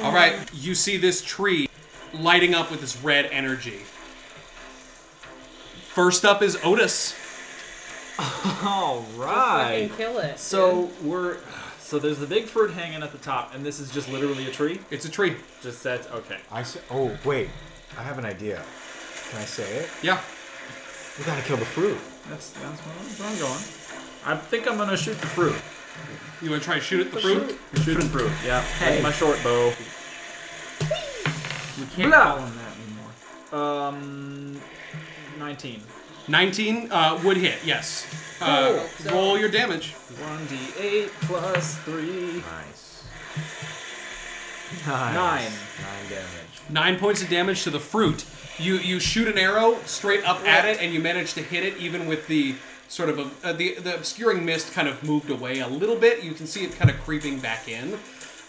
Speaker 4: All right. You see this tree lighting up with this red energy. First up is Otis.
Speaker 6: All
Speaker 5: Fucking
Speaker 6: right.
Speaker 5: kill it.
Speaker 6: So we're so there's the big fruit hanging at the top, and this is just literally a tree.
Speaker 4: It's a tree.
Speaker 6: Just that's okay.
Speaker 3: I s- oh wait, I have an idea. Can I say it?
Speaker 4: Yeah.
Speaker 3: We gotta kill the fruit.
Speaker 6: That's that's where I'm, that's where I'm going. I think I'm gonna shoot the fruit.
Speaker 4: You want to try and shoot at the fruit?
Speaker 6: Shoot the fruit. Yeah. Hey. my short bow.
Speaker 7: We can't
Speaker 6: Blah.
Speaker 7: call him that anymore.
Speaker 6: Um, nineteen.
Speaker 4: 19 uh, would hit, yes. Uh,
Speaker 5: Cool. So-
Speaker 4: roll your damage.
Speaker 6: One d eight plus three.
Speaker 3: Nice.
Speaker 6: Nine.
Speaker 3: Nine damage.
Speaker 4: Nine points of damage to the fruit. You you shoot an arrow straight up at it, and you manage to hit it, even with the sort of uh, the the obscuring mist kind of moved away a little bit. You can see it kind of creeping back in,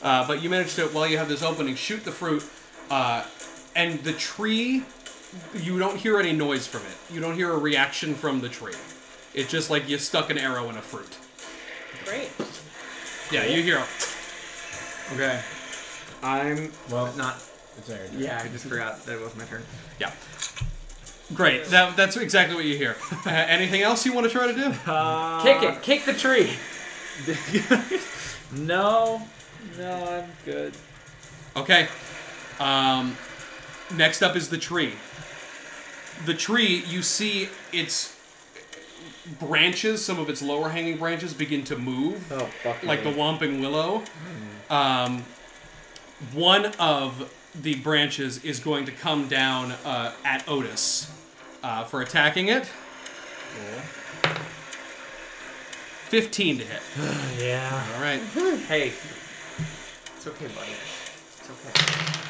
Speaker 4: uh, but you manage to while you have this opening, shoot the fruit, uh, and the tree. You don't hear any noise from it. You don't hear a reaction from the tree. It's just like you stuck an arrow in a fruit.
Speaker 5: great.
Speaker 4: Yeah, you hear. a-
Speaker 2: Okay. I'm
Speaker 3: Well,
Speaker 2: not.
Speaker 3: it's not your turn.
Speaker 2: Yeah, I just forgot that it was my turn.
Speaker 4: Yeah. Great. That, that's exactly what you hear. <laughs> Uh, anything else you want to try to do?
Speaker 6: Uh,
Speaker 7: Kick it. Kick the tree.
Speaker 6: no, no, I'm good.
Speaker 4: Okay. Um, next up is the tree. The tree, you see its branches, some of its lower hanging branches, begin to move,
Speaker 2: Oh fuck.
Speaker 4: like the
Speaker 2: me.
Speaker 4: Whomping Willow. Um, one of the branches is going to come down uh, at Otis uh, for attacking it. 15 to hit.
Speaker 6: Yeah.
Speaker 4: All right.
Speaker 7: Hey. It's okay, buddy. It's okay.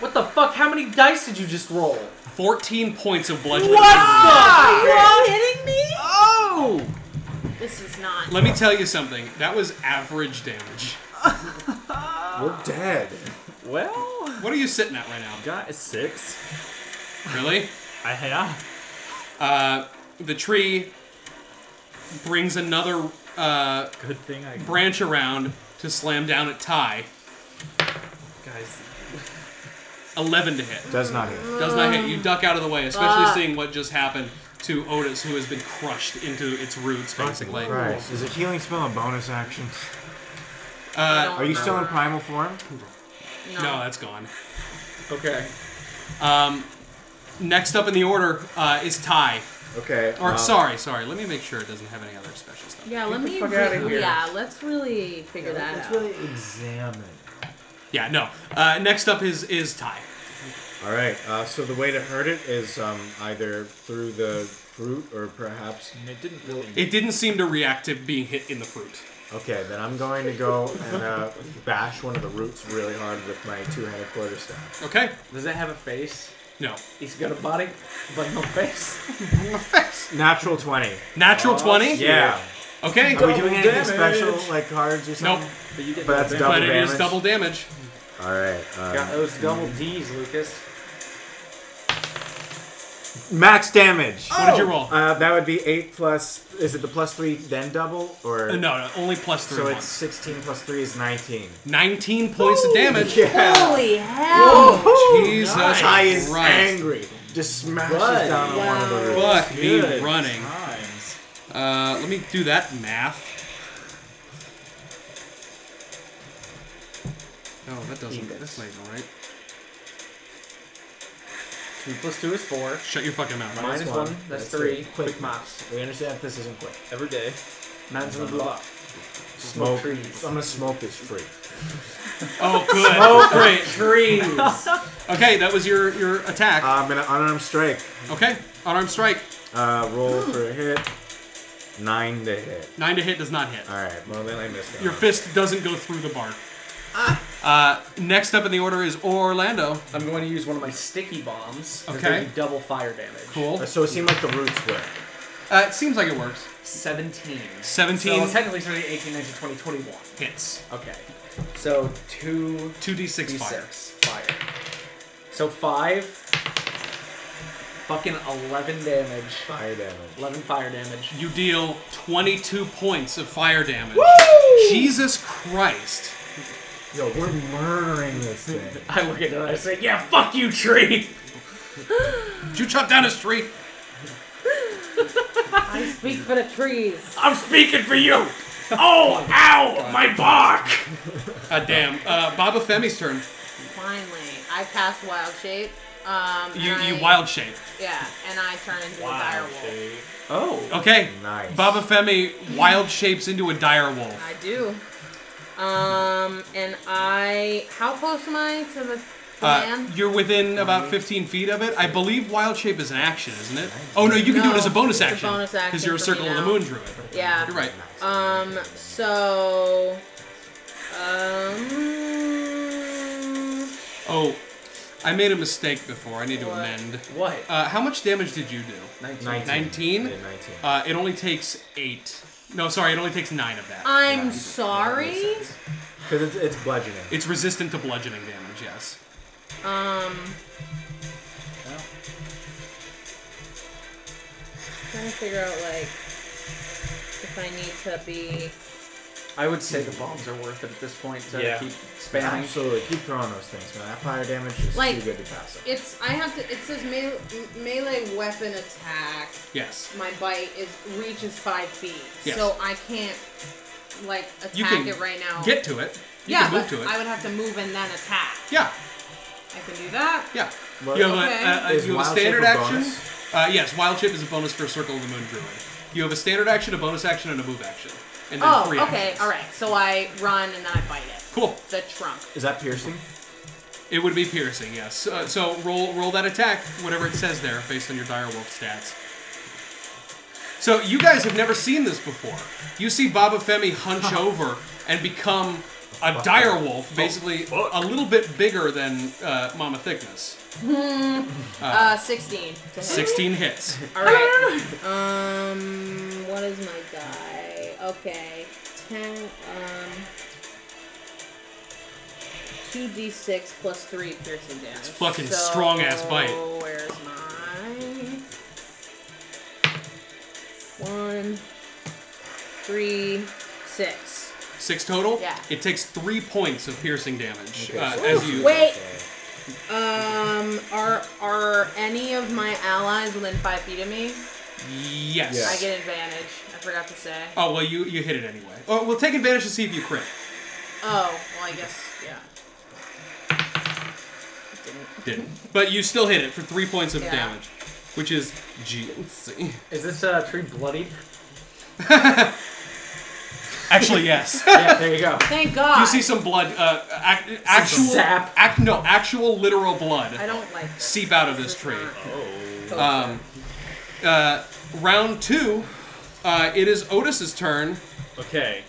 Speaker 7: What the fuck? How many dice did you just roll?
Speaker 4: 14 points of bludgeoning.
Speaker 5: Are you all hitting me?
Speaker 7: Oh!
Speaker 5: This is not.
Speaker 4: Let me tell you something. That was average damage.
Speaker 3: We're dead.
Speaker 6: Well,
Speaker 4: What are you sitting at right now?
Speaker 6: got a six.
Speaker 4: Really?
Speaker 6: I yeah.
Speaker 4: Uh, the tree brings another uh,
Speaker 6: Good thing I
Speaker 4: branch around to slam down at Ty.
Speaker 6: guys.
Speaker 4: 11 to hit.
Speaker 3: Does not hit.
Speaker 4: Does not hit. You duck out of the way, especially
Speaker 5: Fuck.
Speaker 4: seeing what just happened to Otis, who has been crushed into its roots, basically.
Speaker 3: Christ. Is a healing spell a bonus action?
Speaker 5: I
Speaker 4: Uh,
Speaker 5: don't
Speaker 3: Are you
Speaker 5: know.
Speaker 3: still in primal form?
Speaker 5: No.
Speaker 4: no, that's gone.
Speaker 2: Okay.
Speaker 4: Um, next up in the order uh, is Ty.
Speaker 3: Okay.
Speaker 4: Or,
Speaker 3: um,
Speaker 4: sorry, sorry. Let me make sure it doesn't have any other special stuff.
Speaker 5: Yeah, let me.
Speaker 2: fuck outta
Speaker 5: re-
Speaker 2: here.
Speaker 5: Yeah, let's really figure that
Speaker 3: Let's
Speaker 5: out.
Speaker 3: really examine.
Speaker 4: Yeah, no. Uh, next up is is Ty.
Speaker 3: All right. Uh, so the way to hurt it is um, either through the fruit or perhaps.
Speaker 6: And it didn't really.
Speaker 4: It didn't seem to react to being hit in the fruit.
Speaker 3: Okay, then I'm going to go and uh, bash one of the roots really hard with my two-handed quarterstaff.
Speaker 4: Okay.
Speaker 2: Does it have a face?
Speaker 4: No.
Speaker 2: He's got a body, but no face.
Speaker 3: Natural twenty.
Speaker 4: Natural twenty.
Speaker 3: Yeah.
Speaker 4: Okay.
Speaker 3: Are we doing anything
Speaker 6: damage.
Speaker 3: special, like cards or
Speaker 4: Nope.
Speaker 3: something?
Speaker 6: But you get
Speaker 3: But that's
Speaker 6: double
Speaker 3: double
Speaker 4: But it is
Speaker 3: damage.
Speaker 4: double damage.
Speaker 3: All right. um,
Speaker 2: Got those double D's, Lucas.
Speaker 3: max damage.
Speaker 4: What did you roll?
Speaker 3: Uh, that would be eight plus. Is it the plus three then double or?
Speaker 4: Uh, no, no. Only plus three.
Speaker 3: So
Speaker 4: one.
Speaker 3: it's sixteen plus three is nineteen.
Speaker 4: nineteen points of damage.
Speaker 5: Holy hell!
Speaker 4: Jesus
Speaker 3: Ty is
Speaker 4: Christ.
Speaker 3: angry. Just smashes
Speaker 6: Right.
Speaker 3: down on one of the roots.
Speaker 4: Fuck me
Speaker 6: Good
Speaker 4: running.
Speaker 6: times.
Speaker 4: Uh, let me do that math. No, Oh, that doesn't. That's not even right.
Speaker 2: Two plus two is four.
Speaker 4: Shut your fucking mouth.
Speaker 2: Minus
Speaker 3: Minus
Speaker 2: one,
Speaker 3: one,
Speaker 2: that's
Speaker 3: that's
Speaker 2: three.
Speaker 3: it.
Speaker 2: Quick,
Speaker 3: Quick
Speaker 2: maths.
Speaker 3: We understand this isn't quick.
Speaker 6: Every day.
Speaker 2: Man's on the block.
Speaker 3: Smoke.
Speaker 2: trees.
Speaker 3: I'm gonna smoke this tree.
Speaker 4: Oh, good. Oh, great.
Speaker 2: Trees.
Speaker 4: <laughs> Okay, that was your your attack.
Speaker 3: Uh, I'm gonna unarmed strike.
Speaker 4: Okay, unarmed strike.
Speaker 3: Uh, roll for a hit. Nine to hit.
Speaker 4: Nine to hit does not hit.
Speaker 3: All right. Well, then I missed that.
Speaker 4: Your
Speaker 3: one.
Speaker 4: fist doesn't go through the bark.
Speaker 7: Ah.
Speaker 4: Uh, next up in the order is Orlando.
Speaker 2: I'm going to use one of my sticky bombs. They're
Speaker 4: Okay.
Speaker 2: gonna be Double fire damage.
Speaker 4: Cool.
Speaker 3: Uh, So it seemed like the roots were.
Speaker 4: Uh, it seems like it works.
Speaker 2: 17.
Speaker 4: 17
Speaker 2: So technically, it's already 18, 19, 20, 21.
Speaker 4: hits.
Speaker 7: Oh,
Speaker 2: Okay. So two
Speaker 4: 2d6 fire.
Speaker 2: d6 fire. So five. Fucking 11 damage.
Speaker 3: Fire damage.
Speaker 2: 11 fire damage.
Speaker 4: You deal 22 points of fire damage. Jesus Christ.
Speaker 3: Yo, we're murdering this thing.
Speaker 7: I look at it and I say, yeah, fuck you, tree.
Speaker 4: Did you chop down a tree?
Speaker 5: I speak for the trees.
Speaker 7: I'm speaking for you. Oh, ow, my bark.
Speaker 4: God damn. Uh, Baba Femi's turn.
Speaker 5: Finally, I cast wild shape. Um,
Speaker 4: You
Speaker 5: and
Speaker 4: you
Speaker 5: I-
Speaker 4: wild shape.
Speaker 5: Yeah, and I turn into a dire wolf.
Speaker 6: Oh.
Speaker 4: Okay.
Speaker 3: Nice.
Speaker 4: Baba Femi wild shapes into a dire wolf.
Speaker 5: I do. Um, and I. How close am I to the the
Speaker 4: Uh,
Speaker 5: man?
Speaker 4: you're within about 15 feet of it. I believe wild shape is an action, isn't it? Oh no, you can do it as a
Speaker 5: No,
Speaker 4: bonus
Speaker 5: it's a
Speaker 4: action
Speaker 5: bonus action
Speaker 4: you're a
Speaker 5: for me
Speaker 4: circle of the
Speaker 5: now.
Speaker 4: moon druid.
Speaker 5: Yeah.
Speaker 4: You're right.
Speaker 5: Um, so. Um.
Speaker 4: Oh, I made a mistake before. I need to amend.
Speaker 7: What?
Speaker 4: Uh, how much damage did you do?
Speaker 3: 19.
Speaker 4: 19?
Speaker 3: I did 19.
Speaker 4: Uh, it only takes eight. No, sorry, it only takes nine of that.
Speaker 5: I'm sorry.
Speaker 3: Because it's, it's bludgeoning.
Speaker 4: It's resistant to bludgeoning damage. Yes.
Speaker 5: Um. Trying to figure out like if I need to be.
Speaker 2: I would say
Speaker 7: The bombs are worth it at this point to
Speaker 2: Yeah.
Speaker 7: keep spamming.
Speaker 3: Absolutely. Keep throwing those things, man. That fire damage is
Speaker 5: Like-
Speaker 3: too good to pass up.
Speaker 5: It's I have to. It says melee, melee weapon attack.
Speaker 4: Yes.
Speaker 5: My bite is reaches five feet,
Speaker 4: Yes.
Speaker 5: so I can't like attack
Speaker 4: You can
Speaker 5: it right now.
Speaker 4: Get to it. You
Speaker 5: yeah,
Speaker 4: can move
Speaker 5: but
Speaker 4: to it.
Speaker 5: I would have to move and then attack.
Speaker 4: yeah.
Speaker 5: I can do that.
Speaker 4: Yeah.
Speaker 3: Well,
Speaker 4: you have
Speaker 5: Okay.
Speaker 4: a, a, a,
Speaker 3: Is
Speaker 4: you have a
Speaker 3: wild shape
Speaker 4: standard
Speaker 3: a
Speaker 4: action.
Speaker 3: bonus?
Speaker 4: Uh, yes, wild shape is a bonus for a circle of the moon druid. You have a standard action, a bonus action, and a move action, and then
Speaker 5: Oh,
Speaker 4: three
Speaker 5: okay,
Speaker 4: actions.
Speaker 5: all right. So I run and then I bite it.
Speaker 4: Cool.
Speaker 5: The trunk.
Speaker 3: Is that piercing?
Speaker 4: It would be piercing. Yes. Uh, so roll roll that attack, whatever it says there, based on your direwolf stats. So you guys have never seen this before. You see Baba Femi hunch over and become a direwolf, basically
Speaker 3: Oh,
Speaker 4: a little bit bigger than uh, Mama Thickness.
Speaker 5: Uh, sixteen. to hit.
Speaker 4: Sixteen hits.
Speaker 5: All right. <laughs> um, what is my die? Okay, ten. Um, two d six plus three piercing damage. It's
Speaker 4: fucking strong-ass bite.
Speaker 5: Where's mine? One, three, six.
Speaker 4: Six total.
Speaker 5: Yeah.
Speaker 4: It takes three points of piercing damage
Speaker 3: Okay,
Speaker 4: uh,
Speaker 3: so-
Speaker 4: as you.
Speaker 5: Wait. Um, are are any of my allies within five feet of me?
Speaker 4: Yes.
Speaker 3: Yeah.
Speaker 5: I get advantage. I forgot to say.
Speaker 4: Oh well, you you hit it anyway. Oh, we'll take advantage to see if you crit.
Speaker 5: Oh, well, I guess, yeah.
Speaker 4: Didn't. But you still hit it for three points of
Speaker 5: Yeah.
Speaker 4: damage, which is
Speaker 3: <laughs>
Speaker 4: GNC.
Speaker 2: Is this uh, tree bloodied?
Speaker 6: <laughs>
Speaker 4: Actually,
Speaker 5: <laughs>
Speaker 4: yes.
Speaker 2: yeah, there you go.
Speaker 5: Thank God.
Speaker 4: you see some blood. Uh, ac- actual.
Speaker 2: zap.
Speaker 4: Act, no, actual literal blood.
Speaker 5: I don't like this.
Speaker 4: Seep out of this
Speaker 5: is
Speaker 4: tree.
Speaker 5: not-
Speaker 4: Um, uh, round two. Uh, it is Otis's turn.
Speaker 6: Okay.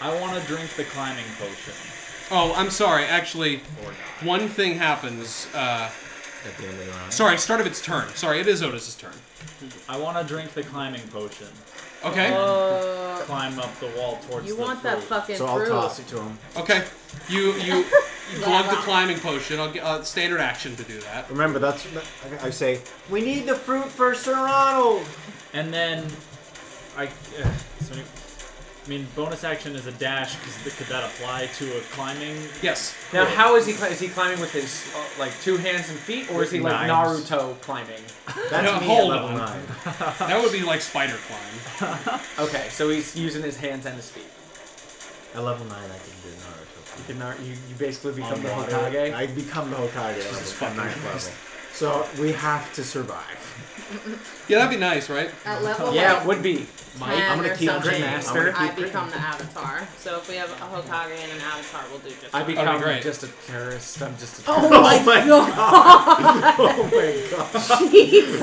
Speaker 6: I want to drink the climbing potion.
Speaker 4: Oh, I'm sorry. Actually,
Speaker 6: Or not.
Speaker 4: one thing happens. Uh,
Speaker 3: At the end of the round.
Speaker 4: sorry, start of its turn. Sorry, it is Otis's turn.
Speaker 6: I want to drink the climbing potion.
Speaker 4: Okay.
Speaker 5: Uh,
Speaker 6: Climb up the wall towards
Speaker 5: you
Speaker 6: the
Speaker 5: want that
Speaker 6: fruit.
Speaker 5: fucking
Speaker 3: So I'll
Speaker 5: fruit.
Speaker 3: toss it to him.
Speaker 4: Okay. You you glug the climbing potion. I'll get uh, standard action to do that.
Speaker 3: Remember, that's. I say, we need the fruit for Sir Ronald!
Speaker 6: And then, I. Uh, so, I mean, bonus action is a dash because could that apply to a climbing?
Speaker 4: Yes.
Speaker 2: Now, how is he? Cli- is he climbing with his uh, like two hands and feet, or is he like
Speaker 3: Knives.
Speaker 2: Naruto climbing?
Speaker 3: That's
Speaker 4: No,
Speaker 3: me
Speaker 4: hold
Speaker 3: at level
Speaker 4: on.
Speaker 3: 9.
Speaker 4: That would be like spider climb.
Speaker 2: Okay, so he's using his hands and his feet.
Speaker 3: At level 9, I can do Naruto.
Speaker 2: You, can Nar- you, you basically become the
Speaker 3: Water.
Speaker 2: Hokage.
Speaker 3: I become the Hokage Jesus level, ninth level. So we have to survive.
Speaker 4: Yeah, that'd be nice, right?
Speaker 5: At level
Speaker 2: Yeah, it
Speaker 5: like
Speaker 2: would be.
Speaker 5: 10
Speaker 3: I'm gonna
Speaker 5: or
Speaker 3: keep
Speaker 5: something,
Speaker 3: gritting. I'm
Speaker 2: gonna
Speaker 5: I
Speaker 3: keep
Speaker 5: become the avatar. So if we have a Hokage and an avatar, we'll do just
Speaker 2: I
Speaker 5: fine.
Speaker 2: become
Speaker 4: great.
Speaker 2: just a terrorist. I'm just a
Speaker 5: Oh
Speaker 2: terrorist.
Speaker 5: my <laughs> god!
Speaker 3: Oh my god.
Speaker 5: Jesus.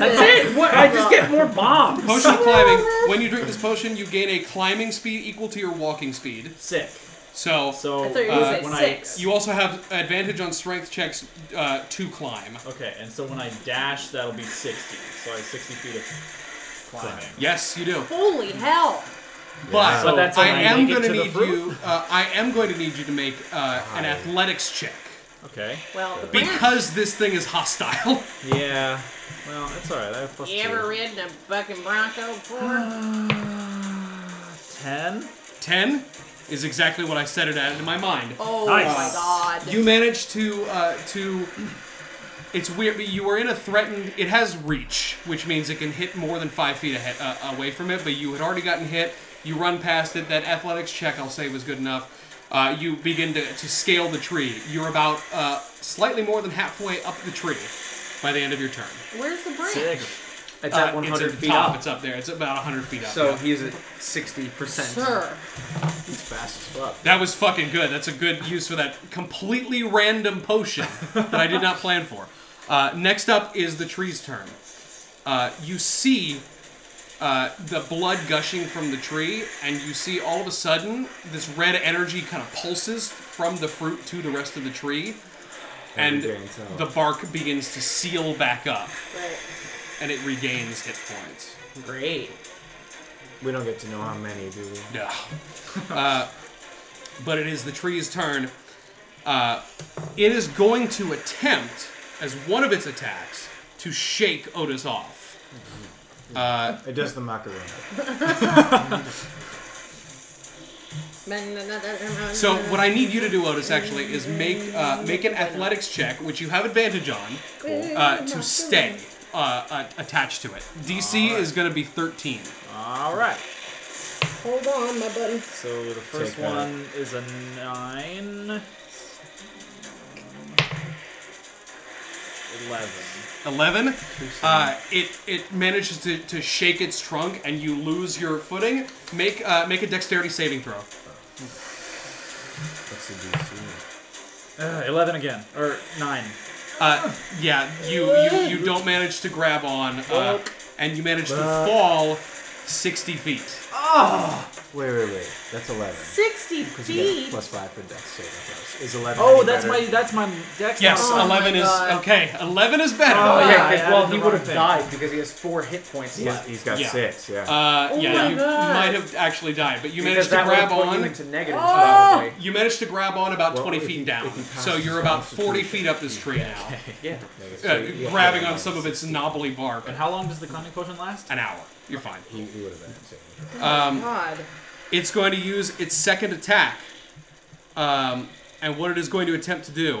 Speaker 7: What? I just get more bombs.
Speaker 4: Potion of climbing. When you drink this potion, you gain a climbing speed equal to your walking speed.
Speaker 6: Sick.
Speaker 4: So
Speaker 6: So
Speaker 5: I thought you were
Speaker 6: uh,
Speaker 5: gonna say
Speaker 6: when
Speaker 5: six.
Speaker 4: you also have advantage on strength checks uh, to climb.
Speaker 6: I okay, and so when I dash, that'll be sixty. So I have sixty feet of climbing.
Speaker 4: Yes, you do.
Speaker 5: <laughs> Holy hell!
Speaker 4: But,
Speaker 6: But that's
Speaker 4: I
Speaker 6: when I
Speaker 4: am
Speaker 6: make it
Speaker 4: going to
Speaker 6: to the
Speaker 4: need
Speaker 6: fruit?
Speaker 4: you. Uh, I am going to need you to make uh, an athletics check
Speaker 6: Okay.
Speaker 5: Well, the branch.
Speaker 4: because this thing is hostile. <laughs>
Speaker 6: Yeah. Well, that's all right. I have plus
Speaker 5: You ever ridden
Speaker 4: <gasps>
Speaker 5: a fucking Bronco before?
Speaker 6: Uh, Ten.
Speaker 4: Ten. is exactly what I set it at in my mind.
Speaker 5: Oh
Speaker 6: Nice.
Speaker 5: my god.
Speaker 4: You managed to uh, to. It's weird. But you were in a threatened. It has reach, which means it can hit more than five feet ahead, uh, away from it. But you had already gotten hit. You run past it. That athletics check, I'll say, was good enough. Uh, you begin to, to scale the tree. You're about uh, slightly more than halfway up the tree by the end of your turn.
Speaker 5: Where's the branch?
Speaker 2: It's
Speaker 4: Uh,
Speaker 2: at 100
Speaker 4: the
Speaker 2: feet Oh,
Speaker 4: top,
Speaker 2: up.
Speaker 4: It's up there. It's about 100 feet up.
Speaker 2: So
Speaker 4: yeah.
Speaker 2: he is at 60%.
Speaker 5: Sir.
Speaker 3: He's fast as fuck.
Speaker 4: That was fucking good. That's a good use for that completely random potion that I did not plan for. Uh, next up is the tree's turn. Uh, you see uh, the blood gushing from the tree, and you see all of a sudden this red energy kind of pulses from the fruit to the rest of the tree, and
Speaker 3: Everything, so-
Speaker 4: the bark begins to seal back up,
Speaker 5: Right.
Speaker 4: and it regains hit points.
Speaker 5: Great.
Speaker 3: We don't get to know how many, do we?
Speaker 4: No. uh, but it is the tree's turn. Uh, it is going to attempt, as one of its attacks, to shake Otis off.
Speaker 3: It does the macarena.
Speaker 4: So what I need you to do, Otis, actually, is make uh, make an athletics check, which you have advantage on, uh, to stay uh, uh, attached to it. DC is going to be 13.
Speaker 6: All right.
Speaker 5: Hold on, my buddy.
Speaker 6: So the first
Speaker 3: Take that.
Speaker 6: one is a nine. Eleven.
Speaker 4: 11 uh, it it manages to, to shake its trunk and you lose your footing make uh, make a dexterity saving throw
Speaker 3: What's the DC?
Speaker 6: Uh, Eleven again, or nine.
Speaker 4: uh, yeah you, you you don't manage to grab on uh, and you manage to fall 60 feet
Speaker 3: Wait, wait, wait. That's 11.
Speaker 5: 60
Speaker 3: Because you get
Speaker 5: feet.
Speaker 3: plus 5 for dex saving throws. Is 11
Speaker 6: Oh,
Speaker 3: any
Speaker 6: that's
Speaker 3: better?
Speaker 6: my that's my dex.
Speaker 4: yes
Speaker 6: modifier.
Speaker 4: 11 is
Speaker 5: God.
Speaker 4: okay 11 is
Speaker 2: Oh,
Speaker 4: better
Speaker 6: Ah,
Speaker 2: yeah,
Speaker 6: I
Speaker 2: because, well,
Speaker 6: added
Speaker 2: he
Speaker 6: the
Speaker 2: would
Speaker 6: wrong
Speaker 2: have
Speaker 6: thing.
Speaker 2: died because he has four hit points left.
Speaker 3: He's, he's got
Speaker 4: Yeah.
Speaker 3: 6, yeah.
Speaker 4: uh, yeah
Speaker 5: Oh my
Speaker 4: you
Speaker 5: God.
Speaker 4: might have actually died but you
Speaker 2: Because
Speaker 4: managed to
Speaker 2: that would
Speaker 4: grab
Speaker 2: have put you
Speaker 4: on
Speaker 2: into negatives, probably.
Speaker 4: you managed to grab on about
Speaker 3: Well,
Speaker 4: 20
Speaker 3: if
Speaker 4: feet
Speaker 3: he-
Speaker 4: down
Speaker 3: if he
Speaker 4: so
Speaker 3: passes
Speaker 4: you're about 40
Speaker 3: Constitution,
Speaker 4: feet up this tree now
Speaker 2: Yeah.
Speaker 3: Negative
Speaker 4: uh,
Speaker 3: three. Yeah,
Speaker 4: grabbing
Speaker 3: yeah,
Speaker 4: on
Speaker 3: yeah.
Speaker 4: some of its knobbly bark
Speaker 6: And how long does the climbing potion last?
Speaker 4: an hour. You're fine.
Speaker 3: He, he would have been saving throw.
Speaker 4: Um,
Speaker 5: god.
Speaker 4: It's going to use its second attack. Um, and what it is going to attempt to do,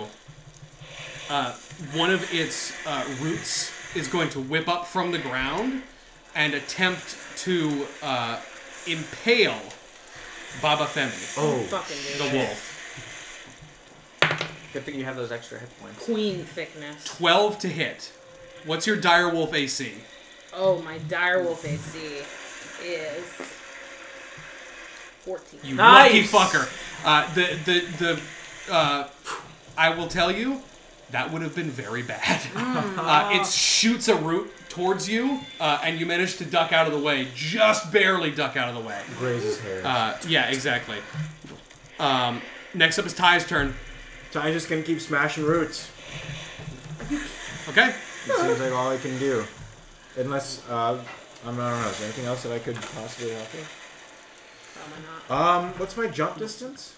Speaker 4: uh, one of its uh, roots is going to whip up from the ground and attempt to uh, impale Baba Femi,
Speaker 3: Oh,
Speaker 5: Fucking
Speaker 4: the
Speaker 5: dude.
Speaker 4: wolf.
Speaker 2: Good thing you have those extra hit points.
Speaker 5: Queen thickness.
Speaker 4: 12 to hit. What's your dire wolf AC?
Speaker 5: Oh, my direwolf AC is 14.
Speaker 4: You
Speaker 6: Nice.
Speaker 4: lucky fucker. Uh, the the the. Uh, I will tell you, that would have been very bad. <laughs> Uh, it shoots a root towards you, uh, and you manage to duck out of the way, just barely duck out of the way.
Speaker 3: graze his hair.
Speaker 4: Uh, yeah, exactly. Um, next up is Ty's turn.
Speaker 3: Ty's just gonna keep smashing roots.
Speaker 4: Okay.
Speaker 3: It seems like all I can do. Unless, uh, I don't know, is there anything else that I could possibly help with?
Speaker 5: Probably not.
Speaker 3: Um, what's my jump distance?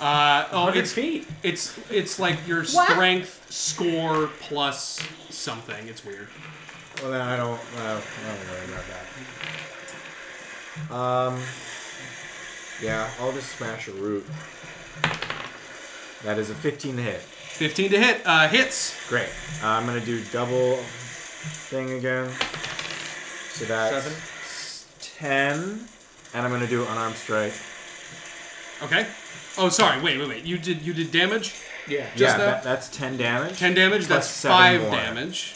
Speaker 4: Uh, oh, it's
Speaker 2: feet.
Speaker 4: it's it's like your
Speaker 5: What?
Speaker 4: strength score plus something. It's weird.
Speaker 3: Well, then I don't, uh, I don't worry about that. Um, yeah, I'll just smash a root. That is a 15 to hit.
Speaker 4: Fifteen to hit. Uh, hits.
Speaker 3: Great. Uh, I'm gonna do double thing again. So that's
Speaker 2: Seven.
Speaker 3: s- 10, and I'm gonna do unarmed strike.
Speaker 4: Okay. Oh, sorry. Wait, wait, wait. You did you did damage.
Speaker 2: Yeah.
Speaker 3: yeah,
Speaker 4: Just that-
Speaker 3: that, that's 10 damage.
Speaker 4: 10 damage,
Speaker 3: Plus
Speaker 4: that's
Speaker 3: seven
Speaker 4: 5
Speaker 3: more.
Speaker 4: damage.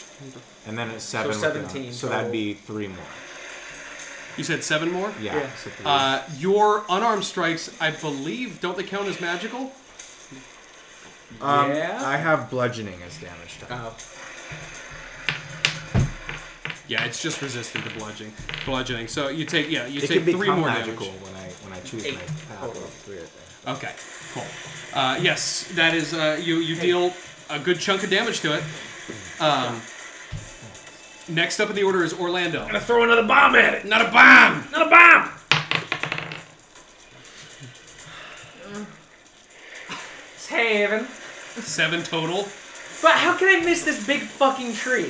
Speaker 3: And then it's 7 with
Speaker 2: 17
Speaker 3: the- So that'd
Speaker 2: total.
Speaker 3: be 3 more.
Speaker 4: You said 7 more?
Speaker 3: Yeah.
Speaker 2: Yeah.
Speaker 3: so three.
Speaker 4: Uh, your unarmed strikes, I believe, don't they count as magical?
Speaker 3: um,
Speaker 2: yeah.
Speaker 3: I have bludgeoning as damage type.
Speaker 2: Oh.
Speaker 4: Yeah, it's just resistant to bludgeoning. Bludgeoning. So you take yeah, you
Speaker 3: it
Speaker 4: take
Speaker 3: can become
Speaker 4: three more
Speaker 3: magical
Speaker 4: damage.
Speaker 3: when I when I choose
Speaker 2: Eight.
Speaker 3: my path.
Speaker 2: Total.
Speaker 3: Three, I think.
Speaker 4: Okay, cool. Uh, yes, that is uh, you. You deal a good chunk of damage to it. Um, next up in the order is Orlando.
Speaker 7: Gonna throw another bomb at it.
Speaker 4: Not a bomb.
Speaker 7: Not a bomb.
Speaker 2: It's Haven.
Speaker 4: Seven total. Uh,
Speaker 2: But how can I miss this big fucking tree?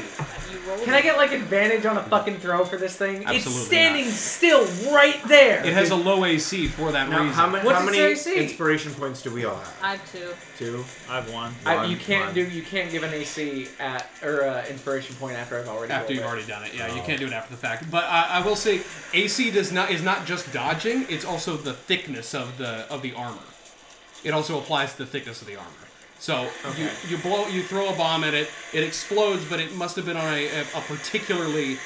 Speaker 5: you rolled
Speaker 2: Can I get like advantage on a fucking throw for this thing?
Speaker 4: Absolutely
Speaker 2: it's standing still right there.
Speaker 4: It has a low AC for that
Speaker 3: Now,
Speaker 4: reason.
Speaker 3: how, ma-
Speaker 2: What's
Speaker 3: how
Speaker 2: it
Speaker 3: many
Speaker 2: say I see?
Speaker 3: inspiration points do we all have?
Speaker 5: I have two.
Speaker 3: Two.
Speaker 6: I've won.
Speaker 2: I,
Speaker 3: One,
Speaker 2: you can't
Speaker 3: one.
Speaker 2: do. You can't give an AC at or uh, inspiration point after I've already.
Speaker 4: after you've
Speaker 2: rolled
Speaker 4: already done it. Yeah,
Speaker 3: Oh.
Speaker 4: you can't do it after the fact. But I, I will say, AC does not is not just dodging; it's also the thickness of the of the armor. It also applies to the thickness of the armor. So you, you blow you throw a bomb at it, it explodes, but it must have been on a, a, a particularly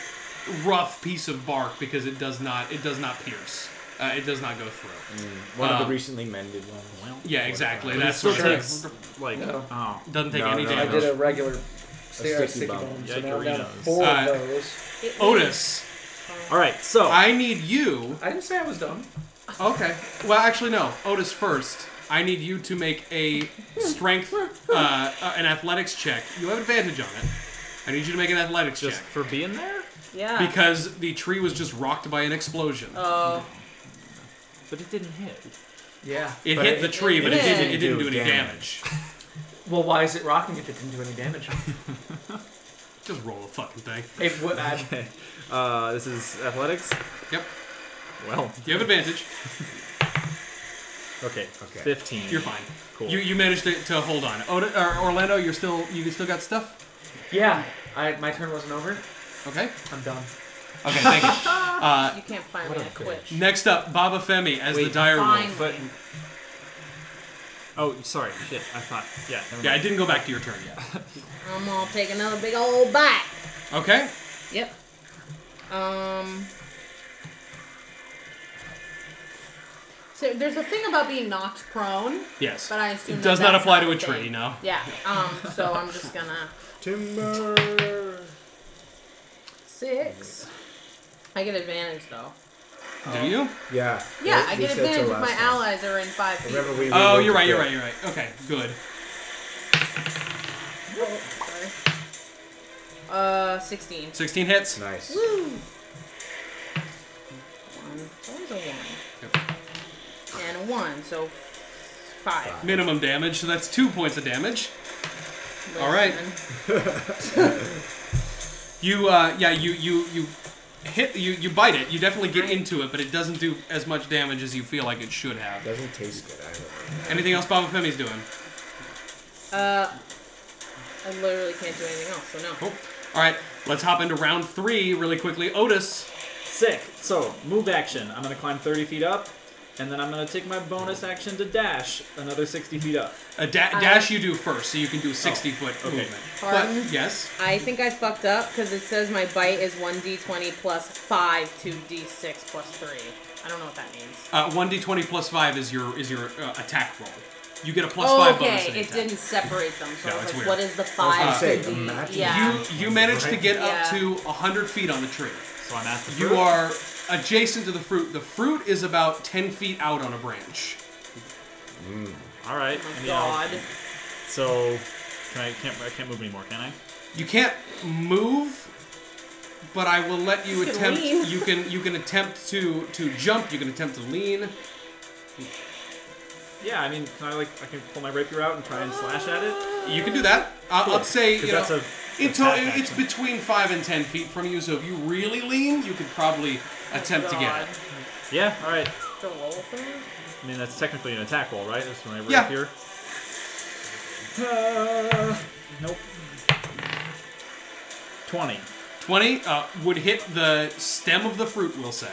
Speaker 4: rough piece of bark because it does not it does not pierce. Uh, it does not go through.
Speaker 3: Mm. One of
Speaker 4: Uh,
Speaker 3: the recently mended ones.
Speaker 4: Yeah, exactly.
Speaker 6: But it
Speaker 4: That's
Speaker 6: still
Speaker 4: what it
Speaker 6: takes
Speaker 4: is.
Speaker 6: like
Speaker 2: No.
Speaker 6: oh.
Speaker 4: Doesn't take
Speaker 3: No,
Speaker 4: any
Speaker 3: no,
Speaker 2: I
Speaker 4: damage.
Speaker 2: did a regular. stick-
Speaker 3: sticky
Speaker 2: uh, sticky
Speaker 3: bomb.
Speaker 2: bomb, so now I'm down to
Speaker 6: Yikeritos.
Speaker 2: four of
Speaker 4: Uh,
Speaker 2: those.
Speaker 5: It
Speaker 4: Otis,
Speaker 6: All right, so
Speaker 4: I need you.
Speaker 2: I didn't say I was done.
Speaker 4: Okay. Well, actually, no. Otis first. I need you to make a strength, uh, uh, an athletics check. You have advantage on it. I need you to make an athletics
Speaker 6: just
Speaker 4: check
Speaker 6: for being there,
Speaker 5: Yeah.
Speaker 4: because the tree was just rocked by an explosion.
Speaker 5: Oh.
Speaker 6: but it didn't hit.
Speaker 2: Yeah.
Speaker 4: it
Speaker 3: but
Speaker 4: hit
Speaker 3: it-
Speaker 4: the tree, but it,
Speaker 5: it
Speaker 4: didn't.
Speaker 5: didn't
Speaker 4: It didn't
Speaker 3: do
Speaker 4: do any damage.
Speaker 3: damage.
Speaker 2: Well, why is it rocking if it didn't do any damage?
Speaker 4: Just roll a fucking thing.
Speaker 2: It would. <laughs> I,
Speaker 6: Okay, uh, this is athletics.
Speaker 4: Yep.
Speaker 6: Well,
Speaker 4: You have advantage.
Speaker 6: okay,
Speaker 3: Okay.
Speaker 6: fifteen.
Speaker 4: You're fine.
Speaker 6: Cool.
Speaker 4: You you managed to, to hold on. Otis, or Orlando, you're still you still got stuff.
Speaker 2: yeah. I, my turn wasn't over.
Speaker 4: Okay.
Speaker 2: I'm done.
Speaker 4: Okay. Thank you. Uh,
Speaker 5: You can't find me. I quit.
Speaker 4: <laughs> Next up, Baba Femi as the dire
Speaker 5: Fine.
Speaker 4: wolf.
Speaker 6: But oh, sorry. Shit, I thought. Yeah. Never
Speaker 4: Yeah, I
Speaker 6: mind.
Speaker 4: didn't go back to your turn yet.
Speaker 5: I'm gonna take another big old bite.
Speaker 4: Okay.
Speaker 5: Yep. Um. So there's a thing about being knocked prone,
Speaker 4: Yes.
Speaker 5: but I assume
Speaker 4: It
Speaker 5: that
Speaker 4: does not
Speaker 5: that's
Speaker 4: apply to
Speaker 5: a
Speaker 4: a tree,
Speaker 5: thing.
Speaker 4: no.
Speaker 5: Yeah. Um. So I'm just gonna
Speaker 3: Timber.
Speaker 5: six. I get advantage though.
Speaker 4: Do you?
Speaker 3: Yeah.
Speaker 5: Yeah,
Speaker 3: we-
Speaker 5: I
Speaker 3: we
Speaker 5: get
Speaker 3: said
Speaker 5: advantage
Speaker 3: so
Speaker 5: if my
Speaker 3: last time.
Speaker 5: allies are in five feet.
Speaker 3: Remember we
Speaker 4: Oh,
Speaker 3: rolled
Speaker 4: you're
Speaker 3: the
Speaker 4: right. You're
Speaker 3: crit.
Speaker 4: right. You're right. Okay, good.
Speaker 5: Oh, sorry. Uh, sixteen.
Speaker 4: 16 hits.
Speaker 3: Nice.
Speaker 5: Woo! One. Always a one.
Speaker 4: Yep.
Speaker 5: And a one. So f- five.
Speaker 4: Minimum damage. So that's two points of damage. All right.
Speaker 5: Listen.
Speaker 4: You, uh, yeah, you, you, you hit. You, you bite it. You definitely get
Speaker 5: Right.
Speaker 4: into it, but it doesn't do as much damage as you feel like it should have.
Speaker 3: Doesn't taste good either.
Speaker 4: Anything else Baba Femi's doing?
Speaker 5: Uh, I literally can't do anything else, so no.
Speaker 4: Cool. All right. Let's hop into round three really quickly. Otis.
Speaker 6: Sick. So move action. I'm gonna climb thirty feet up, and then I'm gonna take my bonus action to dash another sixty feet up.
Speaker 4: A da- dash you do first, so you can do 60 foot movement.
Speaker 5: Pardon?
Speaker 4: But yes.
Speaker 5: I think I fucked up because it says my bite is 1d20 plus 5 to d6 plus 3. I don't know what that means.
Speaker 4: Uh, 1d20 plus 5 is your is your uh, attack roll. You get a plus
Speaker 5: oh,
Speaker 4: 5 bonus.
Speaker 5: okay.
Speaker 4: in
Speaker 5: It
Speaker 4: attack.
Speaker 5: didn't separate them, so
Speaker 4: No,
Speaker 5: I was
Speaker 4: it's
Speaker 5: like,
Speaker 4: weird.
Speaker 5: what is the
Speaker 3: was gonna
Speaker 5: 5
Speaker 3: say,
Speaker 5: to d?
Speaker 3: imagine
Speaker 5: Yeah.
Speaker 4: You you managed to get up
Speaker 5: Yeah.
Speaker 4: to 100 feet on the tree.
Speaker 6: So I'm at the.
Speaker 4: You
Speaker 6: fruit.
Speaker 4: are adjacent to the fruit. The fruit is about 10 feet out on a branch.
Speaker 6: All right.
Speaker 5: Oh my
Speaker 6: and, you know,
Speaker 5: god.
Speaker 6: So can I can't I can't move anymore, can I?
Speaker 4: You can't move, but I will let you,
Speaker 5: can
Speaker 4: attempt.
Speaker 5: lean.
Speaker 4: You can you can attempt to to jump. You can attempt to lean.
Speaker 6: Yeah, I mean, can I like I can pull my rapier out and try and slash at it?
Speaker 4: You can do that. I'll, I'll
Speaker 6: Cool,
Speaker 4: say
Speaker 6: 'cause
Speaker 4: you know.
Speaker 6: that's a
Speaker 4: it's,
Speaker 6: attack
Speaker 4: o- it's
Speaker 6: action.
Speaker 4: between five and ten feet from you, so if you really lean, you could probably attempt to get it.
Speaker 6: Yeah. All right.
Speaker 5: The roll for me?
Speaker 6: I mean, that's technically an attack roll, right? That's my
Speaker 4: Yeah.
Speaker 6: rapier. Uh, nope. Twenty.
Speaker 4: 20 uh, would hit the stem of the fruit, we'll say.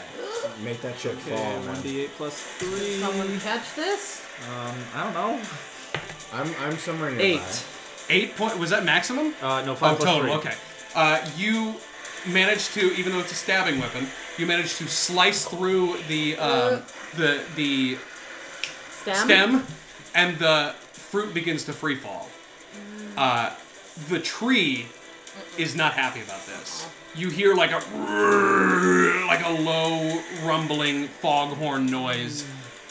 Speaker 3: Make that shit
Speaker 6: Okay,
Speaker 3: fall.
Speaker 6: one
Speaker 3: man.
Speaker 6: d8 plus three.
Speaker 5: Someone catch this?
Speaker 6: Um, I don't know.
Speaker 3: I'm I'm somewhere nearby.
Speaker 6: Eight.
Speaker 4: Eight point. Was that maximum?
Speaker 6: Uh, no,
Speaker 4: Oh,
Speaker 6: five plus
Speaker 4: total.
Speaker 6: three.
Speaker 4: Okay. Uh, you managed to, even though it's a stabbing weapon, you managed to slice through the um, the the
Speaker 5: Stem?
Speaker 4: stem, and the fruit begins to free fall. Uh, the tree is not happy about this. You hear like a like a low rumbling foghorn noise,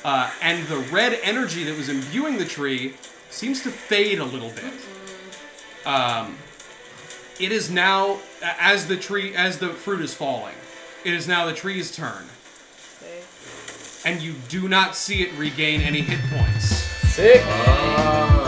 Speaker 4: uh, and the red energy that was imbuing the tree seems to fade a little bit. Um, it is now a- as the tree as the fruit is falling. It is now the tree's turn,
Speaker 5: Okay.
Speaker 4: and you do not see it regain any hit points.
Speaker 2: Sick.
Speaker 3: Oh.